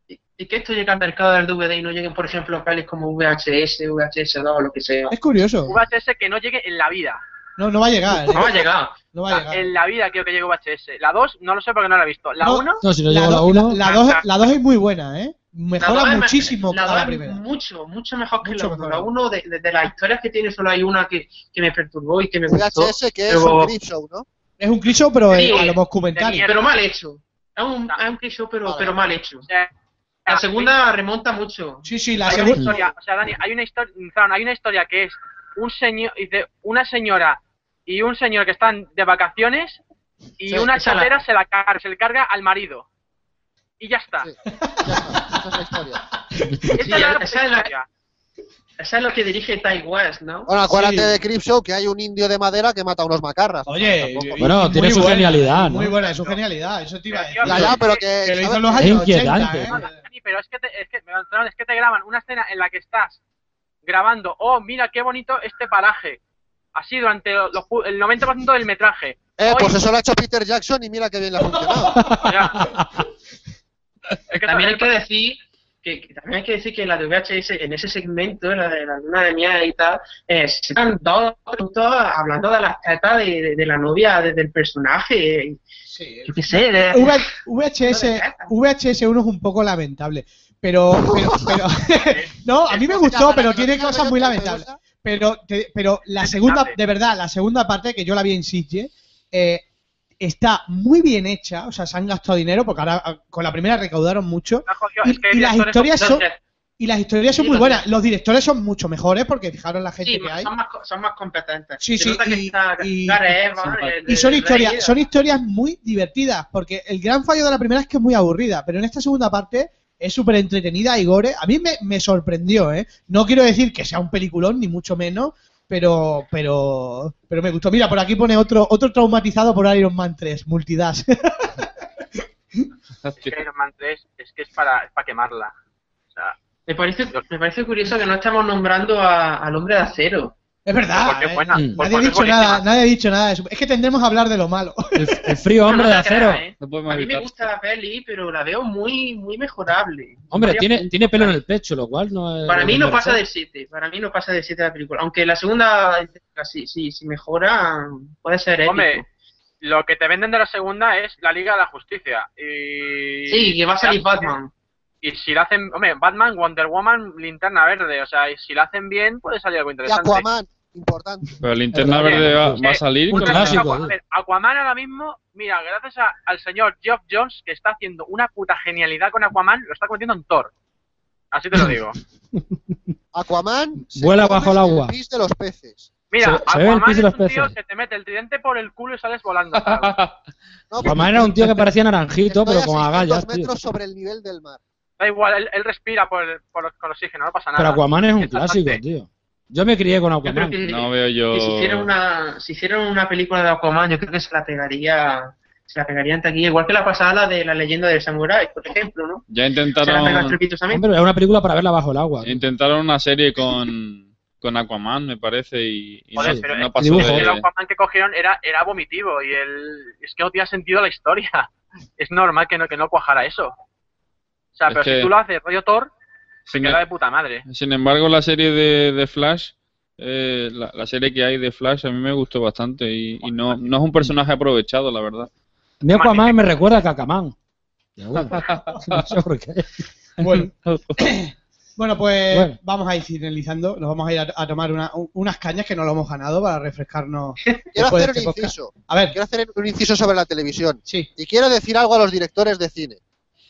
Y y que esto llegue al mercado del DVD y no lleguen, por ejemplo, pelis como VHS, VHS2 o lo que sea. Es curioso. VHS que no llegue en la vida. No, no va a llegar, ¿eh? No ha llegado. No va O a sea, llegar. en la vida creo que llegue VHS. La 2 no lo sé porque no la he visto. La No. 1 No, si no La llevo la do- 1. La 2 la dos es muy buena, ¿eh? La dos Mejora es- muchísimo la a dos la es primera. Mucho, mucho mejor que Mucho la 1. mejor. La 1 de, de- de las historias que tiene solo hay una que, que me perturbó y que me gustó. VHS, que es Pero- un clip show, ¿no? Es un cliché, pero Sí, eh, a lo de documentario. mierda. Pero mal hecho. Es un, Ah. es un cliché, pero, Vale. pero mal hecho. Eh, La ah, segunda remonta mucho. Sí, sí, hay la una segunda. historia, o sea, Dani, hay una historia, hay una historia que es un señor, dice, una señora y un señor que están de vacaciones y Sí, una esa la- chatera se la carga, se le carga al marido. Y ya está. Sí. Ya está, esa es la historia. Esa Sí, es la esa es la- historia. Eso es lo que dirige Ty West, ¿no? Bueno, acuérdate Sí. de Clip Show, que hay un indio de madera que mata a unos macarras. Oye, Tampoco. y- Bueno, y tiene muy su buena, genialidad, Muy ¿no? buena, es su genialidad. Eso te iba a decir. Ya, ya, pero que. Que lo hizo ¿sabes? en los Es años inquietante. 80, ¿eh? Dani, pero es que, te, es, que, perdón, es que te graban una escena en la que estás grabando, oh, mira qué bonito este paraje. Así durante los pu- el 90% del metraje. Eh, pues Oye. eso lo ha hecho Peter Jackson y mira que bien le ha funcionado. O sea, es que También hay eso- que decir que, que también hay que decir que la de VHS en ese segmento, la de la luna de miel y tal, eh, se están dos minutos hablando de las tetas de, de- de la novia, de- del personaje, eh, Sí, yo qué sé, de- V- VHS, VHS 1 es un poco lamentable, pero, pero, pero- no, a mí me gustó, pero tiene cosas muy lamentables. Pero, te- pero la segunda, de verdad, la segunda parte que yo la vi en Sitges, eh, está muy bien hecha, o sea, se han gastado dinero porque ahora ah, con la primera recaudaron mucho Ah, Jorge, Y- es que y las directores no historias sé, son- y las historias son Sí, muy lo buenas. Los directores son mucho mejores porque fijaron la gente sí, que hay. son, más, co- son más competentes. Sí, Se sí, nota que y- está y- Gareth Evans, son- el de- Y son el historias, Rey, son historias muy divertidas, porque el gran fallo de la primera es que es muy aburrida, pero en esta segunda parte es súper entretenida y gore. A mí me, me sorprendió, ¿eh? No quiero decir que sea un peliculón, ni mucho menos, pero pero pero me gustó. Mira, por aquí pone otro otro traumatizado por Iron Man 3, Multidas. es que Iron Man 3 es que es para, es para quemarla. O sea, Me parece, me parece curioso que no estamos nombrando a- al hombre de acero. es verdad. porque ¿eh? es buena. Mm. porque Nadie ha es dicho buenísima. nada, nadie ha dicho nada de eso. Es que tendremos a hablar de lo malo. El, el frío hombre No de te creas, acero. ¿eh? No podemos A mí me evitar. gusta la peli, pero la veo muy, muy mejorable. Hombre, Varias tiene, tiene pelo en el pecho, lo cual no es. Para mí no pasa de de 7, para mí no pasa de 7 la película. Aunque la segunda, si, si, si mejora, puede ser épico. Hombre, lo que te venden de la segunda es la Liga de la Justicia. Y... Sí, que va a salir Batman. Y si la hacen, hombre, Batman, Wonder Woman, Linterna Verde. O sea, y si la hacen bien, puede salir algo Y interesante. Aquaman, importante. Pero linterna Oye, verde va, eh, va a salir un con Una cosa, clásico, Aquaman, eh. Aquaman ahora mismo, mira, gracias a- al señor Geoff Jones, que está haciendo una puta genialidad con Aquaman, lo está convirtiendo en Thor. Así te lo digo. Aquaman. se Vuela come bajo el agua. El pis de los peces. Mira, Se- se ve el Aquaman pis de es los un tío peces. que te mete el tridente por el culo y sales volando. ¿sabes? No, Aquaman era un tío que parecía naranjito, estoy pero a con 600 agallas, tío. metros sobre el nivel del mar. da igual, él, él respira por, el- por el- con oxígeno, no pasa nada. Pero Aquaman es un Es clásico, bastante. tío. Yo me crié con Yo creo Aquaman. que, No veo yo. que si, hicieran una, si hicieran una película de Aquaman, yo creo que se la pegaría se la pegarían aquí, igual que la pasada la de la leyenda del samurái, por ejemplo, ¿no? Ya Se la pegan intentaron, estrepitosamente. Hombre, es una película para verla bajo el agua. intentaron una serie con, con Aquaman, me parece, y, y Joder, no, pero no el- pasó dibujo. de- Pues El Aquaman que cogieron era, era vomitivo y el, es que no tenía sentido la historia. Es normal que no, que no cuajara eso. O sea, Es pero que- si tú lo haces rollo Thor, se sin, e- queda de puta madre. sin embargo, la serie de, de Flash, eh, la, la serie que hay de Flash, a mí me gustó bastante y, y no, no es un personaje aprovechado, la verdad. Mi Aquaman me recuerda a Cacamán. Ya, bueno. No sé por qué. Bueno, Bueno, pues Bueno. vamos a ir finalizando. Nos vamos a ir a, a tomar una- un- unas cañas que no lo hemos ganado para refrescarnos. Quiero después de hacer un este podcast. inciso. A ver, Quiero hacer un inciso sobre la televisión. sí. Y quiero decir algo a los directores de cine.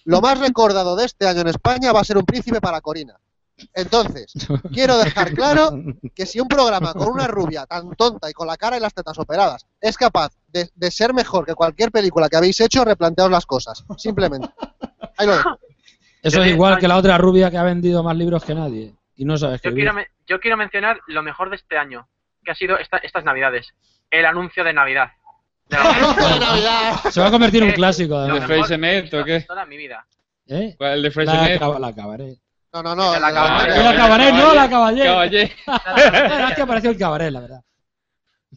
Lo más recordado de este año en España va a ser un príncipe para Corina. Entonces, quiero dejar claro que si un programa con una rubia tan tonta y con la cara y las tetas operadas es capaz de, de ser mejor que cualquier película que habéis hecho, replanteaos las cosas. Simplemente. Ahí lo dejo. Eso es igual que la otra rubia que ha vendido más libros que nadie. Y no sabes Yo escribir. quiero, me- yo quiero mencionar lo mejor de este año, que ha sido esta- estas navidades. El anuncio de Navidad. De la- Se va a convertir en un clásico, ¿El de además. Mejor Freysenet o qué? Toda mi vida. ¿Eh? ¿Cuál, ¿El de La, Freysenet? acaba- la acabaré. No, no, no. la no, cabaret. no, Yo la acabaré, no, la caballé. Caballé. Ah, es que apareció el cabaret, la verdad.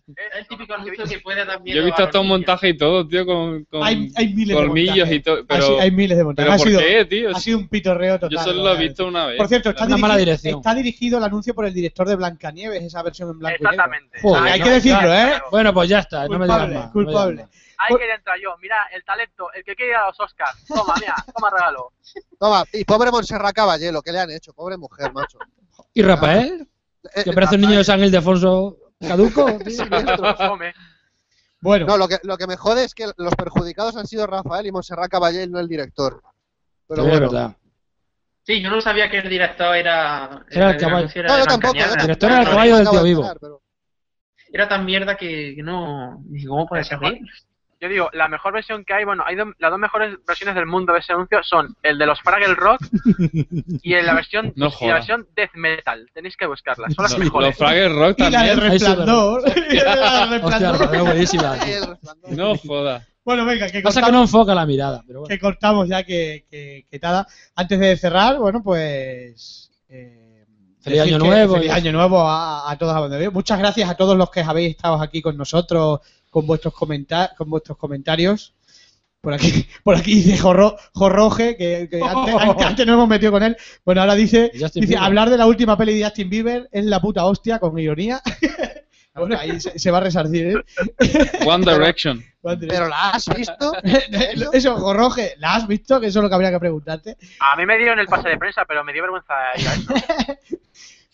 Es el típico anuncio que puede dar miedo Yo he visto a hasta los un niños. montaje y todo, tío, con, con Hay, hay miles de colmillos montajes. y todo. Ha sido- Pero, hay miles de montajes. pero Ha ¿por sido, qué, tío? ha sido un pitorreo total. Yo solo lo he ¿verdad? visto ¿eh? una vez. Por cierto, está, Una mala dirigi- dirección. está dirigido el anuncio por el director de Blancanieves, esa versión en blanco y negro. Exactamente. Joder, Ahí hay no, que decirlo, ¿eh? claro. Bueno, pues ya está, no me Culpable, digas más. no me digas culpable. más. Ahí quería entrar yo. Mira, el talento, el que quiere ir a los Oscars. Toma, mira, toma regalo. Toma, y pobre Montserrat Caballé, lo que le han hecho, pobre mujer, macho. ¿Y Rafael? Eh, Que parece un niño de San Ildefonso caduco. tío. Come. Bueno, No, lo que, lo que me jode es que los perjudicados han sido Rafael y Montserrat Caballé y no el director. Pero Sí, es bueno. verdad. Sí, yo no sabía que el director era. Era el caballo. anuncio era No, de yo tampoco. ¿eh? Blancanieves. El director era el caballo del tío vivo. Era tan mierda que que no. Digo, ¿cómo puede ser? Yo digo, la mejor versión que hay, bueno, hay do- las dos mejores versiones del mundo de ese anuncio son el de los Fraggle Rock y en la versión No y la jodas. versión Death Metal. Tenéis que buscarlas, son las Los, mejores. los Fraggle Rock y la del también. Ahí sí, resplandor. Y la del Hostia, resplandor. Rafael, buenísima. tío. No jodas. Bueno, venga, que Pasa que cortamos, no enfoca la mirada, pero bueno. que cortamos ya que, que, que nada. Antes de cerrar, bueno, pues... eh, Feliz decir año que nuevo. Feliz año nuevo a, a todos. abandonados. Muchas gracias a todos los que habéis estado aquí con nosotros, con vuestros, comenta- con vuestros comentarios. Por aquí, por aquí dice Jorro, Jorroje, que, que antes, antes- antes nos hemos metido con él. Bueno, ahora dice, Justin dice Bieber. hablar de la última peli de Justin Bieber es la puta hostia, con ironía. bueno, ahí se, se va a resarcir. ¿eh? One Direction. Pero la has visto. Eso, eso, Jorroje, ¿la has visto? Que eso es lo que habría que preguntarte. A mí me dieron el pase de prensa, pero me dio vergüenza ir a eso.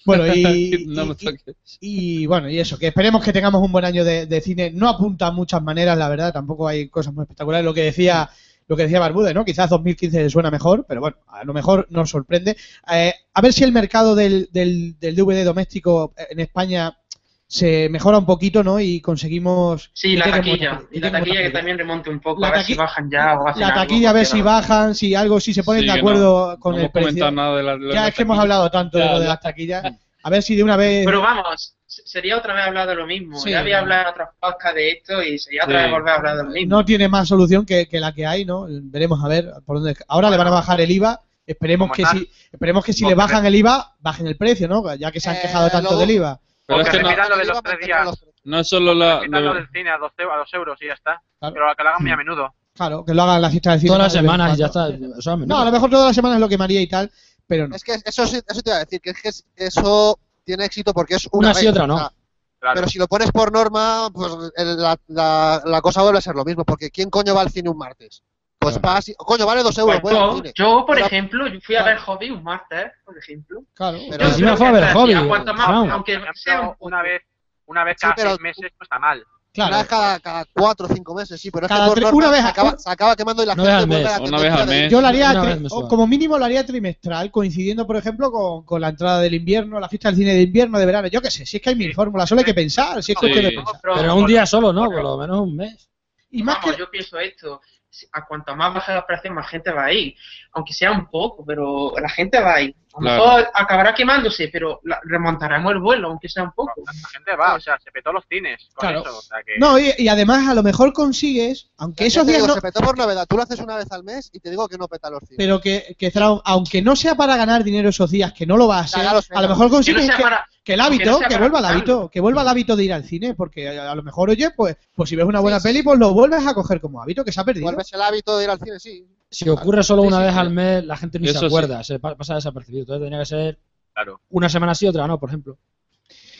Bueno, y, no me y- y- toques. y, bueno, y eso, que esperemos que tengamos un buen año de, de cine. No apunta a muchas maneras, la verdad, tampoco hay cosas muy espectaculares. Lo que decía lo que decía Barbude, ¿no? Quizás 2015 suena mejor, pero bueno, a lo mejor nos sorprende. Eh, a ver si el mercado del, del, del DVD doméstico en España se mejora un poquito, ¿no? Y conseguimos... Sí, y la tenemos- taquilla. y Y la tenemos taquilla que taquilla. también remonte un poco. La a ver taqui- si bajan ya o hacen La algo, taquilla, a ver si porque no. bajan, si algo, si se ponen Sí, de que acuerdo con no el hemos precio. comentado nada de la, de Ya la es que hemos taquilla. hablado tanto de Ya, lo de ya. las taquillas. A ver si de una vez. Pero vamos, se- sería otra vez hablar de lo mismo. Sí. ya había hablado en otros podcasts de esto y sería otra Sí. vez volver a hablar de lo mismo. no tiene más solución que, que la que hay, ¿no? Veremos a ver por dónde. Ahora le van a bajar el IVA. Esperemos Como que tal. si, esperemos que si Como le tal. bajan el IVA, bajen el precio, ¿no? Ya que se han Eh, quejado tanto lo- del IVA. Pero Porque es que no, mira lo de los tres días. no es solo la. Quitando de- del cine a dos, eu- a dos euros y ya está. Claro. Pero que lo hagan muy a menudo. Claro, que lo hagan las fiestas de cine. Todas las de vez en semanas y ya cuando. está. o sea, No, a lo menudo. mejor todas las semanas lo quemaría y tal, pero no. Es que eso, sí- eso te iba a decir, que es que es- eso tiene éxito porque es una, Una sí, vez, otra no. o sea, Claro. Pero si lo pones por norma, pues el- la, la- la cosa vuelve a ser lo mismo, porque ¿quién coño va al cine un martes? Pues Claro. vas y- Coño, vale dos euros, Pues voy al yo, cine. yo, por Pero- ejemplo, yo fui a Claro. ver Hobby un martes, por ejemplo. Claro. Pero- Yo Encima creo fue a que ver hasta Hobby, aquí, a cuanto más- Fran. aunque Por sea un ejemplo, una vez, una vez cada Sí, pero- seis meses no está mal. Una claro. vez cada, cada cuatro o cinco meses, sí, pero es Cada que por tres- norma una vez se, a- acaba, se acaba quemando y la Una vez gente al vuelve a mes. la Una vez al tendencia de- mes. Yo lo haría, Una tri- vez mensual. o como mínimo lo haría trimestral, coincidiendo, por ejemplo, con, con la entrada del invierno, la fiesta del cine de invierno, de verano, yo qué sé, si es que hay mil fórmulas, solo hay que pensar, si es Sí. cuestión de pensar. Pero un día solo, ¿no? Por lo menos un mes. Y más Vamos, que, yo pienso esto. si- A cuanto más bajen los precios, más gente va a ir. Aunque sea un poco, pero la gente va a ir. A lo Claro. mejor acabará quemándose, pero la- remontaremos el vuelo, aunque sea un poco. La gente va, o sea, se petó los cines con Claro. eso. O sea que... no, y, y además a lo mejor consigues, aunque Ya esos te días digo, no, Se petó por novedad, tú lo haces una vez al mes y te digo que no peta los cines. pero que, que será- aunque no sea para ganar dinero esos días, que no lo va a ser, Ya, ya lo sé, a lo ya. mejor Que no consigues sea que, para- que el que no hábito, sea que para vuelva al ganar. hábito, que vuelva al hábito de ir al cine, porque a, a lo mejor, oye, pues, pues si ves una buena Sí, sí. peli, pues lo vuelves a coger como hábito, que se ha perdido. Vuelves el hábito de ir al cine, sí. Si ocurre solo Sí, una sí, vez sí. al mes, la gente ni Eso se sí. acuerda. Se pa- pasa desapercibido. Entonces tenía que ser Claro. una semana sí, otra no, por ejemplo.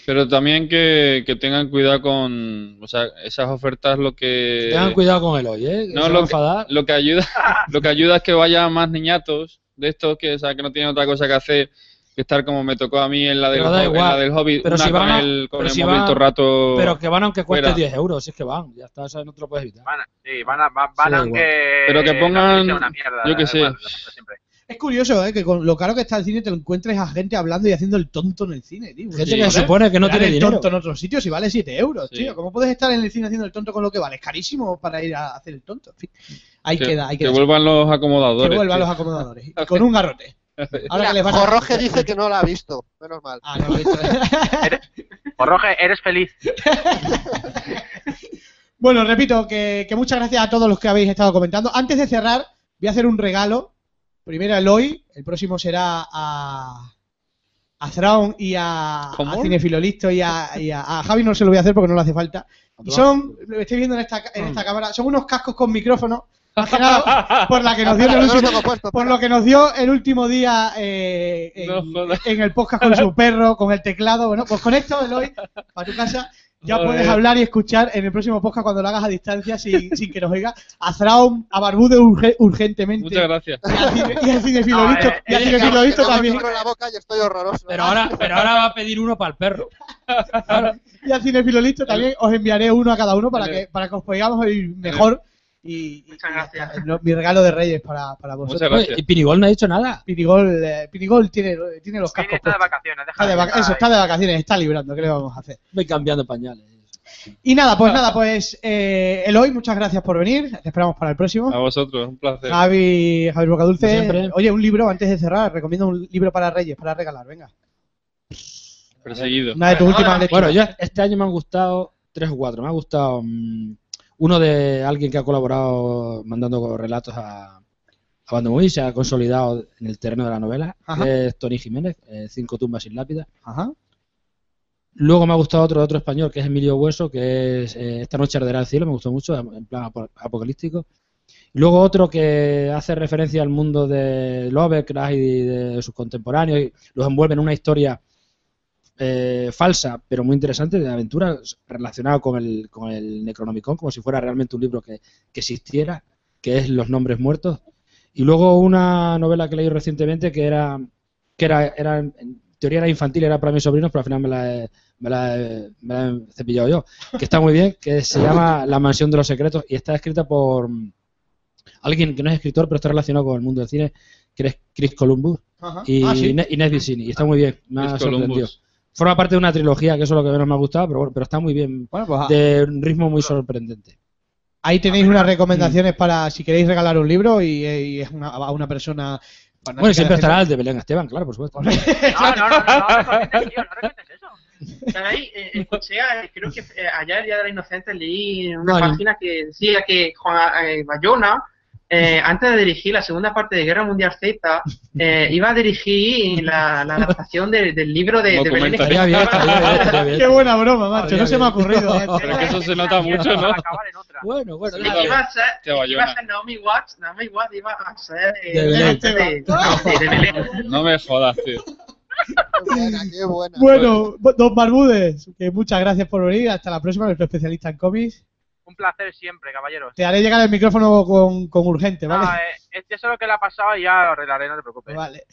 Pero también que, que tengan cuidado con. O sea, esas ofertas lo que. Tengan cuidado con el hoy, ¿eh? Eh, No, No, lo lo enfadar. Lo que ayuda, lo que ayuda es que vaya más niñatos de estos que, o sea, que no tienen otra cosa que hacer que estar como me tocó a mí en la del, Pero da hobbit, en igual. la del hobby, Pero una si con van a- el, con pero el si móvil van- todo el rato. Pero que van aunque cueste Fuera. 10 euros, si es que van. Ya está, eso no te lo Es curioso, ¿eh? Que con lo caro que está el cine te encuentres a gente hablando y haciendo el tonto en el cine, tío. Gente Sí, que joder, se supone que no Te dan tiene el dinero. tonto en otros sitios y vale 7 euros, Sí. tío. ¿Cómo puedes estar en el cine haciendo el tonto con lo que vale? Es carísimo para ir a hacer el tonto. En fin, ahí queda, ahí que queda. vuelvan los acomodadores. que vuelvan tío. los acomodadores. Y Con un garrote. Ahora que les van a- Jorroge dice que no la ha visto, menos mal. Ah, no, listo. Pues, Roge, eres feliz. Bueno, repito, que, que muchas gracias a todos los que habéis estado comentando. Antes de cerrar, voy a hacer un regalo. Primero a Eloy, el próximo será a, a Thrawn y a, a ¿Cómo? Cinefilolisto y, a, y a, a Javi no se lo voy a hacer porque no le hace falta. Y son, lo estoy viendo en esta, Mm. en esta cámara, son unos cascos con micrófono, más que nada por, la que nos dio Espera, el que no lo último, tengo puesto, por espera. lo que nos dio el último día eh, en, No jodas. en el podcast con su perro, con el teclado. Bueno, pues con esto, Eloy, para tu casa, ya Joder. puedes hablar y escuchar en el próximo podcast cuando lo hagas a distancia sin, sin que nos oiga. A Thrawn, a Barbude urge- urgentemente. Muchas gracias. Y al cine- Y al cinefilo No, visto, eh, y al eh, Que cinefilo no- visto que no me también. micro en la boca y estoy horroroso. Pero ahora, pero ahora va a pedir uno para el perro. Y al cinefilo listo también os enviaré uno a cada uno para que, para que os podamos oír mejor. Y, y- y Muchas ya está. gracias. No, mi regalo de Reyes para, para Muchas vosotros. gracias. Y Pirigol no ha dicho nada. Pinigol, eh, Pinigol tiene, tiene los Vini cascos. está de puestos. vacaciones. Está de déjalo. vaca- eso, está de vacaciones, está librando. ¿Qué le vamos a hacer? Voy cambiando pañales. Y nada, pues nada, pues eh, Eloy, muchas gracias por venir. Te esperamos para el próximo. A vosotros, un placer. Javi, Javi Bocadulce. Como siempre. ¿eh? Oye, un libro antes de cerrar. Recomiendo un libro para Reyes, para regalar. Venga. Perseguido. Una de tus últimas lecturas. Bueno, yo este año me han gustado tres o cuatro. Me ha gustado mm, uno de alguien que ha colaborado mandando relatos a, a Bando Movies, se ha consolidado en el terreno de la novela, Ajá. que es Tony Jiménez, eh, Cinco tumbas sin lápida. Ajá. Luego me ha gustado otro de otro español, que es Emilio Hueso, que es eh, Esta noche arderá el cielo, me gustó mucho, en plan apo- apocalíptico. Luego otro que hace referencia al mundo de Lovecraft y de sus contemporáneos, y los envuelve en una historia eh, falsa, pero muy interesante, de aventura, relacionado con el, con el Necronomicon, como si fuera realmente un libro que, que existiera, que es Los Nombres Muertos. Y luego una novela que leí recientemente que era, que era, era en teoría era infantil, era para mis sobrinos, pero al final me la he- me la, he- me la he cepillado yo, que está muy bien, que se llama La Mansión de los Secretos y está escrita por mm, alguien que no es escritor, pero está relacionado con el mundo del cine, que es Chris Columbus Ajá. y Ah, sí. Ine- Inés Vicini, y está muy bien, me ha Luis sorprendido. Columbus. Forma parte de una trilogía, que eso es lo que menos me ha gustado, pero, bueno, pero está muy bien, Bueno, pues ah, de un ritmo muy sorprendente. ahí tenéis unas recomendaciones para si queréis regalar un libro y, eh, y es una, a una persona. fanática Bueno, y de siempre hacer- estará el de Belén Esteban, claro, por supuesto. No, no, no, no, no recomiendes, tío, no recomiendes eso. Ahí, eh, escuché, eh, creo que eh, ayer, el Día de la Inocente, leí una No, no. página que decía que Juan eh, Bayona, eh, antes de dirigir la segunda parte de Guerra Mundial Z, eh, iba a dirigir la, la adaptación de- del libro de, de Belén Documental. Estaría bien, estaría bien, estaría bien. Qué buena broma, macho. Habría No se me ha venido. ocurrido. eh. Pero que eso se nota mucho, Para ¿no? acabar en otra. Bueno, bueno, Sí, nada, Iba a ser, Qué iba a bayona. ser Naomi Watts, Naomi Watts iba a ser eh, De Belén. de, de- de Belén. No me jodas, tío. Qué buena, qué buena. Bueno, don Barbudes, que muchas gracias por venir. Hasta la próxima, nuestro especialista en cómics. Un placer siempre, caballeros. Te haré llegar el micrófono con, con urgente, ¿vale? No, eh, es que eso es lo que le ha pasado y ya lo arreglaré, no te preocupes. Vale.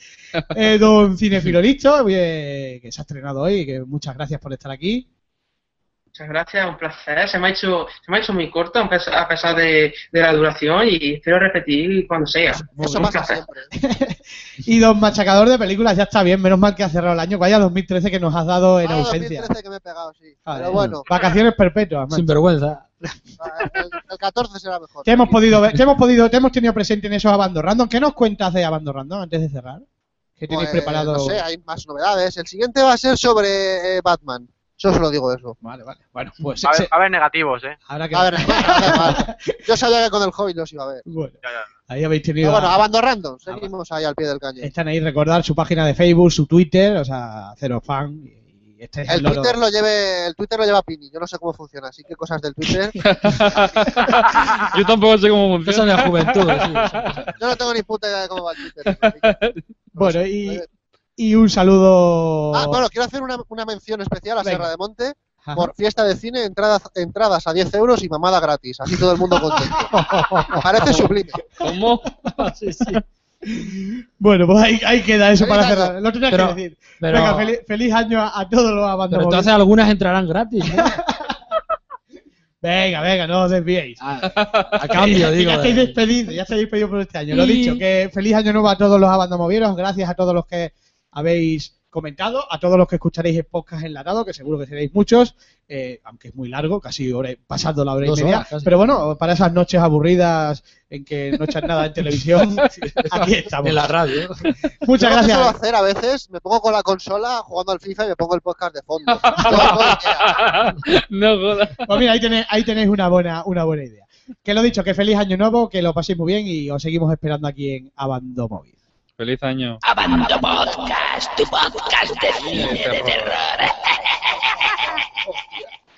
Eh, don Cinefilolisto, eh, que se ha estrenado hoy, que muchas gracias por estar aquí. Muchas gracias, un placer. Se me ha hecho, se me ha hecho muy corto a pesar- a pesar de, de la duración y espero repetir cuando sea. Eso Un pasa placer. siempre. Y Don Machacador de películas, ya está bien, menos mal que ha cerrado el año. Vaya 2013 que nos has dado en Ah, ausencia. 2013 que me he pegado, sí. Joder. Pero bueno, Vacaciones perpetuas, macho. sin vergüenza. el, el 14 será mejor. Te hemos podido ver, te hemos podido, te hemos tenido presente en esos abandos random. ¿Qué nos cuentas de abandos random antes de cerrar? ¿Qué tenéis Pues, preparado? No sé, hay más novedades. El siguiente va a ser sobre eh, Batman. Yo solo digo eso. Vale, vale. Bueno, pues A se- ver, a ver negativos, eh. habrá que A ver, vale. yo sabía que con el hobby los iba a ver. Bueno, Ya, ya. ahí habéis tenido. Pero a- Ah, bueno, abando random. Seguimos ahí al pie del cañón. Están ahí recordar su página de Facebook, su Twitter, o sea, cero fan. Y este es el, El loro. Twitter lo lleve, el Twitter lo lleva Pini. Yo no sé cómo funciona, así que cosas del Twitter. Yo tampoco sé cómo Eso funciona. de la juventud. sí, eso. Yo no tengo ni puta idea de cómo va el Twitter. así que- Bueno, y, eh. y un saludo. Ah, bueno, quiero hacer una, una mención especial a Oh. Venga. Sierra de Monte Ajá. por fiesta de cine, entradas, entradas a 10 euros y mamada gratis. Así todo el mundo contento. Me Parece sublime. ¿Cómo? Sí, sí. Bueno, pues ahí, ahí queda eso Feliz para año. cerrar. Lo tenías Pero- que decir. Pero, Venga, feliz, feliz año a, a todos los pero abandonados. entonces algunas entrarán gratis. ¿no? Venga, venga, no os desviéis. Ah, a cambio, Ya- digo. Ya estáis de- despedidos, ya estáis despedidos por este año. Lo Y- dicho, que feliz año nuevo a todos los abandomovieros. Gracias a todos los que habéis comentado, a todos los que escucharéis el podcast enlatado, que seguro que seréis muchos, eh, aunque es muy largo, casi hora, y- pasando la hora y Dos media. horas, casi. pero bueno, para esas noches aburridas en que no echan nada en televisión, aquí estamos. en la radio. Muchas Yo lo que suelo gracias. hacer a veces, me pongo con la consola jugando al FIFA y me pongo el podcast de fondo. Todo- todo el día. no jodas. Pues mira, ahí tenéis, ahí tenéis una buena, una buena idea. Que lo dicho, que feliz año nuevo, que lo paséis muy bien y os seguimos esperando aquí en Abando Móvil. Feliz año. Abando Podcast, tu podcast de cine de terror.